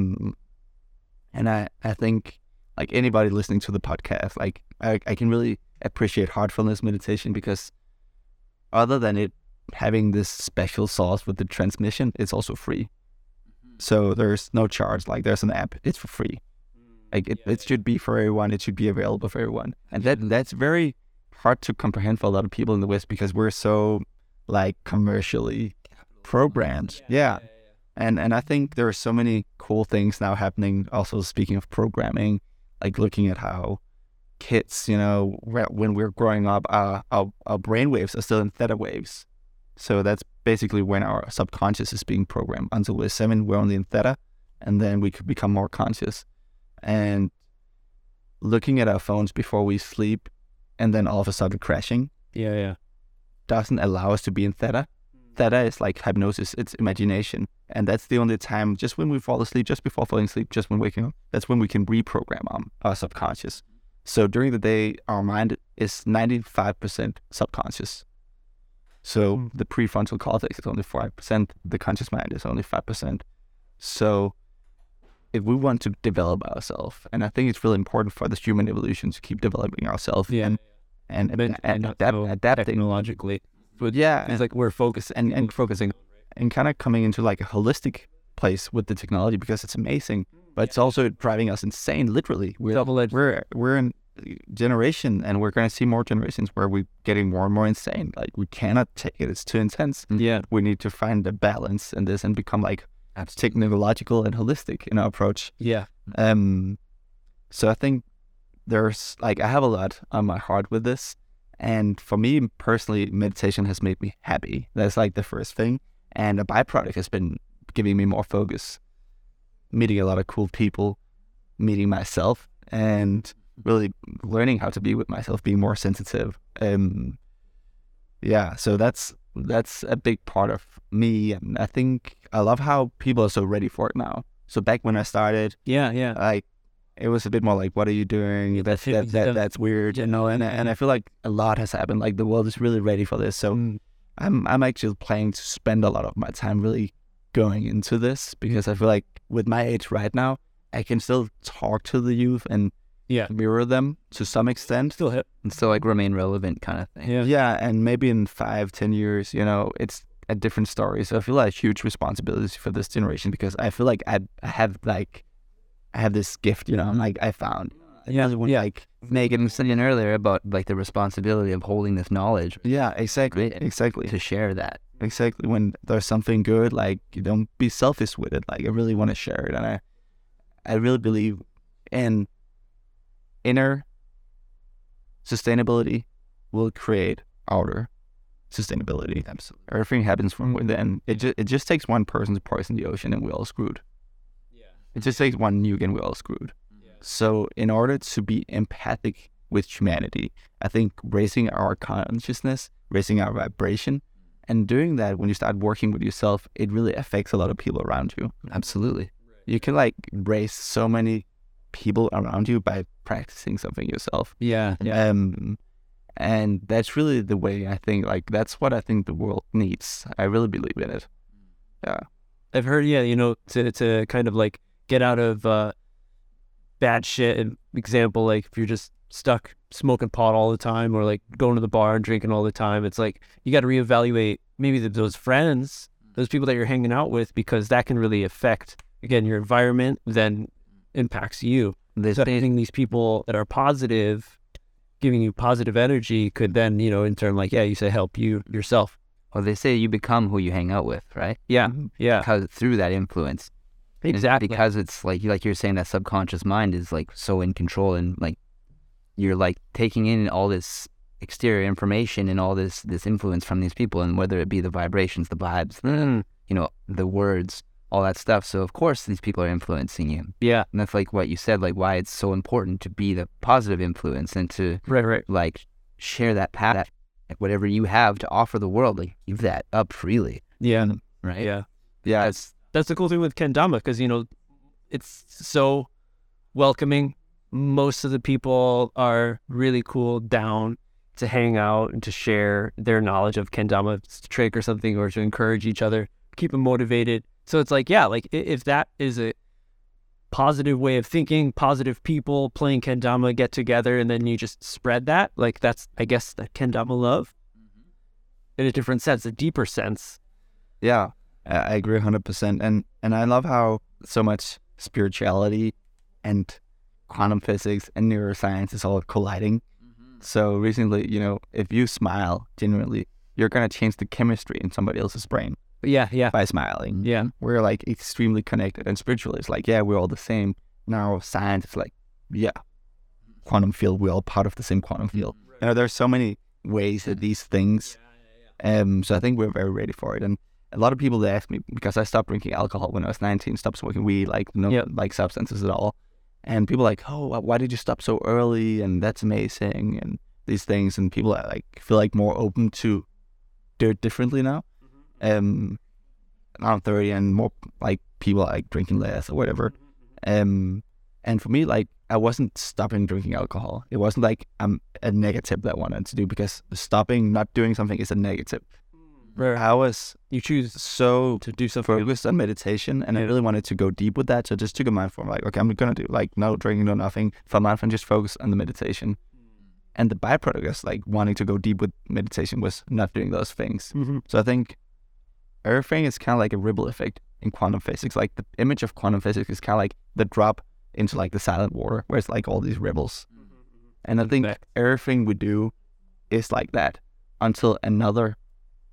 S3: and I I think like anybody listening to the podcast, like I, I can really appreciate heartfulness meditation because other than it having this special sauce with the transmission, it's also free. So there's no charge. Like there's an app. It's for free. Like it, it should be for everyone. It should be available for everyone. And that that's very hard to comprehend for a lot of people in the West because we're so like commercially programmed. Yeah. And and I think there are so many cool things now happening. Also speaking of programming, like looking at how kids, you know, wh- when we're growing up, our our, our brain waves are still in theta waves. So that's basically when our subconscious is being programmed. Until we're seven, we're only in theta, and then we could become more conscious. And looking at our phones before we sleep, and then all of a sudden crashing
S1: Yeah. Yeah.
S3: doesn't allow us to be in theta. Theta is like hypnosis; it's imagination, and that's the only time. Just when we fall asleep, just before falling asleep, just when waking up, that's when we can reprogram our, our subconscious. So during the day, our mind is ninety-five percent subconscious. So the prefrontal cortex is only five percent. The conscious mind is only five percent. So if we want to develop ourselves, and I think it's really important for this human evolution to keep developing ourselves
S1: Yeah.
S3: and and,
S1: Mentally,
S3: and
S1: not
S3: adapt,
S1: so
S3: adapting
S1: Technologically,
S3: yeah,
S1: it's like we're focused
S3: and, and focusing and kind of coming into like a holistic place with the technology because it's amazing, but it's also driving us insane. Literally, we're
S1: Double-edged.
S3: we're we're in generation, and we're gonna see more generations where we're getting more and more
S1: Mm.
S3: insane. Like we cannot take it; it's too intense.
S1: Yeah.
S3: We need to find a balance in this and become like technological and holistic in our approach.
S1: Yeah.
S3: Um, so I think there's like I have a lot on my heart with this, and for me personally, meditation has made me happy. That's like the first thing, and a byproduct has been giving me more focus, meeting a lot of cool people, meeting myself, and really learning how to be with myself, being more sensitive. Um, yeah, so that's that's a big part of me, and I think I love how people are so ready for it now. So back when I started,
S1: Yeah. Yeah.
S3: like it was a bit more like what are you doing that's
S1: it
S3: that,
S1: was
S3: that
S1: def-
S3: that's weird you know and, and i feel like a lot has happened like the world is really ready for this so
S1: Mm.
S3: i'm i'm actually planning to spend a lot of my time really going into this because i feel like with my age right now i can still talk to the youth and
S1: Yeah.
S3: mirror them to some extent
S1: Still hip.
S2: and still like remain relevant kind of thing.
S1: Yeah.
S3: yeah and maybe in five ten years you know it's a different story so i feel like huge responsibility for this generation because i feel like i, I have like i have this gift you know i'm like i found
S1: Yeah.
S3: Everyone,
S1: Yeah.
S3: like
S2: Megan was saying earlier about like the responsibility of holding this knowledge
S3: Yeah, exactly.
S2: Great.
S3: Exactly.
S2: to share that.
S3: Exactly. When there's something good, like you don't be selfish with it. Like I really want to share it and I I really believe in inner sustainability will create outer sustainability. Absolutely. Everything happens from
S2: Mm-hmm.
S3: within. It just it just takes one person to poison the ocean and we're all screwed. It just takes one nuke and we're all screwed. So in order to be empathic with humanity, I think raising our consciousness, raising our vibration, and doing that when you start working with yourself, it really affects a lot of people around you.
S2: Absolutely.
S3: You can like raise so many people around you by practicing something yourself.
S1: Yeah.
S3: Um, and that's really the way I think. Like that's what I think the world needs. I really believe in it.
S1: I've heard, yeah, you know, to to kind of like get out of uh, bad shit. And example, like if you're just stuck smoking pot all the time, or like going to the bar and drinking all the time, it's like you got to reevaluate maybe the, those friends, those people that you're hanging out with, because that can really affect again your environment, then impacts you.
S2: This
S1: So
S2: thing-
S1: having these people that are positive, giving you positive energy, could then you know in turn, like yeah, you say help you yourself.
S2: or they say you become who you hang out with, right?
S1: Yeah, yeah,
S2: Because through that influence. And it's
S1: Mm-hmm. Exactly.
S2: Because it's like like you're saying that subconscious mind is like so in control and like you're like taking in all this exterior information and all this this influence from these people and whether it be the vibrations, the vibes,
S1: Mm,
S2: you know, the words, all that stuff. So of course these people are influencing you.
S1: yeah,
S2: And that's like what you said, like why it's so important to be the positive influence and to
S1: right, right.
S2: like share that path, like, whatever you have to offer the world, like give that up freely,
S1: Yeah,
S2: right?
S1: yeah.
S3: Yeah,
S2: That's
S1: That's the cool thing with kendama because you know, it's so welcoming. Most of the people are really cool, down to hang out and to share their knowledge of kendama trick or something, or to encourage each other, keep them motivated. So it's like, yeah, like i- if that is a positive way of thinking, positive people playing kendama get together, and then you just spread that, like that's I guess the kendama love in a different sense, a deeper sense.
S3: Yeah, I I agree hundred percent, and and I love how so much spirituality and quantum physics and neuroscience is all colliding. So recently, you know, if you smile genuinely, you're gonna change the chemistry in somebody else's brain
S1: Yeah, yeah,
S3: by
S2: Mm-hmm.
S3: smiling.
S1: yeah.
S3: We're like extremely connected, and spiritual is like, yeah, we're all the same. Now science is like, yeah, quantum field. We're all part of the same quantum field. You know, there's so many ways that these things. Um, so I think we're very ready for it. And a lot of people they ask me because I stopped drinking alcohol when I was 19, stopped smoking weed, like no
S1: Yep.
S3: like substances at all. And people are like, oh, wh- why did you stop so early? And that's amazing, and these things. And people are like feel like more open to do it differently now. Um, now I'm 30, and more like people are like drinking less or whatever. Um, and for me, like I wasn't stopping drinking alcohol. It wasn't like I'm a negative that I wanted to do because stopping, not doing something is a negative.
S1: Right.
S3: I was
S1: Hmm. You choose
S3: so
S1: to do something.
S3: focused on meditation and I
S1: Yeah.
S3: really wanted to go deep with that. So I just took a mindful, like, okay, I'm gonna do like no drinking, no nothing for a month and just focus on the meditation.
S1: Hmm.
S3: And the byproduct is like wanting to go deep with meditation was not doing those things.
S1: Mm-hmm.
S3: So I think everything is kind of like a ripple effect in quantum physics. Like the image of quantum physics is kind of like the drop into like the silent water, where it's like all these ripples.
S1: Mm-hmm.
S3: And I think
S1: Exact.
S3: everything we do is like that until another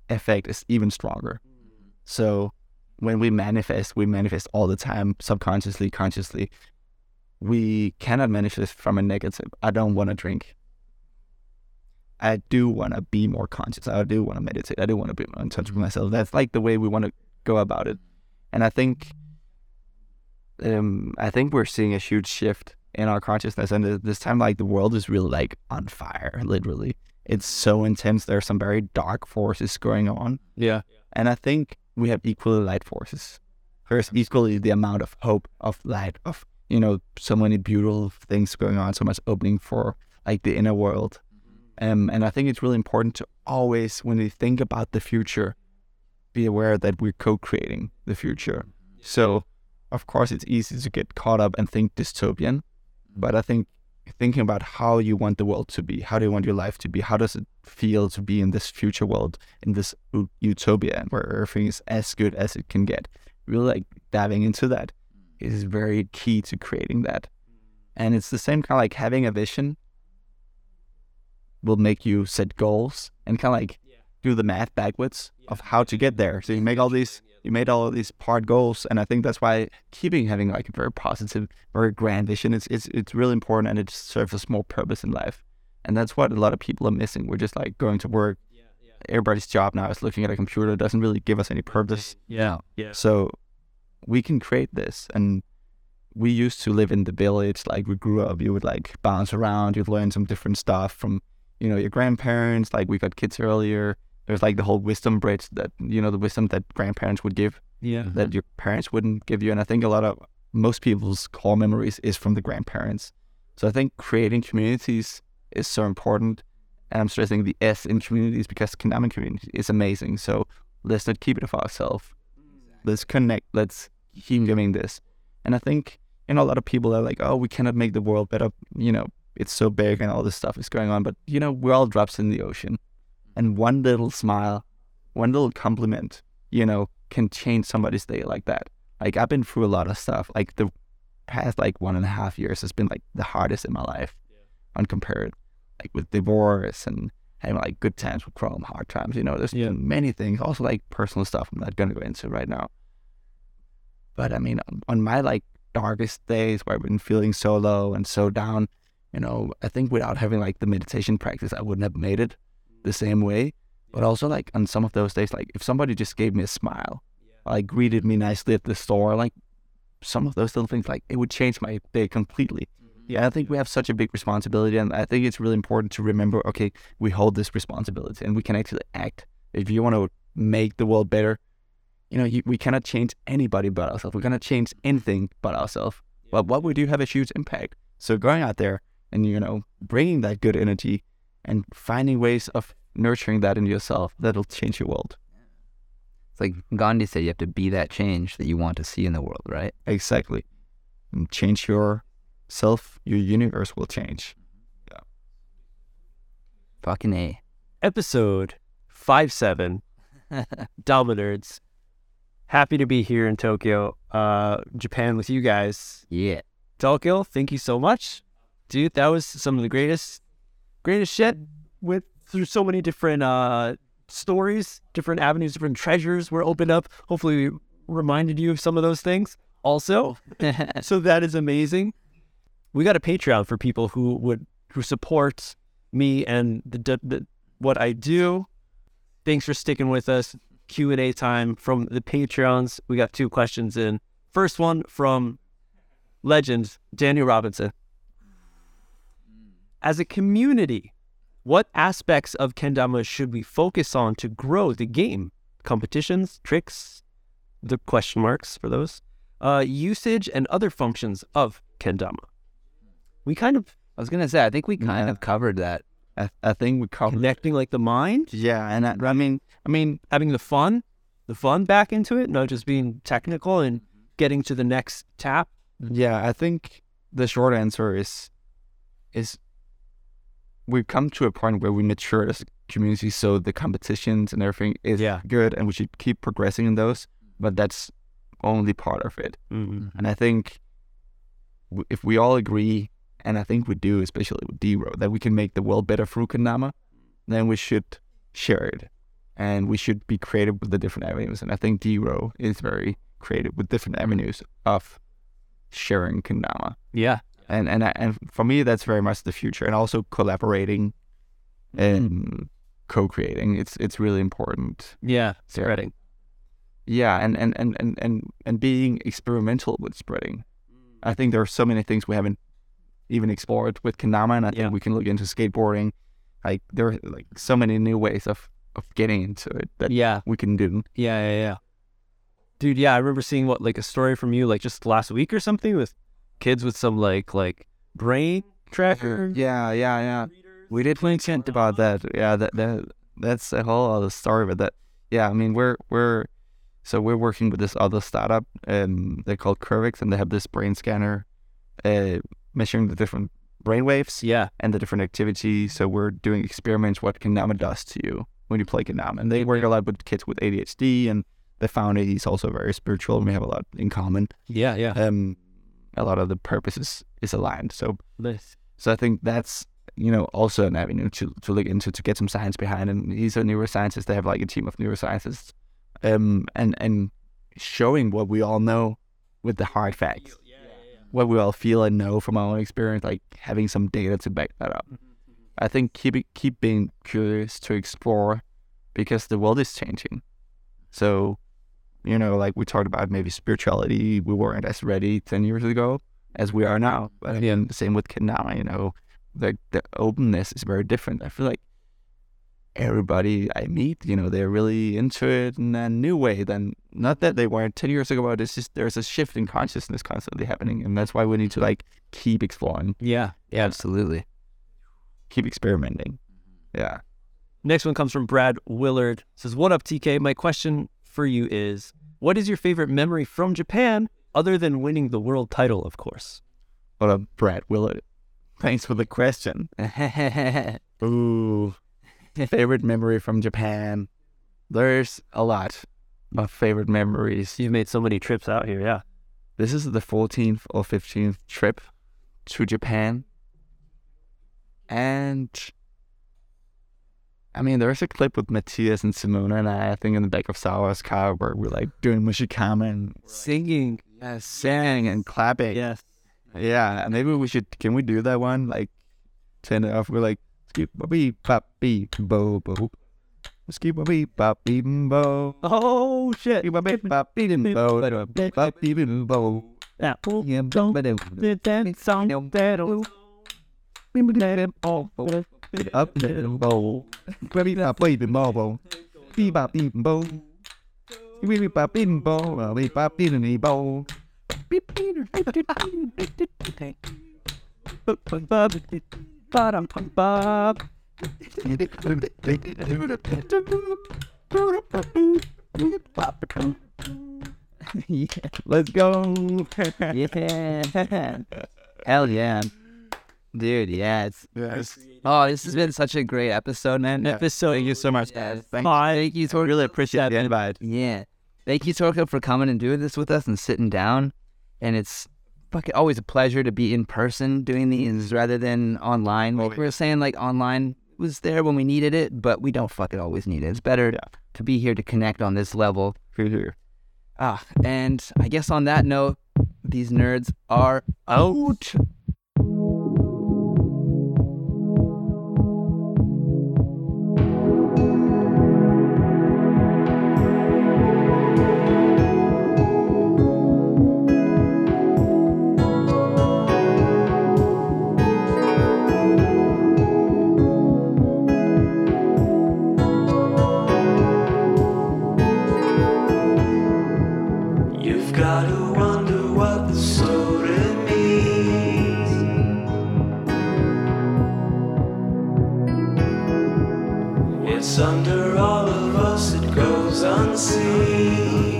S3: effect is even stronger. So when we manifest, we manifest all the time, subconsciously, consciously. We cannot manifest from a negative. I don't want to drink. I do want to be more conscious. I do want to meditate. I do want to be more in touch with myself. That's like the way we want to go about it. And I think, um, I think we're seeing a huge shift in our consciousness. And th- this time, like the world is really like on fire. Literally, it's so intense. There are some very dark forces going on.
S1: Yeah.
S3: And I think we have equally light forces. There's equally the amount of hope, of light, of, you know, so many beautiful things going on, so much opening for like the inner world. Um, and I think it's really important to always, when we think about the future, be aware that we're co creating the future. So, of course, it's easy to get caught up and think dystopian, but I think thinking about how you want the world to be, how do you want your life to be, how does it feel to be in this future world, in this u- utopia where everything is as good as it can get. Really like diving into that is very key to creating that. And it's the same kind of like having a vision will make you set goals and kind of like do the math backwards of how to get there. So you make all these, you made all these part goals, and I think that's why keeping having like a very positive, very grand vision is it's it's really important, and it serves us more purpose in life. And that's what a lot of people are missing. We're just like going to work. Everybody's job now is looking at a computer. It doesn't really give us any purpose.
S1: Yeah. Yeah.
S3: So we can create this and we used to live in the village, like we grew up, you would like bounce around, you'd learn some different stuff from, you know, your grandparents, like we got kids earlier. There's like the whole wisdom bridge that you know, the wisdom that grandparents would give
S1: Yeah.
S3: that your parents wouldn't give you. And I think a lot of most people's core memories is from the grandparents. So I think creating communities is so important. And I'm stressing the S in communities because Kandaman community is amazing. So let's not keep it for ourselves. Let's connect. Let's keep doing this. And I think, you know, a lot of people are like, oh, we cannot make the world better. You know, it's so big and all this stuff is going on. But, you know, we're all drops in the ocean. And one little smile, one little compliment you know, can change somebody's day like that. Like I've been through a lot of stuff. Like the past like one and a half years has been like the hardest in my life, uncompared. Like with divorce and having like good times with Chrome, hard times. You know, there's
S1: Yeah.
S3: been many things. Also like personal stuff I'm not gonna go into right now. But I mean, on my like darkest days where I've been feeling so low and so down, you know, I think without having like the meditation practice, I wouldn't have made it the same way. But also like on some of those days, like if somebody just gave me a smile, like greeted me nicely at the store, like some of those little things, like it would change my day completely. Yeah, I think we have such a big responsibility, and I think it's really important to remember. Okay, we hold this responsibility, and we can actually act. If you want to make the world better, you know, you, we cannot change anybody but ourselves. We cannot change anything but ourselves. But what we do have a huge impact. So going out there and you know bringing that good energy and finding ways of nurturing that in yourself that'll change your world.
S2: It's like Gandhi said, you have to be that change that you want to see in the world, right?
S3: Exactly. And change your self, your universe will change.
S2: Fucking A.
S1: Episode five seven. Dominards. Happy to be here in Tokyo, uh, Japan, with you guys.
S2: Yeah.
S1: Tokyo, thank you so much, dude. That was some of the greatest, greatest shit. With through so many different uh, stories, different avenues, different treasures were opened up. Hopefully, we reminded you of some of those things. Also, so that is amazing. We got a Patreon for people who would who support me and the, d- the what I do. Thanks for sticking with us. Q and A time from the Patreons. We got two questions in. First one from legend Daniel Robinson. As a community, what aspects of kendama should we focus on to grow the game? Competitions, tricks, the question marks for those uh, usage and other functions of kendama. We kind of
S2: I was gonna say, I think we kind of covered that.
S3: I, I think we covered.
S1: connecting like the mind,
S3: Yeah, and I, I mean, I mean,
S1: having the fun, the fun back into it, not just being technical and getting to the next tap.
S3: yeah, I think the short answer is, is we've come to a point where we matured as a community, so the competitions and everything is
S1: Yeah.
S3: good, and we should keep progressing in those. But that's only part of it.
S1: Mm-hmm.
S2: Mm-hmm.
S3: And I think w- if we all agree, and I think we do, especially with D Road, that we can make the world better through Kanama, then we should share it and we should be creative with the different avenues. And I think Dero is very creative with different avenues of sharing kendama.
S1: Yeah.
S3: And and I, and for me, that's very much the future. And also collaborating and co-creating. It's it's really important.
S1: Yeah.
S3: Yeah.
S1: Spreading.
S3: Yeah, and and and and and, and being experimental with spreading.
S1: Mm.
S3: I think there are so many things we haven't even explored with kendama, and I think
S1: Yeah.
S3: we can look into skateboarding. Like there are like so many new ways of of getting into it that
S1: Yeah.
S3: we can do.
S1: Yeah, yeah, yeah. Dude, yeah, I remember seeing what like a story from you like just last week or something with kids with some like like brain tracker.
S3: Mm-hmm. Yeah, yeah, yeah. We did
S1: Playing
S3: think about that. Yeah, that that that's a whole other story. But that, yeah, I mean, we're we're so we're working with this other startup. Um, they're called Curvix, and they have this brain scanner, uh, measuring the different brain waves
S1: Yeah.
S3: and the different activity. So we're doing experiments what Kanama does to you when you play Kanama. And they work a lot with kids with ADHD, and they found he's also very spiritual, and we have a lot in common.
S1: Yeah, yeah.
S3: Um, a lot of the purposes is aligned. So
S1: Nice.
S3: so I think that's you know also an avenue to, to look into to get some science behind. And he's a neuroscientist. They have like a team of neuroscientists, um, and and showing what we all know with the hard facts, what we all feel and know from our own experience, like having some data to back that up. I think keep it- keep being curious to explore, because the world is changing. So, you know, like we talked about maybe spirituality, we weren't as ready ten years ago as we are now. But
S1: Yeah.
S3: again, same with Kendama, you know, like the openness is very different. I feel like everybody I meet, you know, they're really into it in a new way than not that they weren't ten years ago, but it's just there's a shift in consciousness constantly happening. And that's why we need to like keep exploring,
S1: Yeah. Yeah.
S2: Absolutely.
S3: keep experimenting. Yeah.
S1: Next one comes from Brad Willard. Says, What up, TK? My question for you is what is your favorite memory from Japan other than winning the world title, of course?
S3: What up, Brad Willard? Thanks for the question. Ooh. favorite memory from Japan. There's a lot of favorite memories.
S1: You've made so many trips out here, yeah.
S3: This is the 14th or 15th trip to Japan. And I mean, there's a clip with Matthias and Simona and I, I think, in the back of Sawa's car where we're like doing Mushikama and
S2: Singing.
S3: yeah, sang and clapping.
S1: Yes.
S3: Yeah, maybe we should. Can we do that one? Like, turn it off. We're like, skip a beep, pop, beep, bo, bo. Skip a beep, pop, beep, bo.
S1: Oh, shit.
S3: Skip a beep, pop, beep, bo. da, da, beep, Pop, beep, bo.
S1: Yeah. Oh,
S3: Yeah,
S1: Don't
S3: ba, da, da,
S1: did that song
S2: Nope.
S1: that'll- Let it all go.
S3: Up, da, da, bo. Beep, pop, beep, bo, bo. Beep, pop, beep, bo. Beep, pop, beep, bo. Beep, pop, beep, bo. Let's go.
S2: yeah. Hell yeah. Dude, yeah. It's,
S3: Yes.
S2: oh, this has been such a great episode, man.
S3: Episode. Thank you so much.
S2: Yes.
S3: Thank
S1: Bye.
S2: you, Tor-
S3: Really appreciate the invite.
S2: Yeah. Thank you, Torko, for coming and doing this with us and sitting down. And it's fucking always a pleasure to be in person doing these rather than online. Like
S3: Oh,
S2: we were saying, like online was there when we needed it, but we don't fucking always need it. It's better
S3: Yeah.
S2: to be here to connect on this level.
S3: Here.
S2: Ah, and I guess on that note, these nerds are out.
S7: You've gotta wonder what the soda means. It's under all of us, it goes unseen.